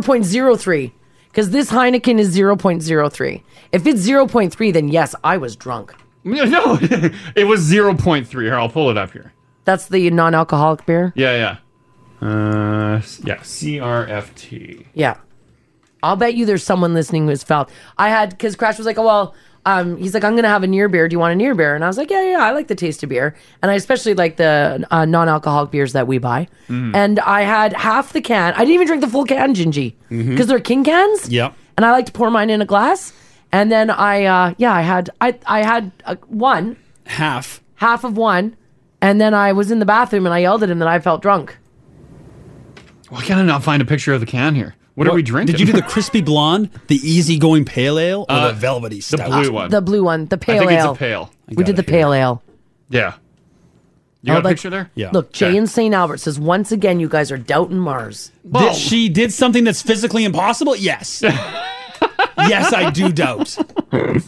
J: 0.03. Because this Heineken is 0.03. If it's 0.3, then yes, I was drunk.
C: No, no. it was 0.3. Here, I'll pull it up here.
J: That's the non alcoholic beer?
C: Yeah, yeah. Uh, yeah, CRFT.
J: Yeah. I'll bet you there's someone listening who's felt. I had, because Crash was like, oh, well, um, he's like, I'm going to have a near beer. Do you want a near beer? And I was like, yeah, yeah, yeah, I like the taste of beer. And I especially like the uh, non alcoholic beers that we buy.
H: Mm.
R: Mhm.
J: And I had half the can. I didn't even drink the full can, Gingy, because
H: Mm-hmm.
R: Mhm.
J: they're king cans.
R: Yep.
J: and I like to pour mine in a glass. And then I, uh, yeah, I had I I had uh, one
H: half
J: half of one, and then I was in the bathroom and I yelled at him that I felt drunk.
C: Why can I not find a picture of the can here? What, are we drinking?
H: Did you do the crispy blonde, the easygoing pale ale, or
C: Uh,
H: the velvety stout?
C: blue one.
J: The blue one, the pale
C: I think
J: ale.
C: it's a pale.
J: We did the pale ale.
C: Yeah. You
J: I would
C: got a
J: like-
C: picture there?
J: Look, Jay in St. Albert says once again, you guys are doubting Mars.
H: That she did something that's physically impossible? Yes. yes, I do doubt.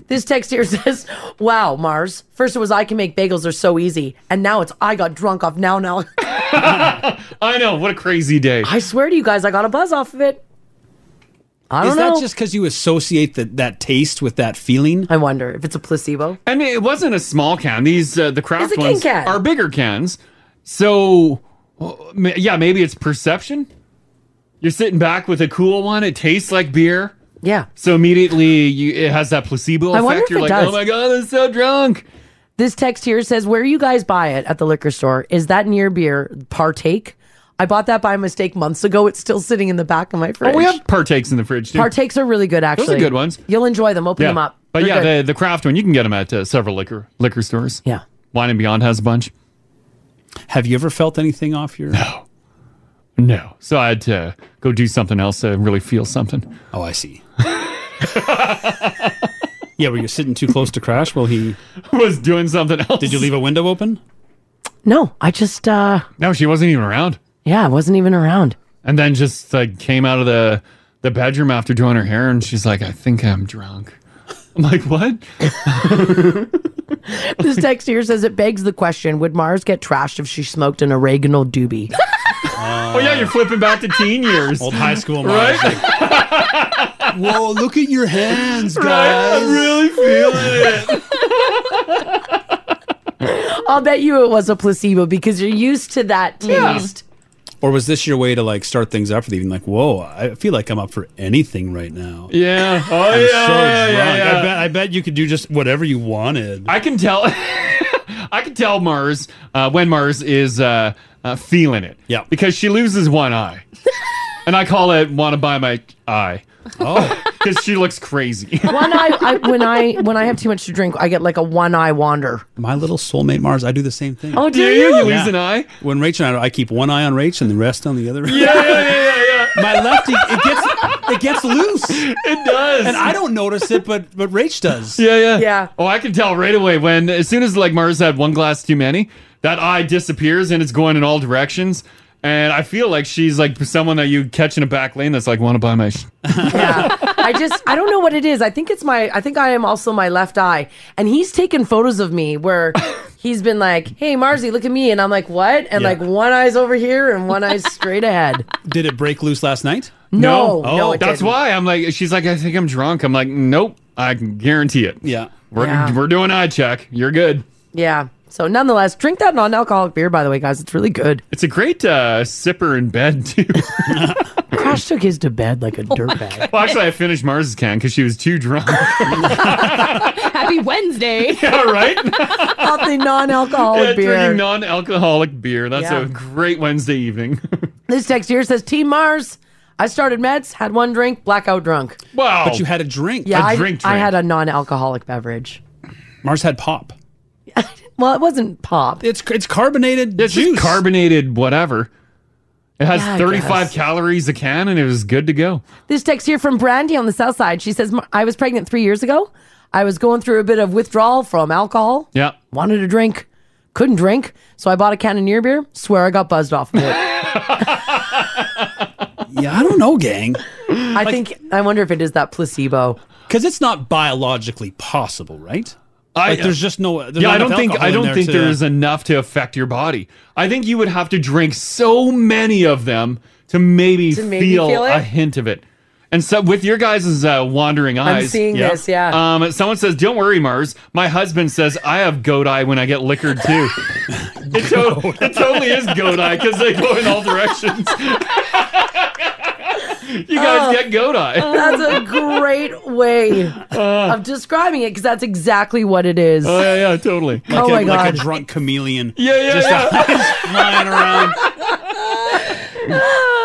J: This text here says, "Wow, Mars. First it was I can make bagels; they're so easy, and now it's I got drunk off now now.
C: I know. What a crazy day.
J: I swear to you guys, I got a buzz off of it. I don't
H: Is
J: know.
H: that just because you associate the, that taste with that feeling?
J: I wonder if it's a placebo.
C: I mean, it wasn't a small can. These uh, the
J: It's a
C: craft
J: king
C: ones
J: can.
C: are bigger cans. So, uh, ma- yeah, maybe it's perception. You're sitting back with a cool one. It tastes like beer.
J: Yeah.
C: So immediately you, it has that placebo
J: I
C: effect.
J: wonder if
C: You're
J: it
C: like,
J: does.
C: oh my god, I'm so drunk.
J: This text here says, "Where you guys buy it at the liquor store is that near beer partake? I bought that by mistake months ago. It's still sitting in the back of my fridge.
C: Oh, we have partakes in the fridge too.
J: partakes are really good, actually.
C: good ones.
J: You'll enjoy them. Open
C: yeah.
J: them up.
C: But
J: They're
C: yeah,
J: good.
C: the, the craft one you can get them at uh, several liquor liquor stores.
J: Yeah.
C: Wine and Beyond has a bunch.
H: Have you ever felt anything off your? No.
C: No. So I had to go do something else to really feel something.
H: Oh, I see. Yeah, were you sitting too close to Crash while he
C: was doing something else?
H: Did you leave a window open?
J: no, I just uh
C: No, she wasn't even around.
J: yeah, I wasn't even around.
C: And then just like came out of the the bedroom after doing her hair, and she's like, "I think I'm drunk." I'm like, "What?"
J: this text here says it begs the question: Would Mars get trashed if she smoked an oregano doobie?
C: oh yeah, you're flipping back to teen years, old
H: Ah. high school,
C: right?
H: Whoa, look at your hands,
R: guys.
C: I'm really feeling it.
J: I'll bet you it was a placebo because you're used to that
R: Yeah.
J: taste.
H: Or was this your way to like start things up with even like, whoa, I feel like I'm up for anything right now.
C: Yeah. Oh
H: I'm
C: yeah.
H: so
C: yeah,
H: drunk.
C: yeah,
H: I bet I bet you could do just whatever you wanted.
C: I can tell. I can tell Mars uh, when Mars is uh, uh, feeling it. Yeah. Because she loses one eye, and I call it "want to buy my eye."
H: Oh.
C: Because she looks crazy.
J: One eye, I, when I when I have too much to drink, I get like a one eye wander.
H: My little soulmate Mars, I do the same thing.
J: Oh, do Do you? you? You lose
C: an eye?
H: When Rachel and I, I keep one eye on Rach and the rest on the other. My lefty, it gets it gets loose. It
C: does.
H: And I don't notice it, but but Rach does.
C: Yeah, yeah, yeah. Oh, I can tell right away when, as soon as like Mars had one glass too many, that eye disappears and it's going in all directions. And I feel like she's like someone that you catch in a back lane that's like, want to buy my. Sh-.
J: I just I don't know what it is. I think it's my I think I am also my left eye. And he's taken photos of me where he's been like, "Hey Marzi, look at me." And I'm like, "What?" And
H: Yeah.
J: like one eye's over here and one eye's straight ahead.
H: Did it break loose last night? Oh,
J: No, no, it
C: Oh, that's
J: didn't.
C: why I'm like. She's like, I think I'm drunk. I'm like, nope. I can guarantee it.
H: Yeah.
C: We're,
J: Yeah.
C: we're doing eye check. You're good.
J: Yeah. So nonetheless, drink that non-alcoholic beer, by the way, guys. It's really good.
C: It's a great uh, sipper in bed, too. Oh
J: Crash took his to bed like a dirtbag.
C: Well, actually, I finished Mars's can because she was too drunk.
K: Happy Wednesday.
C: yeah, right?
J: Off the non-alcoholic
C: Yeah,
J: Oh, beer.
C: Drinking non alcoholic beer. That's
J: Yeah.
C: a great Wednesday evening.
J: This text here says, Team Mars, I started meds, had one drink, blackout drunk.
C: Wow.
H: But you had a drink.
J: Yeah,
H: I
J: I I had a non-alcoholic beverage.
H: Mars had pop.
J: Well, it wasn't pop.
H: It's it's carbonated
C: It's just carbonated whatever. It has
J: Yeah, I
C: 35
J: guess.
C: calories a can and it was good to go.
J: This text here from Brandy on the south side. She says, "M- I was pregnant three years ago. I was going through a bit of withdrawal from alcohol.
C: Yeah.
J: Wanted a drink. Couldn't drink. So I bought a cannoneer beer. Swear I got buzzed off of it.
H: yeah, I don't know, gang.
J: I think, I wonder if it is that placebo.
H: Because it's not biologically possible, right?
C: I-
H: like, there's just no. There's
C: yeah,
H: not
C: I don't
H: enough
C: think
H: alcohol
C: I
H: in
C: don't
H: there
C: think
H: to-
C: there's enough to affect your body. I think you would have to drink so many of them to maybe,
J: To maybe
C: feel,
J: feel
C: a
J: it?
C: hint of it. And so with your guys' uh, wandering
J: I'm
C: eyes,
J: seeing Yeah. this, yeah.
C: Um, someone says, "Don't worry, Mars. My husband says I have goat eye when I get liquored too. it, to- it totally is goat eye because they go in all directions. you guys
J: Oh.
C: get goat eye.
J: That's a great way of describing it because that's exactly what it is.
C: Uh. Oh, yeah, yeah, totally.
H: Like,
J: oh
H: a,
J: my God.
H: like a drunk chameleon.
C: Yeah, yeah,
H: Just
C: yeah.
H: flying around.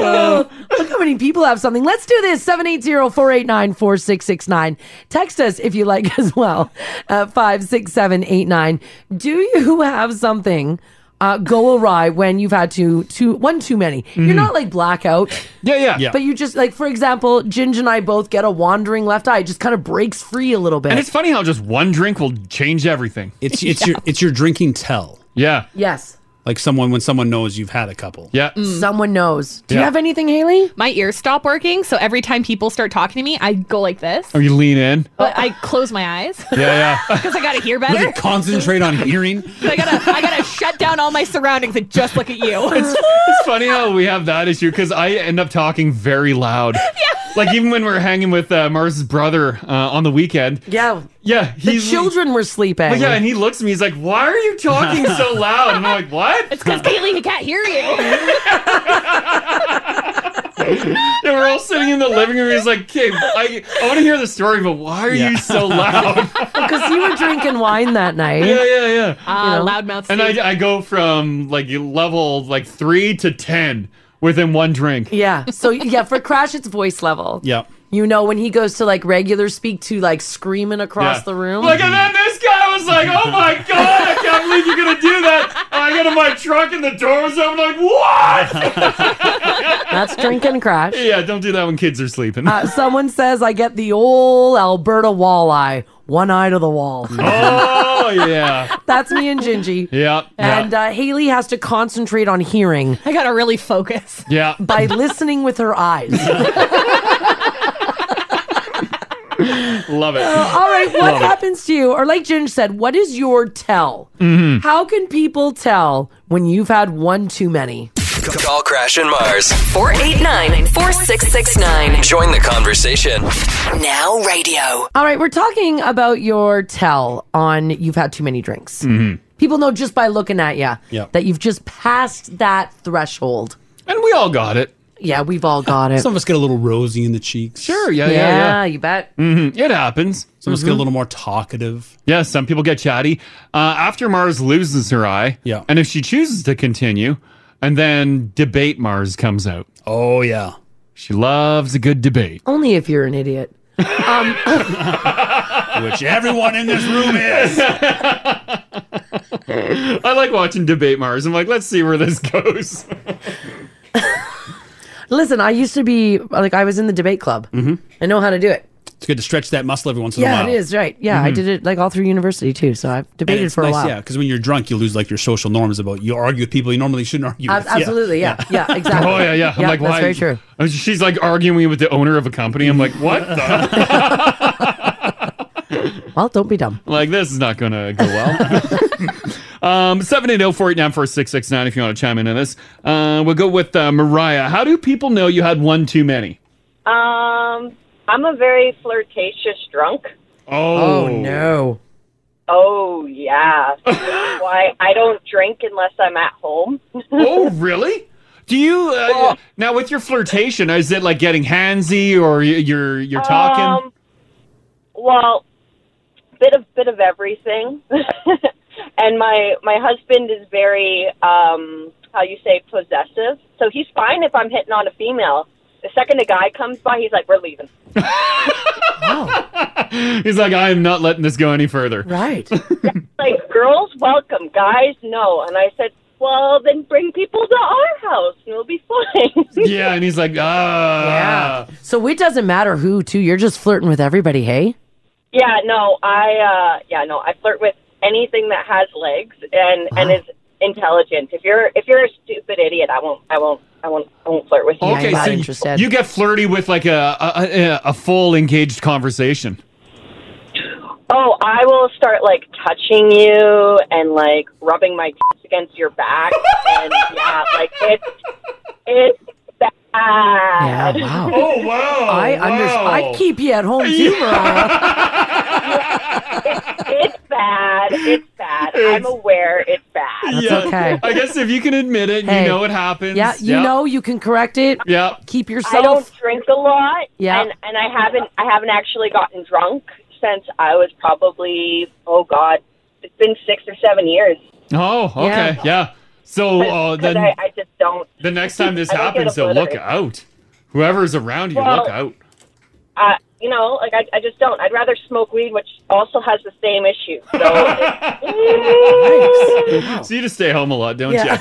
J: Oh, Look how many people have something. Let's do this 780 489 4669. Text us if you like as well at 56789. Do you have something uh, go awry when you've had to, too, one too many? You're
R: Mhm.
J: not like blackout.
C: Mm-hmm. Yeah,
R: Yeah.
J: But you just, like, for example, Ginge and I both get a wandering left eye. It just kind of breaks free a little bit.
C: And it's funny how just one drink will change everything.
H: It's it's your it's your drinking tell.
C: Yeah.
J: yes.
H: Like someone when someone knows you've had a couple.
C: Yeah.
J: Someone knows.
H: Do you Yeah. have
J: anything, Haley?
K: Mm. My ears stop working, so every time people start talking to me, I go like this.
C: Or Oh, you lean in.
K: But I close my eyes
C: Yeah, yeah.
K: because I gotta hear better.
H: Concentrate on hearing.
K: I gotta, I gotta shut down all my surroundings and just look at you.
C: It's funny how we have that issue because I end up talking very loud. yeah. Like even when we we're hanging with uh, Mars's brother uh, on the weekend.
J: Yeah.
C: Yeah.
J: The children were sleeping.
C: But yeah, and he looks at me. He's like, "Why are you talking so loud?" And I'm like, "What?" It's
K: because Kaylee he can't hear you.
C: And we're all sitting in the living room. He's like, "Okay, I, I want to hear the story, but why are you so loud?"
J: Because you were drinking wine that night.
C: Yeah, yeah, yeah.
K: Ah, You know? loudmouth
C: And
K: Steve.
C: I, I go from like level like three to ten within one drink.
J: Yeah. So yeah, for Crash, it's voice level.
C: Yeah.
J: You know when he goes to like regular speak to like screaming across
C: Yeah.
J: the room.
C: Like, and then this guy was like, "Oh my god, I can't believe you're gonna do that!" And I get in my truck and the door was open. Like, what?
J: That's drinking Crash.
C: yeah, don't do that when kids are sleeping.
J: Uh, someone says I get the old Alberta walleye, one eye to the wall.
C: oh yeah,
J: That's me and Gingy.
C: yeah,
J: And uh, Haley has to concentrate on hearing.
K: I gotta really focus.
C: yeah.
J: by listening with her eyes.
C: Love it.
J: Uh, all right, what
C: Love it.
J: happens to you? Or like Ginge said, what is your tell?
B: Mhm.
J: How can people tell when you've had one too many?
B: Call Crash and Mars.
F: 489 4669.
B: Join the conversation.
F: Now radio.
J: All right, we're talking about your tell on you've had too many drinks.
C: Mhm.
J: People know just by looking at you
C: Yeah.
J: that you've just passed that threshold.
C: And we all got it.
J: Yeah, we've all got it.
H: Some of us get a little rosy in the cheeks.
C: Sure,
J: yeah,
C: yeah,
J: Mm-hmm.
C: yeah, yeah.
J: you bet.
C: Mm-hmm. It happens.
H: Some of us get a little more talkative.
C: Yeah, some people get chatty. Uh, after Mars loses her eye, yeah. and if she chooses to continue, and then debate Mars comes out.
H: Oh yeah,
C: she loves a good debate.
J: Only if you're an idiot. Um,
H: Which everyone in this room is.
C: I like watching debate Mars. I'm like, let's see where this goes.
J: listen, I used to be like I was in the debate club. Mm-hmm. I know how to do it.
H: It's good to stretch that muscle every once in a
J: Yeah,
H: while.
J: it is right. Yeah, I
H: Mhm.
J: did it like all through university too. So I've
H: And
J: debated
H: it's
J: for a
H: nice,
J: while.
H: Yeah, because when you're drunk, you lose like your social norms about you argue with people you normally shouldn't argue
J: Ab-
H: with.
J: absolutely, yeah, yeah, exactly.
C: Oh yeah, yeah. I'm like,
J: that's
C: why?
J: very true.
C: I was- She's like arguing with the owner of a company. I'm like, what? the?
J: Well, don't be dumb.
C: like this is not going to go well. um, seven eight zero four eight nine four six six nine. If you want to chime in on this, uh, we'll go with uh, Mariah. How do people know you had one too many?
O: Um,
R: I'm a very flirtatious drunk.
C: Oh,
J: no.
R: Oh yeah. That's why I don't drink unless I'm at home.
C: oh, really? Do you uh, now with your flirtation? Is it like getting handsy, or you- you're you're talking?
R: Um, well, bit of bit of everything. and my my husband is very um how you say possessive. So he's fine if I'm hitting on a female. The second a guy comes by, he's like, "We're leaving."
C: He's like, I am not letting this go any further.
J: Right.
R: Like, girls welcome, guys no. And I said, "Well, then bring people to our house, and it'll be fine."
C: yeah, and he's like, ah. Yeah.
J: So it doesn't matter who, too. You're just flirting with everybody, hey?
R: Yeah, no, I uh yeah, no, I flirt with anything that has legs and and is intelligent. If you're if you're a stupid idiot, I won't I won't I won't I won't flirt with you.
C: Okay, so you- you get flirty with like a a, a a full engaged conversation.
R: Oh, I will start like touching you and like rubbing my tits against your back and yeah, like it's it's bad.
J: Yeah, wow. Oh,
C: wow.
J: I under- I keep you at home, too, Mariah.
R: It's bad. It's bad. I'm aware it's bad.
J: okay.
C: I guess if you can admit it,
J: Hey.
C: you know it happens.
J: Yeah, you know you can correct it.
C: Yeah.
J: Keep yourself.
R: I don't drink a lot.
J: Yeah.
R: And and I haven't I haven't actually gotten drunk since I was probably oh god, it's been six or seven years.
C: Oh, okay, yeah.
R: Yeah.
C: So
R: 'Cause-
C: uh,
R: 'cause
C: then
R: I, I just don't.
C: the next time this
R: I don't get
C: happens, so look
R: obliterated.
C: out. Whoever's around you,
R: Well-
C: look out.
R: Uh, you know, like I, I just don't. I'd rather smoke weed, which also has the same issue. So
C: So you just stay home a lot, don't
R: Yeah.
C: you?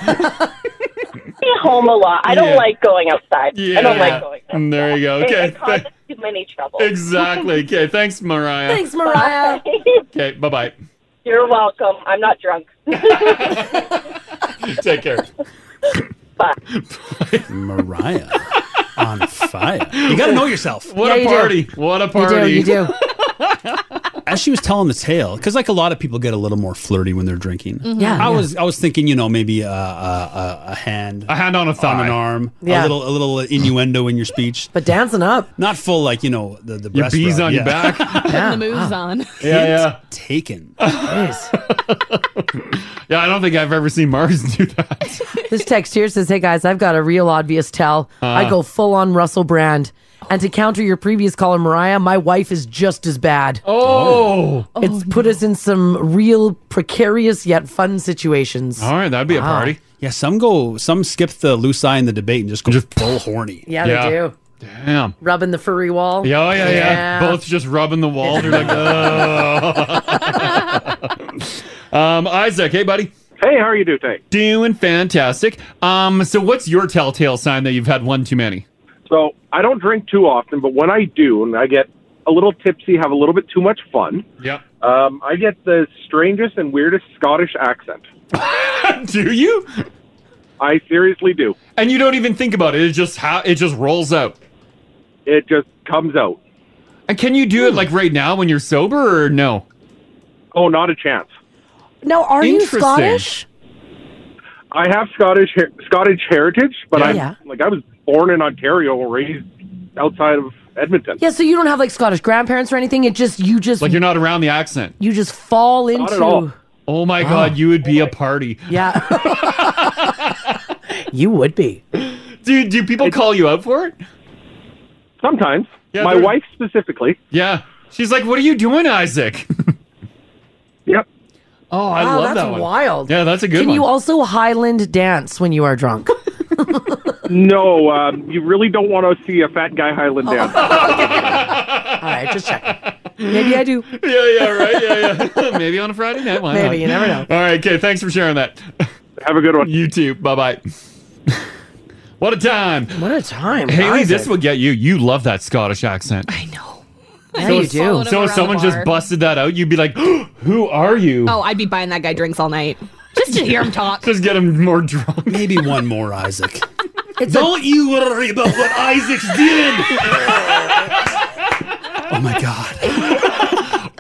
R: stay home a lot. I don't
C: Yeah.
R: like going outside. I don't like going.
C: And there you go.
R: It-
C: Okay.
R: It, causes too many trouble.
C: exactly. Okay. Thanks, Mariah.
R: Thanks, Mariah.
C: Okay. Bye bye.
R: You're welcome. I'm not drunk.
C: Take care.
H: Mariah on fire. You got to know yourself.
C: What a party. What a party.
H: As she was telling the tale, because like a lot of people get a little more flirty when they're drinking.
J: Mm-hmm.
C: Mhm. Yeah,
H: I
C: yeah.
H: was I was thinking, you know, maybe a, a, a hand,
C: a hand on a
H: thumb, an arm,
J: Yeah.
H: a little a little innuendo in your speech,
J: but dancing up,
H: not full like you know the the
C: Your
H: breast
C: bees
H: rub.
C: on your
H: Yeah.
C: back.
K: Putting the moves on.
C: Yeah, yeah.
H: Hint Taken.
C: Yeah, I don't think I've ever seen Mars do that.
J: this text here says, "Hey guys, I've got a real obvious tell. I
C: Uh.
J: go full on Russell Brand." And to counter your previous caller, Mariah, my wife is just as bad.
C: Oh,
J: it's put us in some real precarious yet fun situations.
C: All right, that'd be a
J: Wow.
C: party.
H: Yeah, some go, some skip the loose eye in the debate and just go just bull horny.
J: Yeah, they do.
C: Damn.
J: Rubbing the furry wall.
C: Yeah, oh, yeah, yeah, Both just rubbing the wall. They're like, oh. um, Isaac, hey, buddy.
A: Hey, how are you doing today?
C: Doing fantastic. Um, so what's your telltale sign that you've had one too many?
A: So I don't drink too often, but when I do, and I get a little tipsy, have a little bit too much fun,
C: Yep.
A: um, I get the strangest and weirdest Scottish accent.
C: do you?
A: I seriously do.
C: And you don't even think about it. It just ha- it just rolls out.
A: It just comes out.
C: And can you do it like right now when you're sober or no?
A: Oh, not a chance.
J: Now, are you
A: Interesting.
J: Scottish?
A: I have Scottish he- Scottish heritage, but
J: Yeah.
A: I
J: Yeah.
A: am like I was born in Ontario, raised outside of Edmonton.
J: Yeah, so you don't have like Scottish grandparents or anything. It just you just
C: Like you're not around the accent.
J: you just fall into.
C: Oh my god, you would be a party.
J: Yeah. you would be.
C: Do do people call you out for it?
A: Sometimes.
C: Yeah,
A: My
C: they're-
A: wife specifically.
C: Yeah. She's like, "What are you doing, Isaac?"
A: yep.
C: Oh, I
J: Wow,
C: love
J: that's
C: that one.
J: wild.
C: Yeah, that's a good
J: Can
C: one.
J: you also Highland dance when you are drunk?
A: no, um, you really don't want to see a fat guy Highland dance.
J: All right, just check. Maybe I do.
C: yeah, yeah, right. Yeah, yeah. Maybe on a Friday night. Why
J: Maybe, you never know.
C: All right, okay. Thanks for sharing that.
A: Have a good one.
C: You too. Bye bye. what a time.
J: What a time.
C: Haley, this
J: Isaac.
C: will get you. You love that Scottish accent. I know.
K: I would follow them
C: So
K: around
C: if
K: the
C: someone just
K: bar.
C: busted that out, you'd be like, "Who are you?"
K: Oh, I'd be buying that guy drinks all night just to hear him talk.
C: Just get him more drunk.
H: Maybe one more, Isaac.
K: Don't
H: you worry about what Isaac's doing. oh my God.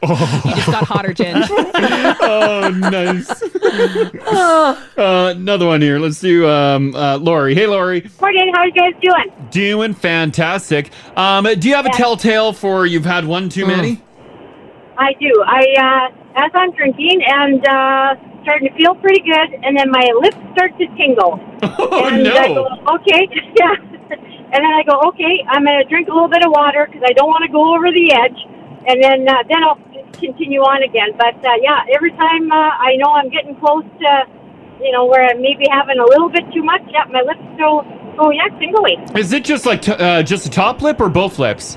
K: You just got hotter, Jen.
C: oh, nice. Uh, another one here. Let's do um, uh, Lori. Hey, Lori.
S: Morning, how are you guys doing?
C: Doing fantastic. Um, do you have a telltale for you've had one
J: Hmm.
C: too many?
S: I do. I, uh, as I'm drinking and, uh, starting to feel pretty good, and then my lips start to tingle.
C: Oh,
S: and
C: no.
S: I go, okay, yeah. And then I go, okay, I'm going to drink a little bit of water because I don't want to go over the edge. And then, uh, then I'll continue on again. But, uh, yeah, every time, uh, I know I'm getting close to, you know, where I may be having a little bit too much, yeah, my lips go, oh, yeah, tingly.
C: Is it just like t- uh, just a top lip or both lips?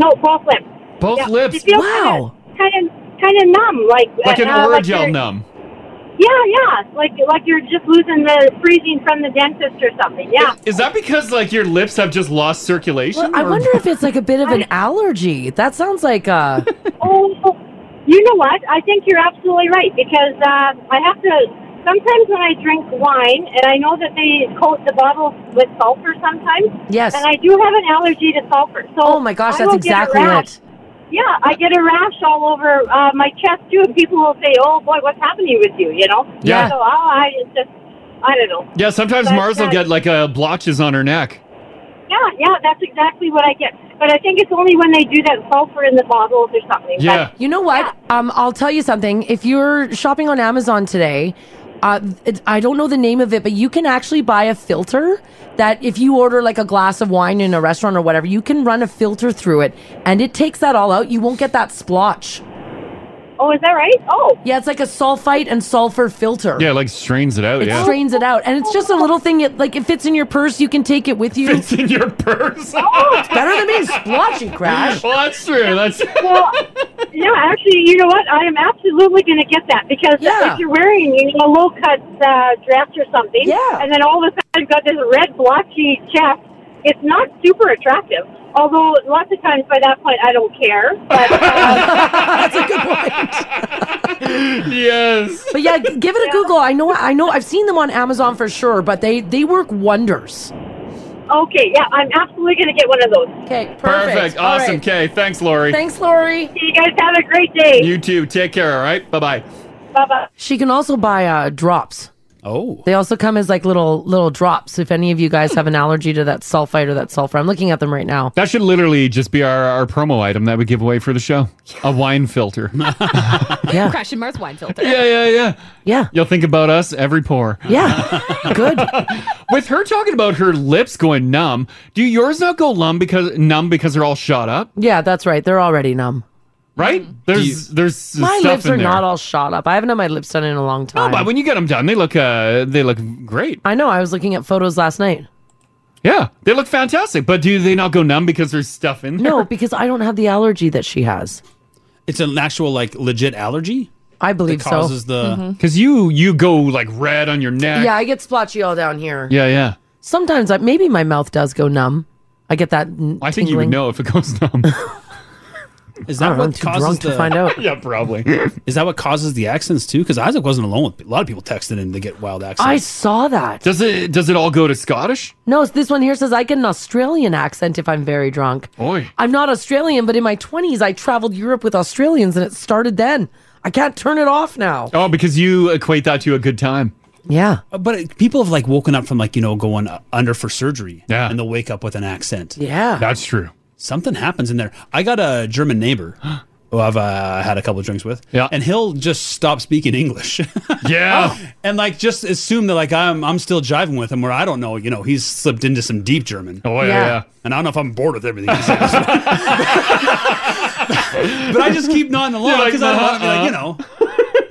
S: No, both lips.
C: Both
S: Yeah,
C: lips.
S: it feels
C: Wow.
S: Kind of, kind of numb, like
C: Like an
S: uh,
C: Orajel
S: you're-
C: numb.
S: Yeah, yeah, like like you're just losing the freezing from the dentist or something. Yeah.
C: Is that because like your lips have just lost circulation?
J: Well, I
C: or-
J: wonder if it's like a bit of an allergy. That sounds like uh
S: oh, you know what? I think you're absolutely right because uh, I have to. Sometimes when I drink wine, and I know that they coat the bottle with sulfur sometimes.
J: Yes.
S: And I do have an allergy to sulfur. So
J: Oh my gosh,
S: I
J: that's
S: will get a
J: exactly
S: rash.
J: it.
S: Yeah, I get a rash all over uh, my chest too, and people will say, "Oh boy, what's happening with you?" You know.
C: Yeah.
S: So oh, I it's just, I don't know.
C: Yeah, sometimes
S: But,
C: Mars will
S: uh,
C: get like uh, blotches on her neck.
S: Yeah, yeah, that's exactly what I get. But I think it's only when they do that sulfur in the bottles or something. But
J: You know what? Um, I'll tell you something. If you're shopping on Amazon today, uh, it, I don't know the name of it, but you can actually buy a filter that if you order like a glass of wine in a restaurant or whatever, you can run a filter through it and it takes that all out. You won't get that splotch.
S: Oh, is that right? Oh.
J: Yeah, it's like a sulfite and sulfur filter.
C: Yeah, like strains it out.
J: It
C: yeah.
J: strains it out. And it's just a little thing. It, like it fits in your purse. You can take it with you. Fits
C: in your purse.
J: oh, it's better than being splotchy, Crash.
C: Well, that's true. That's
S: well, yeah, actually, you know what? I am absolutely going to get that because
J: Yeah.
S: if you're wearing you know, a low cut uh, dress or something, yeah. and then all of a sudden you've got this red blotchy chest, it's not super attractive. Although lots of times by that point I don't care. But
C: yes.
J: But yeah, g- give it a Google. I know, I know, I've seen them on Amazon for sure, but they they work wonders.
S: okay, yeah, I'm absolutely going to get one of those.
J: Okay,
C: Perfect. Awesome. Okay. Thanks, Lori.
J: Lori.
S: You guys have a great day.
C: You too. Take care. All right. Bye bye.
S: Bye bye.
J: She can also buy uh, drops.
H: Oh.
J: They also come as like little little drops. If any of you guys have an allergy to that sulfite or that sulfur, I'm looking at them right now.
C: That should literally just be our, our promo item that we give away for the show. A wine filter.
J: Yeah.
K: Crash and Mars wine filter.
C: Yeah, yeah, yeah.
J: Yeah.
C: You'll think about us every pour.
J: Yeah. Good.
C: With her talking about her lips going numb, do yours not go numb because numb because they're all shot up?
J: Yeah, that's right. They're already numb.
C: Right? There's there's
J: Mm. my
C: stuff
J: lips
C: in
J: are
C: there.
J: not all shot up. I haven't had my lips done in a long
C: No,
J: time.
C: but when you get them done, they look uh they look great.
J: I know. I was looking at photos last night.
C: Yeah, they look fantastic. But do they not go numb because there's stuff in there?
J: No, because I don't have the allergy that she has.
H: It's an actual like legit allergy.
J: I believe
H: that
J: so.
H: causes the
J: Mhm.
C: because you you go like red on your neck.
J: Yeah, I get splotchy all down here.
C: Yeah, yeah.
J: Sometimes I, maybe my mouth does go numb. I get that.
C: I think you would know if it goes numb.
H: Is
J: I
H: that
J: don't know, I'm
H: what
J: too
H: causes
J: drunk to
H: the?
J: find out.
C: yeah, probably.
H: Is that what causes the accents too? Because Isaac wasn't alone. With, a lot of people texted in to get wild accents.
J: I saw that.
C: Does it does it all go to Scottish?
J: No, this one here says I get an Australian accent if I'm very drunk.
C: Boy.
J: I'm not Australian, but in my 20s, I traveled Europe with Australians and it started then. I can't turn it off now.
C: Oh, because you equate that to a good time.
J: Yeah.
H: Uh, But it- people have like woken up from like, you know, going uh, under for surgery.
C: Yeah.
H: And they'll wake up with an accent.
J: Yeah.
C: That's true.
H: Something happens in there. I got a German neighbor who I've uh, had a couple of drinks with. Yeah. And he'll just stop speaking English.
J: Oh.
C: yeah.
H: And like just assume that like I'm I'm still jiving with him where I don't know, you know, he's slipped into some deep German.
C: Oh yeah, Yeah. yeah.
H: And I don't know if I'm bored with everything he says. but I just keep nodding along
C: You're like, "Uh-huh,
H: because I don't want to be like, you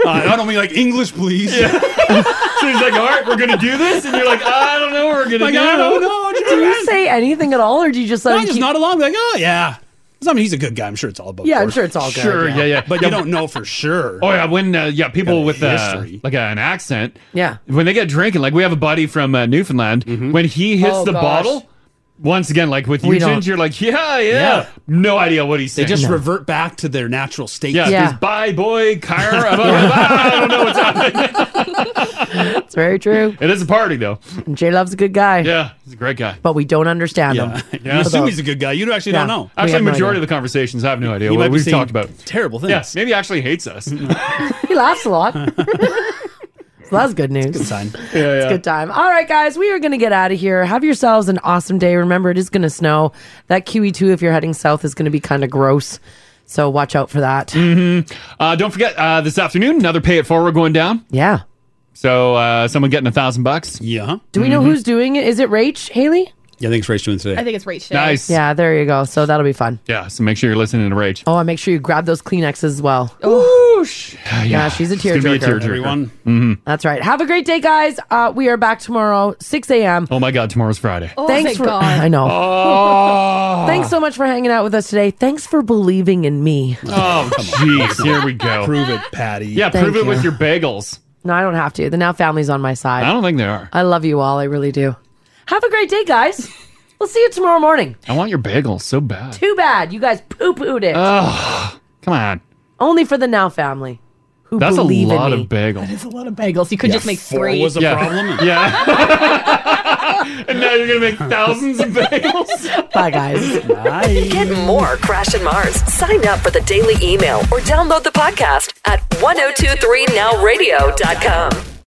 H: know, uh, I don't mean like English, please.
C: So he's like, all right, we're gonna do this, and you're like, I don't know, what we're gonna
H: Like,
C: do.
H: I don't know.
J: Do you say anything at all, or do you just let
H: No,
J: him
H: just
J: keep-
H: not along. Like, oh yeah. 'Cause, I mean, he's a good guy. I'm sure it's all about.
J: Yeah, I'm
H: course.
J: sure it's all good, Sure, yeah.
C: yeah, yeah.
H: But
C: Yeah,
H: you don't know for sure.
C: Oh yeah, when uh, yeah people with uh,
H: history.
C: like uh, an accent,
J: Yeah.
H: Mm-hmm.
C: when they get drinking, like we have a buddy from uh, Newfoundland, when he hits
J: Oh,
C: the
J: gosh.
C: bottle, Once again, like with
H: We
C: you,
H: don't-
C: Ginge, you're like, yeah, yeah,
H: Yeah.
C: No idea what he's
H: They
C: saying.
H: just revert back to their natural state.
C: Yeah, Yeah. 'cause bye, boy, Kyra.
J: It's very true.
C: It is a party, though.
J: And Jay Love's a good guy.
C: Yeah, he's a great guy.
J: But we don't understand him.
C: Yeah.
J: So-
H: good guy. You actually
J: don't Yeah. know. We have
C: Actually,
J: no
C: majority of the conversations, I have no idea
H: He might
C: what
H: be
C: we've
H: saying
C: talked about.
H: Terrible things.
C: Yes, maybe he actually hates us.
J: He laughs a lot. so that's good news. good
H: sign.
C: Yeah, yeah.
J: It's a good time. All right, guys, we are going to get out of here. Have yourselves an awesome day. Remember, it is going to snow. That QE2, if you're heading south, is going to be kind of gross. So watch out for that.
C: Mm-hmm. Uh, don't forget uh, this afternoon, another pay it forward going down.
J: Yeah.
C: So uh, someone getting a thousand bucks. Mm-hmm. Yeah.
J: Do we know who's doing it? Is it Rach, Haley?
C: Yeah, I think it's race doing today.
K: I think it's Rach.
C: Nice.
J: Yeah, there you go. So that'll be fun.
C: Yeah. So make sure you're listening to Rage.
J: Oh, and make sure you grab those Kleenexes as well.
K: Oh.
C: Whoosh. Yeah,
J: she's a
C: It's gonna
J: tearjerker.
C: be a tearjerker. Mm-hmm.
J: That's right. Have a great day, guys. Uh, we are back tomorrow, 6 a.m.
C: Oh my God, tomorrow's Friday.
J: Thanks
K: thank
J: for
K: God.
J: I know.
C: Oh.
J: Thanks so much for hanging out with us today. Thanks for believing in me.
C: Oh, jeez. Here we go.
H: Prove it, Patty.
C: Yeah,
J: Thank
C: prove it with
J: you.
C: your bagels.
J: No, I don't have to. The now family's on my side.
C: I don't think they are.
J: I love you all. I really do. Have a great day, guys. we'll see you tomorrow morning.
C: I want your bagels so bad.
J: Too bad you guys poo pooed it.
C: Oh, come on.
J: Only for the now family. Who
C: That's a
J: believe
C: lot
J: in me.
C: of bagels.
K: It's a lot of bagels. You could
C: Yeah,
K: just make
C: four
K: three.
C: was a Yeah. problem. Yeah. and now you're going to make thousands of bagels.
J: Bye, guys.
F: Get more Crash and Mars. Sign up for oh the daily email or download the podcast at 1023nowradio.com.